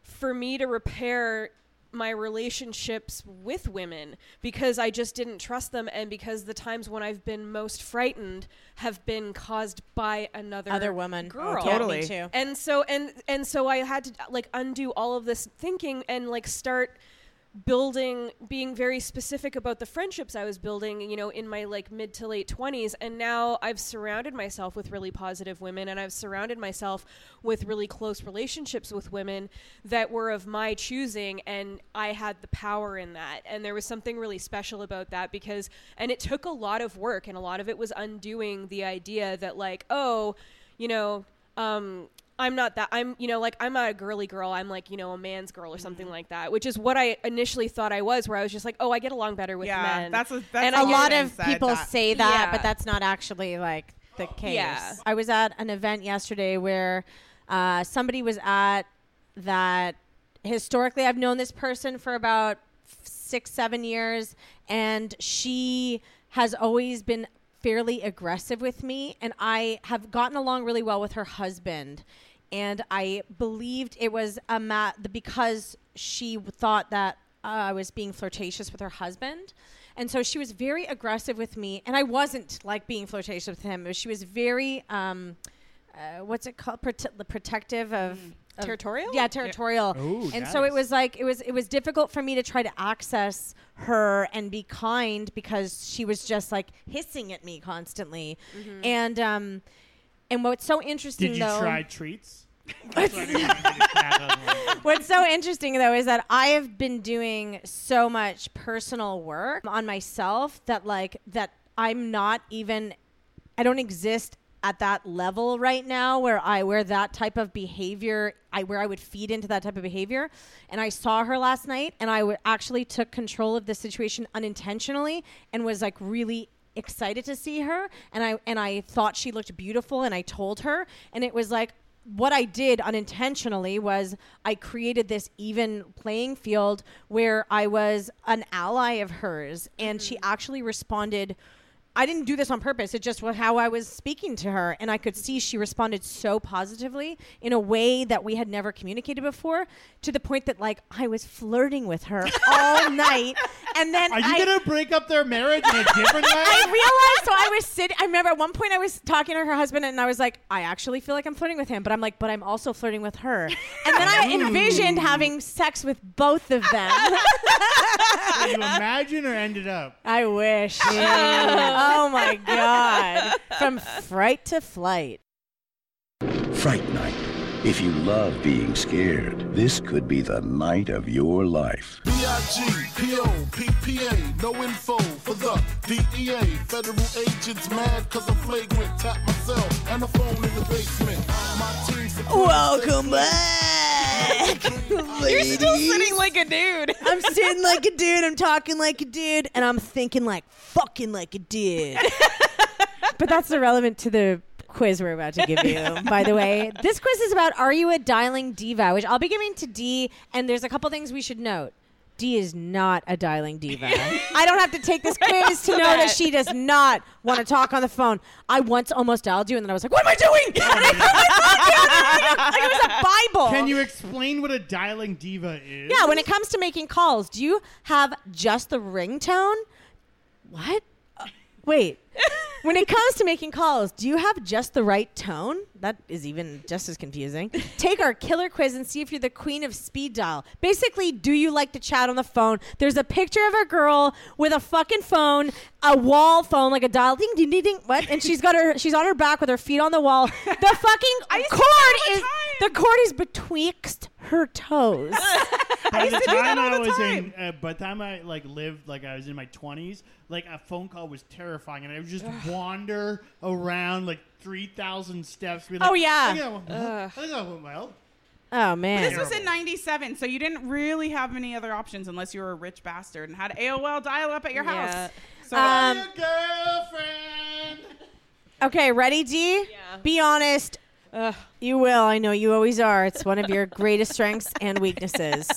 Speaker 4: for me to repair my relationships with women because I just didn't trust them and because the times when I've been most frightened have been caused by another
Speaker 5: Other woman.
Speaker 4: girl.
Speaker 5: Oh, yeah, me Totally. too.
Speaker 4: And so and and so I had to like undo all of this thinking and like start building being very specific about the friendships I was building, you know, in my like mid to late 20s and now I've surrounded myself with really positive women and I've surrounded myself with really close relationships with women that were of my choosing and I had the power in that and there was something really special about that because and it took a lot of work and a lot of it was undoing the idea that like oh, you know, um I'm not that. I'm, you know, like I'm not a girly girl. I'm like, you know, a man's girl or
Speaker 6: Mm-hmm.
Speaker 4: something like that, which is what I initially thought I was, where I was just like, oh, I get along better with
Speaker 6: Yeah,
Speaker 4: men.
Speaker 6: that's a- that's
Speaker 4: and
Speaker 5: a
Speaker 4: I
Speaker 5: lot
Speaker 4: get-
Speaker 5: of people say that,
Speaker 4: Yeah.
Speaker 5: but that's not actually like the case.
Speaker 4: Yeah.
Speaker 5: I was at an event yesterday where uh, somebody was at that. Historically, I've known this person for about f- six, seven years, and she has always been fairly aggressive with me, and I have gotten along really well with her husband. And I believed it was a ma- because she thought that uh, was being flirtatious with her husband. And so she was very aggressive with me. And I wasn't like being flirtatious with him. She was very, um, uh, what's it called? Prote- the protective of. of-
Speaker 4: Territorial?
Speaker 5: Yeah, territorial.
Speaker 3: Oh,
Speaker 4: Ooh,
Speaker 5: and so
Speaker 4: nice.
Speaker 5: it was like it was it was difficult for me to try to access her and be kind because she was just like hissing at me constantly.
Speaker 3: Mhm.
Speaker 5: And um and what's so interesting
Speaker 3: Did you
Speaker 5: though
Speaker 3: try
Speaker 4: [laughs]
Speaker 3: treats?
Speaker 5: [laughs] What's so interesting though is that I have been doing so much personal work on myself that like that I'm not even I don't exist at that level right now where I where that type of behavior I where I would feed into that type of behavior and I saw her last night and I w- actually took control of the situation unintentionally and was like really excited to see her and I and I thought she looked beautiful and I told her and it was like what I did unintentionally was I created this even playing field where I was an ally of hers and she actually responded I didn't do this on purpose. It just was how I was speaking to her and I could see she responded so positively in a way that we had never communicated before to the point that like I was flirting with her
Speaker 3: [laughs]
Speaker 5: all night and then
Speaker 3: Are you
Speaker 5: I
Speaker 3: gonna break up their marriage in a different way?
Speaker 5: [laughs] I realized so I was sitting I remember at one point I was talking to her husband and I was like, I actually feel like I'm flirting with him, but I'm like, but I'm also flirting with her. And
Speaker 3: [laughs]
Speaker 5: then I envisioned having sex with both of them.
Speaker 3: Did you imagine or ended up? [laughs]
Speaker 5: I wish. oh my god. From fright to flight.
Speaker 15: Fright Night. If you love being scared, this could be the night of your life.
Speaker 16: B-I-G-P-O-P-P-A, no info for the DEA. Federal agents mad cause I'm flagrant. Tap myself and the phone in the basement. My team's
Speaker 12: Welcome back.
Speaker 5: You're still sitting
Speaker 12: like a
Speaker 6: [laughs]
Speaker 12: dude.
Speaker 5: [laughs] I'm sitting like a dude, I'm talking like a dude, and I'm thinking like fucking like a dude. but that's irrelevant to the quiz we're about to give you, by the way. This quiz is about Are You a Dialing Diva? which I'll be giving to D, and there's a couple things we should note. D is not a dialing diva. I don't have to take this
Speaker 12: I
Speaker 5: quiz
Speaker 12: also
Speaker 5: to know that.
Speaker 12: bet.
Speaker 5: she does not want to talk on the phone. I once almost dialed you, and then I was like, "What am I doing?" [laughs] And I put my phone down, like it was a Bible.
Speaker 3: Can you explain what a dialing diva is?
Speaker 5: Yeah, when it comes to making calls, do you have just the ringtone? What? Uh, wait. when it comes to making calls, do you have just the right tone? That is even just as confusing. Take our killer quiz and see if you're the queen of speed dial. Basically, do you like to chat on the phone? There's a picture of a girl with a fucking phone, a wall phone, like a dial ding ding ding ding. What? And she's got her she's on her back with her feet on the wall. The fucking cord is the cord is betwixt her toes.
Speaker 3: By
Speaker 5: I used
Speaker 3: the
Speaker 5: to do that
Speaker 3: time
Speaker 5: all
Speaker 3: I
Speaker 5: the
Speaker 3: was
Speaker 5: time.
Speaker 3: in, uh, by the time I like lived, like I was in my twenties, like a phone call was terrifying, and I would just wander around like three thousand steps. Be like,
Speaker 5: Oh, yeah.
Speaker 3: I think I went well.
Speaker 5: Ugh.
Speaker 3: I think I went well.
Speaker 5: Oh
Speaker 6: But
Speaker 5: man.
Speaker 6: this was in 97, so you didn't really have any other options unless you were a rich bastard and had AOL dial up at your house.
Speaker 5: Yeah.
Speaker 6: So,
Speaker 4: Uh,
Speaker 5: Um, Your
Speaker 3: girlfriend.
Speaker 5: Okay, ready, D? Yeah. Be honest. You will. I know you always are. It's one [laughs] of your greatest strengths and weaknesses.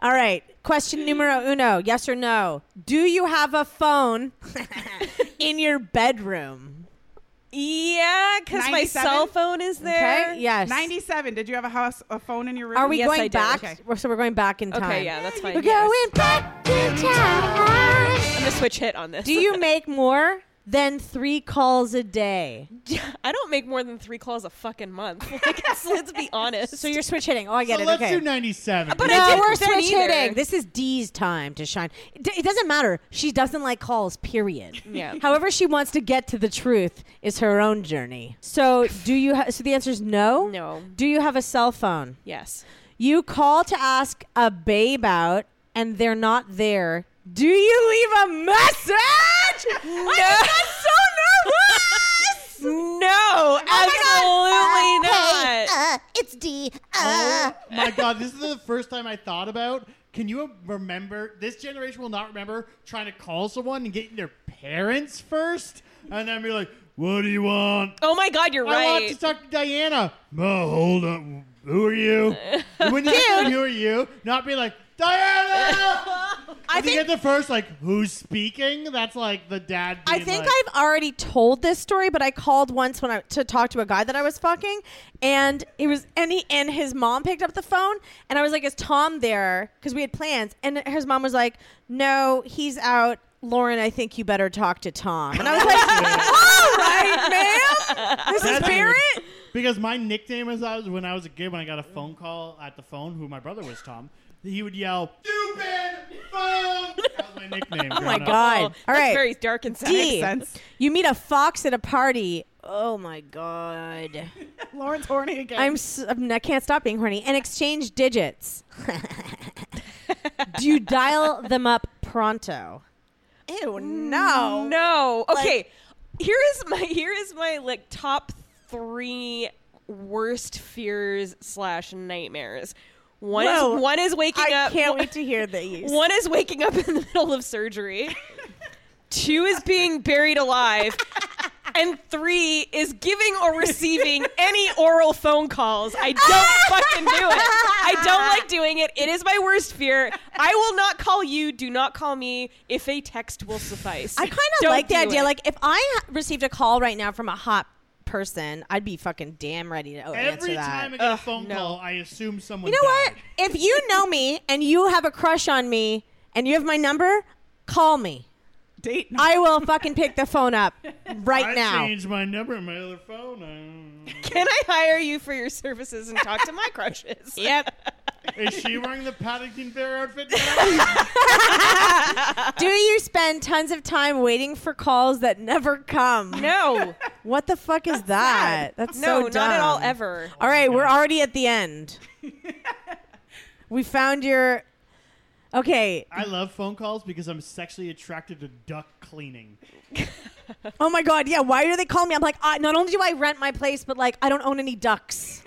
Speaker 5: All right. Question numero uno yes or no? Do you have a [laughs] phone in your bedroom?
Speaker 4: Yeah, because my
Speaker 6: 97?
Speaker 4: cell phone is there.
Speaker 5: Okay, yes.
Speaker 6: 97. Did you have a house a phone in your room?
Speaker 5: Are we going back?
Speaker 6: Okay.
Speaker 5: So we're going back in
Speaker 6: Okay,
Speaker 5: time.
Speaker 6: yeah, that's fine,
Speaker 5: We're
Speaker 6: yes.
Speaker 5: going back in time.
Speaker 4: I'm gonna switch hit on this. [laughs]
Speaker 5: Do you make more than three calls a day?
Speaker 4: I don't make more than three calls a fucking month. [laughs] Like, let's, let's be honest.
Speaker 5: So you're switch hitting. Oh, I get
Speaker 3: So
Speaker 5: it.
Speaker 3: let's
Speaker 5: okay.
Speaker 3: do ninety-seven.
Speaker 4: But
Speaker 5: no,
Speaker 4: I didn't
Speaker 5: we're
Speaker 4: then
Speaker 5: switch
Speaker 4: either.
Speaker 5: hitting. This is Dee's time to shine. It, d- it doesn't matter. She doesn't like calls, period.
Speaker 4: [laughs] Yeah.
Speaker 5: However, she wants to get to the truth is her own journey. So, do you? Ha- so the answer is no.
Speaker 4: No.
Speaker 5: Do you have a cell phone?
Speaker 4: [laughs] Yes.
Speaker 5: You call to ask a babe out, and they're not there. Do you leave a message? No. I just got so nervous.
Speaker 4: Oh
Speaker 5: No,
Speaker 4: [laughs] absolutely
Speaker 5: Hey,
Speaker 4: not.
Speaker 5: uh, it's D. [laughs]
Speaker 3: Oh my god, this is the first time I thought about. Can you remember? This generation will not remember trying to call someone and getting their parents first, and then be like, "What do you want?"
Speaker 4: Oh my God, you're
Speaker 3: I want
Speaker 4: right.
Speaker 3: to talk to Diana. Oh, hold up.
Speaker 5: [laughs]
Speaker 3: Who are you? when you
Speaker 4: Dude.
Speaker 3: who are you? Not be like Diana.
Speaker 4: I
Speaker 5: [laughs] I
Speaker 3: if you get the first like who's speaking, that's like the dad.
Speaker 5: I
Speaker 3: Being
Speaker 5: think
Speaker 3: like,
Speaker 5: I've already told this story, but I called once when I to talk to a guy that I was fucking, and it was and he and his mom picked up the phone, and I was like, "Is Tom there?" Because we had plans, and his mom was like, "No, he's out." Lauren, I think you better talk to Tom. And I was like, "All right, ma'am, this is
Speaker 3: That's
Speaker 5: Barrett."
Speaker 3: weird. Because my nickname as I was when I was a kid, when I got a phone call at the phone, who my brother was Tom, he would yell, "Stupid phone!" That was my nickname.
Speaker 5: [laughs] Oh my
Speaker 3: growing up.
Speaker 5: god! All right,
Speaker 4: very dark and sad.
Speaker 5: D,
Speaker 4: Makes sense.
Speaker 5: You meet a fox at a party. Oh my god!
Speaker 6: Lauren's horny again.
Speaker 5: I'm s- I'm- I can't stop being horny. And exchange [laughs] digits. Do you dial them up pronto? Ew, no.
Speaker 4: No. Okay. here is my here is my like top three worst fears slash nightmares. One
Speaker 5: Whoa.
Speaker 4: is one is waking
Speaker 5: I
Speaker 4: up.
Speaker 5: can't
Speaker 4: one-
Speaker 5: wait to hear [laughs] these.
Speaker 4: One is waking up in the [laughs] middle of surgery. Two is being buried alive. And three is giving or receiving any oral phone calls. I [laughs] don't fucking do it. I don't like doing it. It is my worst fear. I will not call you. Do not call me. If a text will suffice.
Speaker 5: I kind of
Speaker 4: Don't
Speaker 5: like the
Speaker 4: do
Speaker 5: idea.
Speaker 4: it.
Speaker 5: Like, if I ha- received a call right now from a hot person, I'd be fucking damn ready to oh, answer
Speaker 3: Every
Speaker 5: that.
Speaker 3: time I get a phone call, I assume someone.
Speaker 5: You know what? If you know me and you have a crush on me and you have my number, call me.
Speaker 6: Date.
Speaker 5: I will fucking pick the
Speaker 3: [laughs]
Speaker 5: phone up right
Speaker 3: I
Speaker 5: now.
Speaker 3: changed my number on my other phone. I-
Speaker 4: Can I hire you for your services and talk to [laughs] my crushes?
Speaker 5: yep.
Speaker 3: Is she wearing the Paddington Bear outfit?
Speaker 5: [laughs] Do you spend tons of time waiting for calls that never come?
Speaker 4: [laughs] No.
Speaker 5: What the fuck is that? That's
Speaker 4: No,
Speaker 5: so
Speaker 4: not at all,
Speaker 5: dumb.
Speaker 4: ever.
Speaker 5: All right, we're already at
Speaker 4: [laughs]
Speaker 5: the end. we found your. Okay.
Speaker 3: I love phone calls because I'm sexually attracted to duck cleaning.
Speaker 5: Oh my god. Yeah. Why do they call me? I'm like, I, not only do I rent my place, but like I don't own any ducks.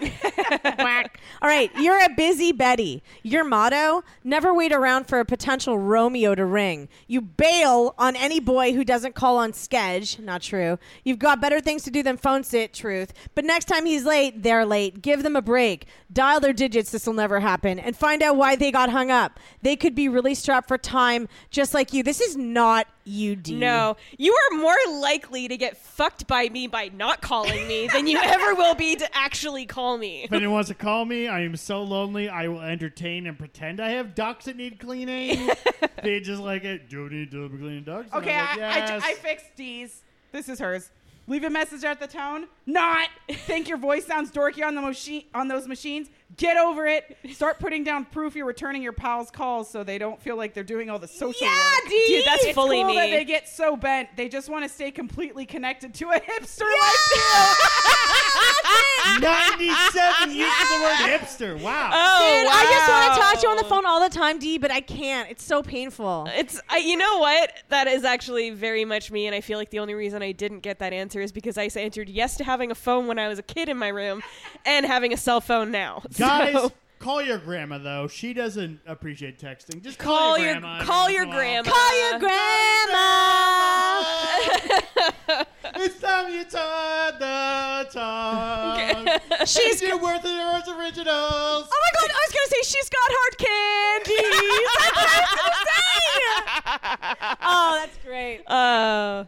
Speaker 5: Whack. All right. You're a busy Betty. Your motto: Never wait around for a potential Romeo to ring. You bail on any boy who doesn't call on schedule. Not true. You've got better things to do than phone sit. Truth. But next time he's late, they're late. Give them a break. Dial their digits. This will never happen. And find out why they got hung up. They could be really strapped for time, just like you. This is not you, D. [laughs]
Speaker 4: No, you are more likely to get fucked by me by not calling me than you ever will be to actually call me.
Speaker 3: If anyone wants to call me, I am so lonely. I will entertain and pretend I have ducks that need cleaning. they just like it. Do you need to be cleaning ducks? And
Speaker 6: Okay,
Speaker 3: I'm like,
Speaker 6: I, I,
Speaker 3: "Yes."
Speaker 6: I fixed D's. This is hers. Leave a message at the tone. Not think your voice sounds dorky on the machine on those machines. Get over it. Start putting down proof you're returning your pals' calls so they don't feel like they're doing all the social
Speaker 4: Yeah,
Speaker 6: work.
Speaker 4: Dee! Dude, that's
Speaker 6: it's
Speaker 4: fully
Speaker 6: cool
Speaker 4: me.
Speaker 6: That they get so bent, they just want to stay completely connected to a hipster
Speaker 5: Ah!
Speaker 6: like you. [laughs]
Speaker 3: 97 uses the word hipster. Wow.
Speaker 4: Oh,
Speaker 5: Dude, I just want to talk to you on the phone all the time, D, but I can't. It's so painful.
Speaker 4: It's I, you know what that is actually very much me, and I feel like the only reason I didn't get that answer is because I answered yes to having a phone when I was a kid in my room, and having a cell phone now.
Speaker 3: Guys,
Speaker 4: So-
Speaker 3: call your grandma though. She doesn't appreciate texting. Just
Speaker 4: Call
Speaker 3: call,
Speaker 4: your-
Speaker 3: your grandma. every
Speaker 4: call
Speaker 3: once
Speaker 4: your
Speaker 3: in a while.
Speaker 4: grandma.
Speaker 5: [laughs]
Speaker 4: Call your
Speaker 5: grandma.
Speaker 3: it's time you taught the tongue.
Speaker 5: She's-
Speaker 3: She's your worth of yours originals.
Speaker 5: Oh my god, I was gonna say she's got hard candies. That's what I was gonna
Speaker 3: [laughs]
Speaker 5: say. Oh, that's great.
Speaker 4: Uh,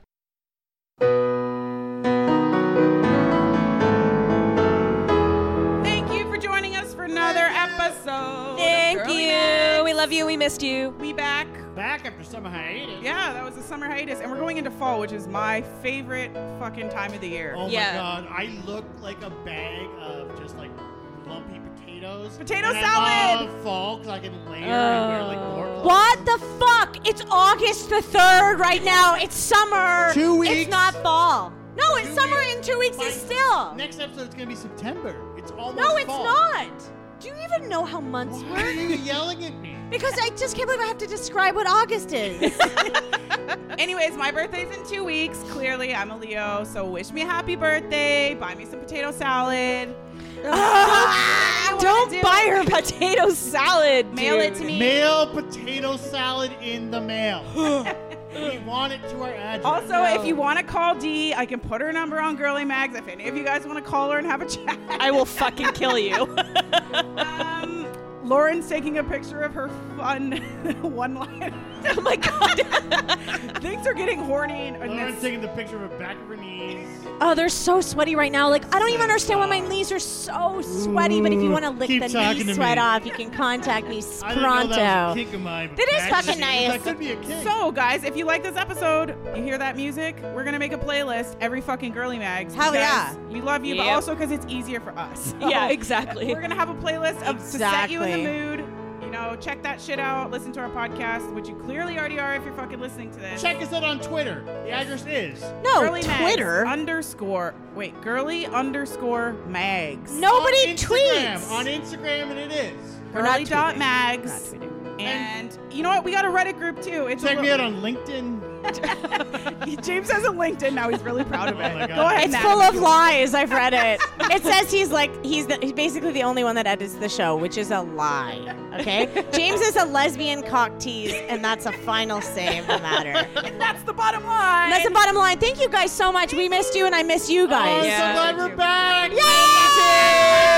Speaker 6: Thank you for joining us for another episode.
Speaker 4: Thank
Speaker 6: of Girly
Speaker 4: you. We love you. We missed you.
Speaker 6: We back.
Speaker 3: Back after summer hiatus.
Speaker 6: Yeah, that was a summer hiatus, and we're going into fall, which is my favorite fucking time of the year.
Speaker 3: Oh my god, I look like a bag of just like lumpy potatoes.
Speaker 6: Potato
Speaker 3: And
Speaker 6: salad!
Speaker 3: I love fall because I can layer and wear like
Speaker 5: Oh.
Speaker 3: more clothes.
Speaker 5: [laughs] What the fuck? It's August the 3rd right now. It's summer.
Speaker 3: Two
Speaker 5: It's
Speaker 3: weeks.
Speaker 5: not fall. No, it's
Speaker 3: Two
Speaker 5: summer
Speaker 3: weeks.
Speaker 5: in two weeks
Speaker 3: My
Speaker 5: is still.
Speaker 3: Next episode's gonna be September. It's almost
Speaker 5: No, it's
Speaker 3: fall.
Speaker 5: not. Do you even know how months
Speaker 3: Why are
Speaker 5: work?
Speaker 3: you yelling at me?
Speaker 5: Because I just can't believe I have to describe what August is.
Speaker 6: Anyways, my birthday's in two weeks. Clearly, I'm a Leo, so wish me a happy birthday. Buy me some potato salad.
Speaker 4: [laughs]
Speaker 6: Ah,
Speaker 4: don't buy her potato salad.
Speaker 6: Mail it to
Speaker 4: dude.
Speaker 6: me.
Speaker 3: Mail potato salad in the
Speaker 5: [laughs]
Speaker 3: mail. we want it to our address.
Speaker 6: Also, if you want to call D, I can put her number on Girly Mags. If any of you [laughs] Oh guys want to call her and have a chat,
Speaker 4: I will fucking kill you.
Speaker 6: um, Lauren's taking a picture of her fun [laughs] one line. Oh my god. [laughs] Things are getting horny. and
Speaker 3: Lauren's taking the picture of her back of her knees.
Speaker 5: Oh, they're so sweaty right now. Like I don't even understand why my knees are so sweaty. but if you want to lick
Speaker 3: keep
Speaker 5: the
Speaker 3: talking to
Speaker 5: knee sweat
Speaker 3: me.
Speaker 5: off, you can
Speaker 3: [laughs]
Speaker 5: contact me
Speaker 6: I didn't know
Speaker 5: pronto.
Speaker 6: that
Speaker 3: was a kink of mine, but
Speaker 5: That is fucking
Speaker 6: actually,
Speaker 5: nice.
Speaker 6: that could be a kick. So, guys, if you like this episode, you hear that music, we're going to make a playlist, Every Fucking Girly Mags.
Speaker 5: Hell
Speaker 6: because
Speaker 5: yeah.
Speaker 6: We love you, but
Speaker 5: Yep.
Speaker 6: also because it's easier for us.
Speaker 5: [laughs]
Speaker 6: [laughs]
Speaker 5: Yeah, exactly.
Speaker 6: We're going to have a playlist of, to set you in the
Speaker 5: Exactly.
Speaker 6: mood. You know, check that shit out. Listen to our podcast, which you clearly already are if you're fucking listening to this.
Speaker 3: Check us out on Twitter. The address is.
Speaker 6: No, Twitter. underscore. Wait, girly underscore mags.
Speaker 5: Oh,
Speaker 3: On Instagram. On Instagram, and it is.
Speaker 6: Girly dot mags. And you know what? We got a Reddit group too. It's
Speaker 3: Check
Speaker 6: a
Speaker 3: me out on LinkedIn.
Speaker 6: [laughs] James has a LinkedIn now. He's
Speaker 3: [laughs]
Speaker 6: really proud of it.
Speaker 3: Oh my God.
Speaker 6: Go ahead.
Speaker 5: It's
Speaker 6: Nat.
Speaker 5: full of lies. I've
Speaker 3: [laughs]
Speaker 5: read it. It says he's like he's, the, he's basically the only one that edits the show, which is a lie. Okay,
Speaker 3: [laughs]
Speaker 5: James is a lesbian cock tease, and that's a final say of
Speaker 3: [laughs]
Speaker 5: the matter.
Speaker 6: And that's the bottom line.
Speaker 5: And that's the bottom
Speaker 3: Oh,
Speaker 5: line. Thank you guys so much. We missed you, and I miss you guys.
Speaker 12: so glad
Speaker 5: we're
Speaker 3: back.
Speaker 5: Yay!